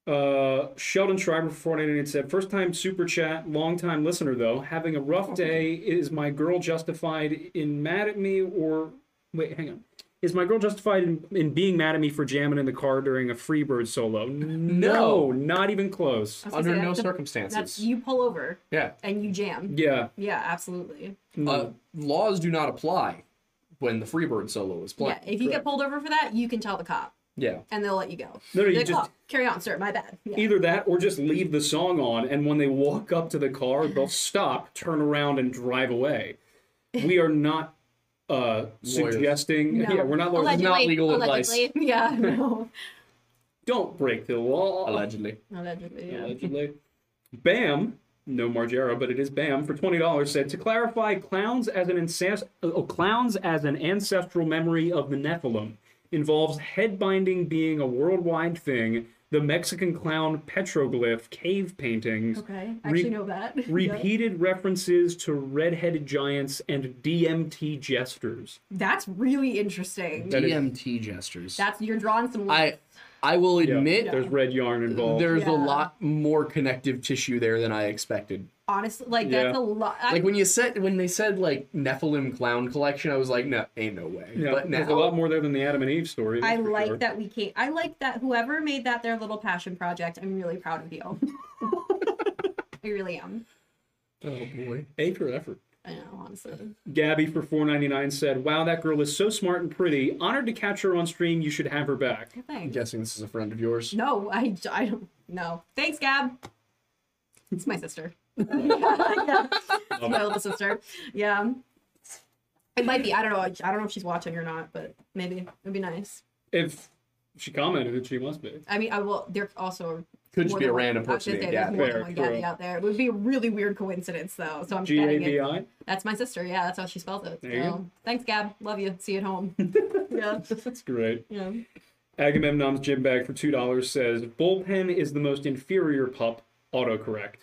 Speaker 3: Uh, Sheldon Schreiber for 4988 said, first time super chat, long time listener though. Having a rough day. Is my girl justified in mad at me or wait, hang on. Is my girl justified in, in being mad at me for jamming in the car during a Freebird solo? No,
Speaker 1: No.
Speaker 3: not even close.
Speaker 2: I was gonna
Speaker 1: Under
Speaker 2: say,
Speaker 1: no
Speaker 2: that's the-
Speaker 1: circumstances.
Speaker 2: That's you pull over
Speaker 1: yeah.
Speaker 2: and you jam.
Speaker 3: Yeah.
Speaker 2: Yeah, absolutely.
Speaker 1: Uh, laws do not apply when the Freebird solo is playing.
Speaker 2: Yeah, if you get
Speaker 3: correct.
Speaker 2: pulled over for that, you can tell the cop
Speaker 1: Yeah.
Speaker 2: and they'll let you go.
Speaker 3: No, no,
Speaker 2: Be
Speaker 3: you
Speaker 2: like,
Speaker 3: just-
Speaker 2: "Oh, carry on, sir. My bad. Yeah.
Speaker 3: Either that or just leave the song on, and when they walk up to the car, they'll stop, turn around, and drive away. We are not uh, suggesting.
Speaker 2: No.
Speaker 3: Yeah, we're not. lawyers.
Speaker 1: Alleged- not legal advice.
Speaker 2: allegedly. Yeah, no.
Speaker 3: Don't break the law.
Speaker 1: Allegedly.
Speaker 2: Allegedly, yeah.
Speaker 3: allegedly. Bam, no Margera, but it is Bam for twenty dollars. Said to clarify, clowns as an ancest- oh, clowns as an ancestral memory of the Nephilim involves head binding being a worldwide thing. The Mexican clown petroglyph, cave paintings,
Speaker 2: Okay, I
Speaker 3: Re-
Speaker 2: actually know that. Yeah.
Speaker 3: repeated references to red-headed giants, and DMT gestures.
Speaker 2: That's really interesting.
Speaker 3: That is-
Speaker 1: DMT gestures.
Speaker 2: That's you're drawing some.
Speaker 1: I I will
Speaker 3: Yeah,
Speaker 1: admit
Speaker 3: there's red yarn involved.
Speaker 1: there's
Speaker 2: Yeah.
Speaker 1: a lot more connective tissue there than I expected.
Speaker 2: honestly, like
Speaker 3: Yeah.
Speaker 2: that's a lot. I-
Speaker 1: Like when you said when they said like Nephilim clown collection, I was like, no, ain't no way.
Speaker 3: Yeah,
Speaker 1: but
Speaker 3: there's
Speaker 1: now,
Speaker 3: a lot more there than the Adam and Eve story.
Speaker 2: I
Speaker 3: that's for
Speaker 2: like
Speaker 3: sure.
Speaker 2: that we can't. I like that whoever made that their little passion project. I'm really proud of you. I really am.
Speaker 1: oh boy,
Speaker 3: A for effort.
Speaker 2: I know, honestly.
Speaker 3: Gabby for four ninety nine said, "Wow, that girl is so smart and pretty. Honored to catch her on stream. You should have her back."
Speaker 1: I'm
Speaker 2: Thanks.
Speaker 1: guessing this is a friend of yours.
Speaker 2: No, I, I don't. No, thanks, Gab. It's my sister. yeah. It's my little sister. Yeah. It might be. I don't know. I don't know if she's watching or not, but maybe it'd be nice.
Speaker 3: If she commented, it, she must be.
Speaker 2: I mean, I will. There also
Speaker 1: Could just
Speaker 2: more
Speaker 1: be
Speaker 2: than
Speaker 1: a
Speaker 2: one-
Speaker 1: random
Speaker 2: I was
Speaker 1: person
Speaker 2: gonna
Speaker 1: named
Speaker 2: say, there's
Speaker 1: Gabby.
Speaker 2: more
Speaker 3: Fair,
Speaker 2: than one Gabby
Speaker 3: true.
Speaker 2: out there. It would be a really weird coincidence, though. So I'm
Speaker 3: G A
Speaker 2: getting
Speaker 3: B
Speaker 2: it.
Speaker 3: I.
Speaker 2: That's my sister. Yeah, that's how she spells it.
Speaker 3: There you
Speaker 2: So, thanks, Gab. Love you. See you at home. yeah.
Speaker 3: That's great.
Speaker 2: Yeah.
Speaker 3: Agamemnon's gym bag for two dollars says, "Bullpen is the most inferior pup." Autocorrect.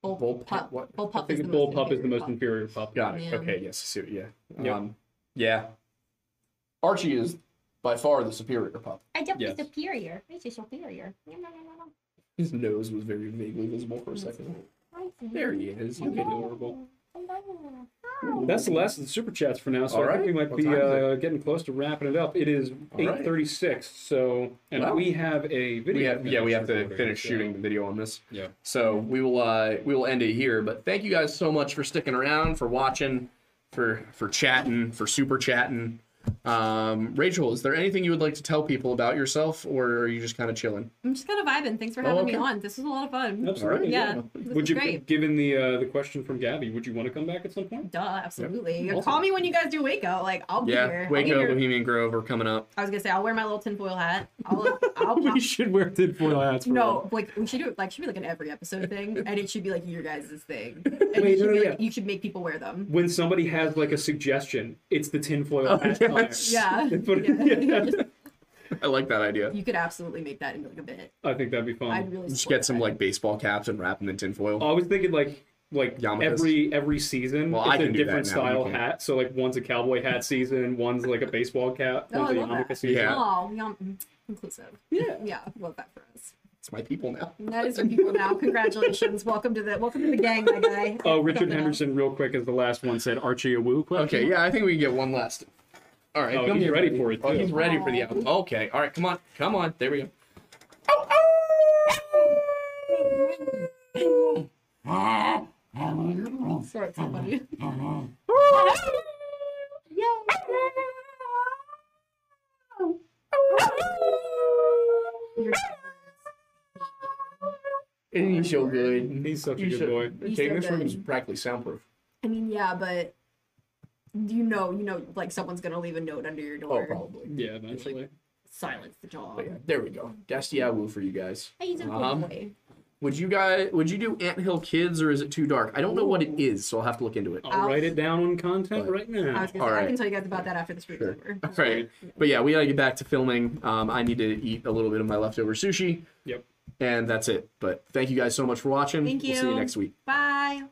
Speaker 2: Bull,
Speaker 1: Bull-
Speaker 2: pup.
Speaker 1: what?
Speaker 2: Bull
Speaker 3: I
Speaker 2: pup is
Speaker 3: think
Speaker 2: the
Speaker 3: bull
Speaker 2: most
Speaker 3: pup is the
Speaker 2: inferior
Speaker 3: most
Speaker 2: pup.
Speaker 3: inferior pup.
Speaker 1: Got it.
Speaker 2: Yeah.
Speaker 1: Okay. Yes. I see. what- Yeah.
Speaker 3: Yep.
Speaker 1: Um, yeah. Archie is by far the superior pup.
Speaker 4: I don't
Speaker 3: Yes.
Speaker 4: be superior. I just superior. No, no, no, no,
Speaker 1: His nose was very vaguely visible for a second.
Speaker 4: no. I see.
Speaker 1: There he is. You can-
Speaker 3: Adorable.
Speaker 4: Hello.
Speaker 3: That's the last of the super chats for now. So
Speaker 1: All
Speaker 3: I think
Speaker 1: right.
Speaker 3: we might
Speaker 1: What
Speaker 3: be
Speaker 1: time is it?
Speaker 3: uh, getting close to wrapping it up. It is
Speaker 1: All right.
Speaker 3: eight thirty six. So and
Speaker 1: Wow.
Speaker 3: we have a video.
Speaker 1: We have,
Speaker 3: to
Speaker 1: yeah, we
Speaker 3: finish
Speaker 1: have to
Speaker 3: recording,
Speaker 1: finish
Speaker 3: so-
Speaker 1: shooting the video on this.
Speaker 3: Yeah.
Speaker 1: So we will uh we will end it here. But thank you guys so much for sticking around, for watching, for for chatting, for super chatting. Um, Rachel, is there anything you would like to tell people about yourself, or are you just kind of chilling?
Speaker 2: I'm just kind of vibing. Thanks for
Speaker 1: Oh,
Speaker 2: having me
Speaker 1: okay.
Speaker 2: on. This was a lot of fun.
Speaker 3: Absolutely.
Speaker 2: Yeah.
Speaker 1: Yeah.
Speaker 2: This
Speaker 3: Would
Speaker 2: is
Speaker 3: you,
Speaker 2: great.
Speaker 3: given the uh, the question from Gabby, would you want to come back at some point?
Speaker 2: Duh, absolutely. You
Speaker 3: Awesome.
Speaker 2: Call me when you guys do Waco. Like, I'll be here.
Speaker 1: Yeah,
Speaker 2: I'll be
Speaker 1: Waco,
Speaker 2: here.
Speaker 1: Bohemian Grove are coming up.
Speaker 2: I was gonna say I'll wear my little tinfoil hat. I'll, I'll pop-
Speaker 3: should wear tinfoil hats.
Speaker 2: no, like we should do it. Like should be like an every episode thing, and it should be like your guys' thing. And it
Speaker 3: Wait, no,
Speaker 2: should
Speaker 3: no,
Speaker 2: be, like,
Speaker 3: yeah.
Speaker 2: You should make people wear them.
Speaker 3: When somebody has like a suggestion, it's the tinfoil hat
Speaker 1: yeah.
Speaker 3: time.
Speaker 2: Yeah.
Speaker 3: But-
Speaker 2: Oh, Yeah.
Speaker 3: yeah.
Speaker 1: I like that idea.
Speaker 2: You could absolutely make that into like a bit.
Speaker 3: I think that'd be fun.
Speaker 2: I'd really
Speaker 1: Just
Speaker 2: support
Speaker 1: get some
Speaker 2: that.
Speaker 1: like baseball caps and wrap them in tinfoil.
Speaker 3: I was thinking like like
Speaker 1: Yarmulkes.
Speaker 3: every every season
Speaker 1: Well,
Speaker 3: it's
Speaker 1: I
Speaker 3: a
Speaker 1: can do that
Speaker 3: different
Speaker 1: now, you
Speaker 3: style
Speaker 1: can't.
Speaker 3: hat. So like one's a cowboy hat season, one's like a baseball cap,
Speaker 2: Oh,
Speaker 3: one's
Speaker 2: I
Speaker 3: a
Speaker 2: love that.
Speaker 3: yarmulke season.
Speaker 1: Yeah.
Speaker 2: Oh, yum, inclusive.
Speaker 3: Yeah.
Speaker 2: Yeah, love that for us.
Speaker 1: It's my people now.
Speaker 2: And that is your people now. Congratulations. welcome to the welcome to the gang, my guy.
Speaker 3: Oh, Richard
Speaker 2: Something else.
Speaker 3: Henderson, real quick, is the last one said Archie Awu. question
Speaker 1: Okay, yeah, I think we can get one last. All right,
Speaker 3: Oh,
Speaker 1: come
Speaker 3: he's
Speaker 1: here,
Speaker 3: ready
Speaker 1: buddy.
Speaker 3: for it,
Speaker 1: Oh,
Speaker 3: too.
Speaker 1: he's ready for the album. Okay, all right, come on, come on. There we go.
Speaker 2: Sorry, it's not funny. You're-
Speaker 1: Isn't he so good?
Speaker 3: He's such a
Speaker 1: You
Speaker 3: good
Speaker 1: should-
Speaker 3: boy.
Speaker 2: He's
Speaker 1: Okay,
Speaker 2: so
Speaker 1: this room
Speaker 2: good.
Speaker 1: is practically soundproof.
Speaker 2: I mean, yeah, but you know, you know, like someone's gonna leave a note under your door.
Speaker 1: Oh, probably.
Speaker 3: Yeah, eventually.
Speaker 2: Silence the jaw.
Speaker 1: But yeah, there we go. That's the Yahoo for you guys.
Speaker 2: Hey, he's a cool
Speaker 1: Um,
Speaker 2: boy.
Speaker 1: Would you guys? Would you do Ant Hill Kids or is it too dark? I don't know what it is, so I'll have to look into it.
Speaker 3: I'll
Speaker 2: I'll-
Speaker 3: write it down on content right now.
Speaker 2: I was gonna
Speaker 1: all
Speaker 2: say, I
Speaker 1: right.
Speaker 2: can tell you guys about that after the stream's
Speaker 1: Sure.
Speaker 2: over.
Speaker 1: All right, but yeah, we gotta get back to filming. Um, I need to eat a little bit of my leftover sushi.
Speaker 3: Yep.
Speaker 1: And that's it. But thank you guys so much for watching.
Speaker 2: Thank
Speaker 1: We'll see you
Speaker 2: you.
Speaker 1: next week.
Speaker 2: Bye.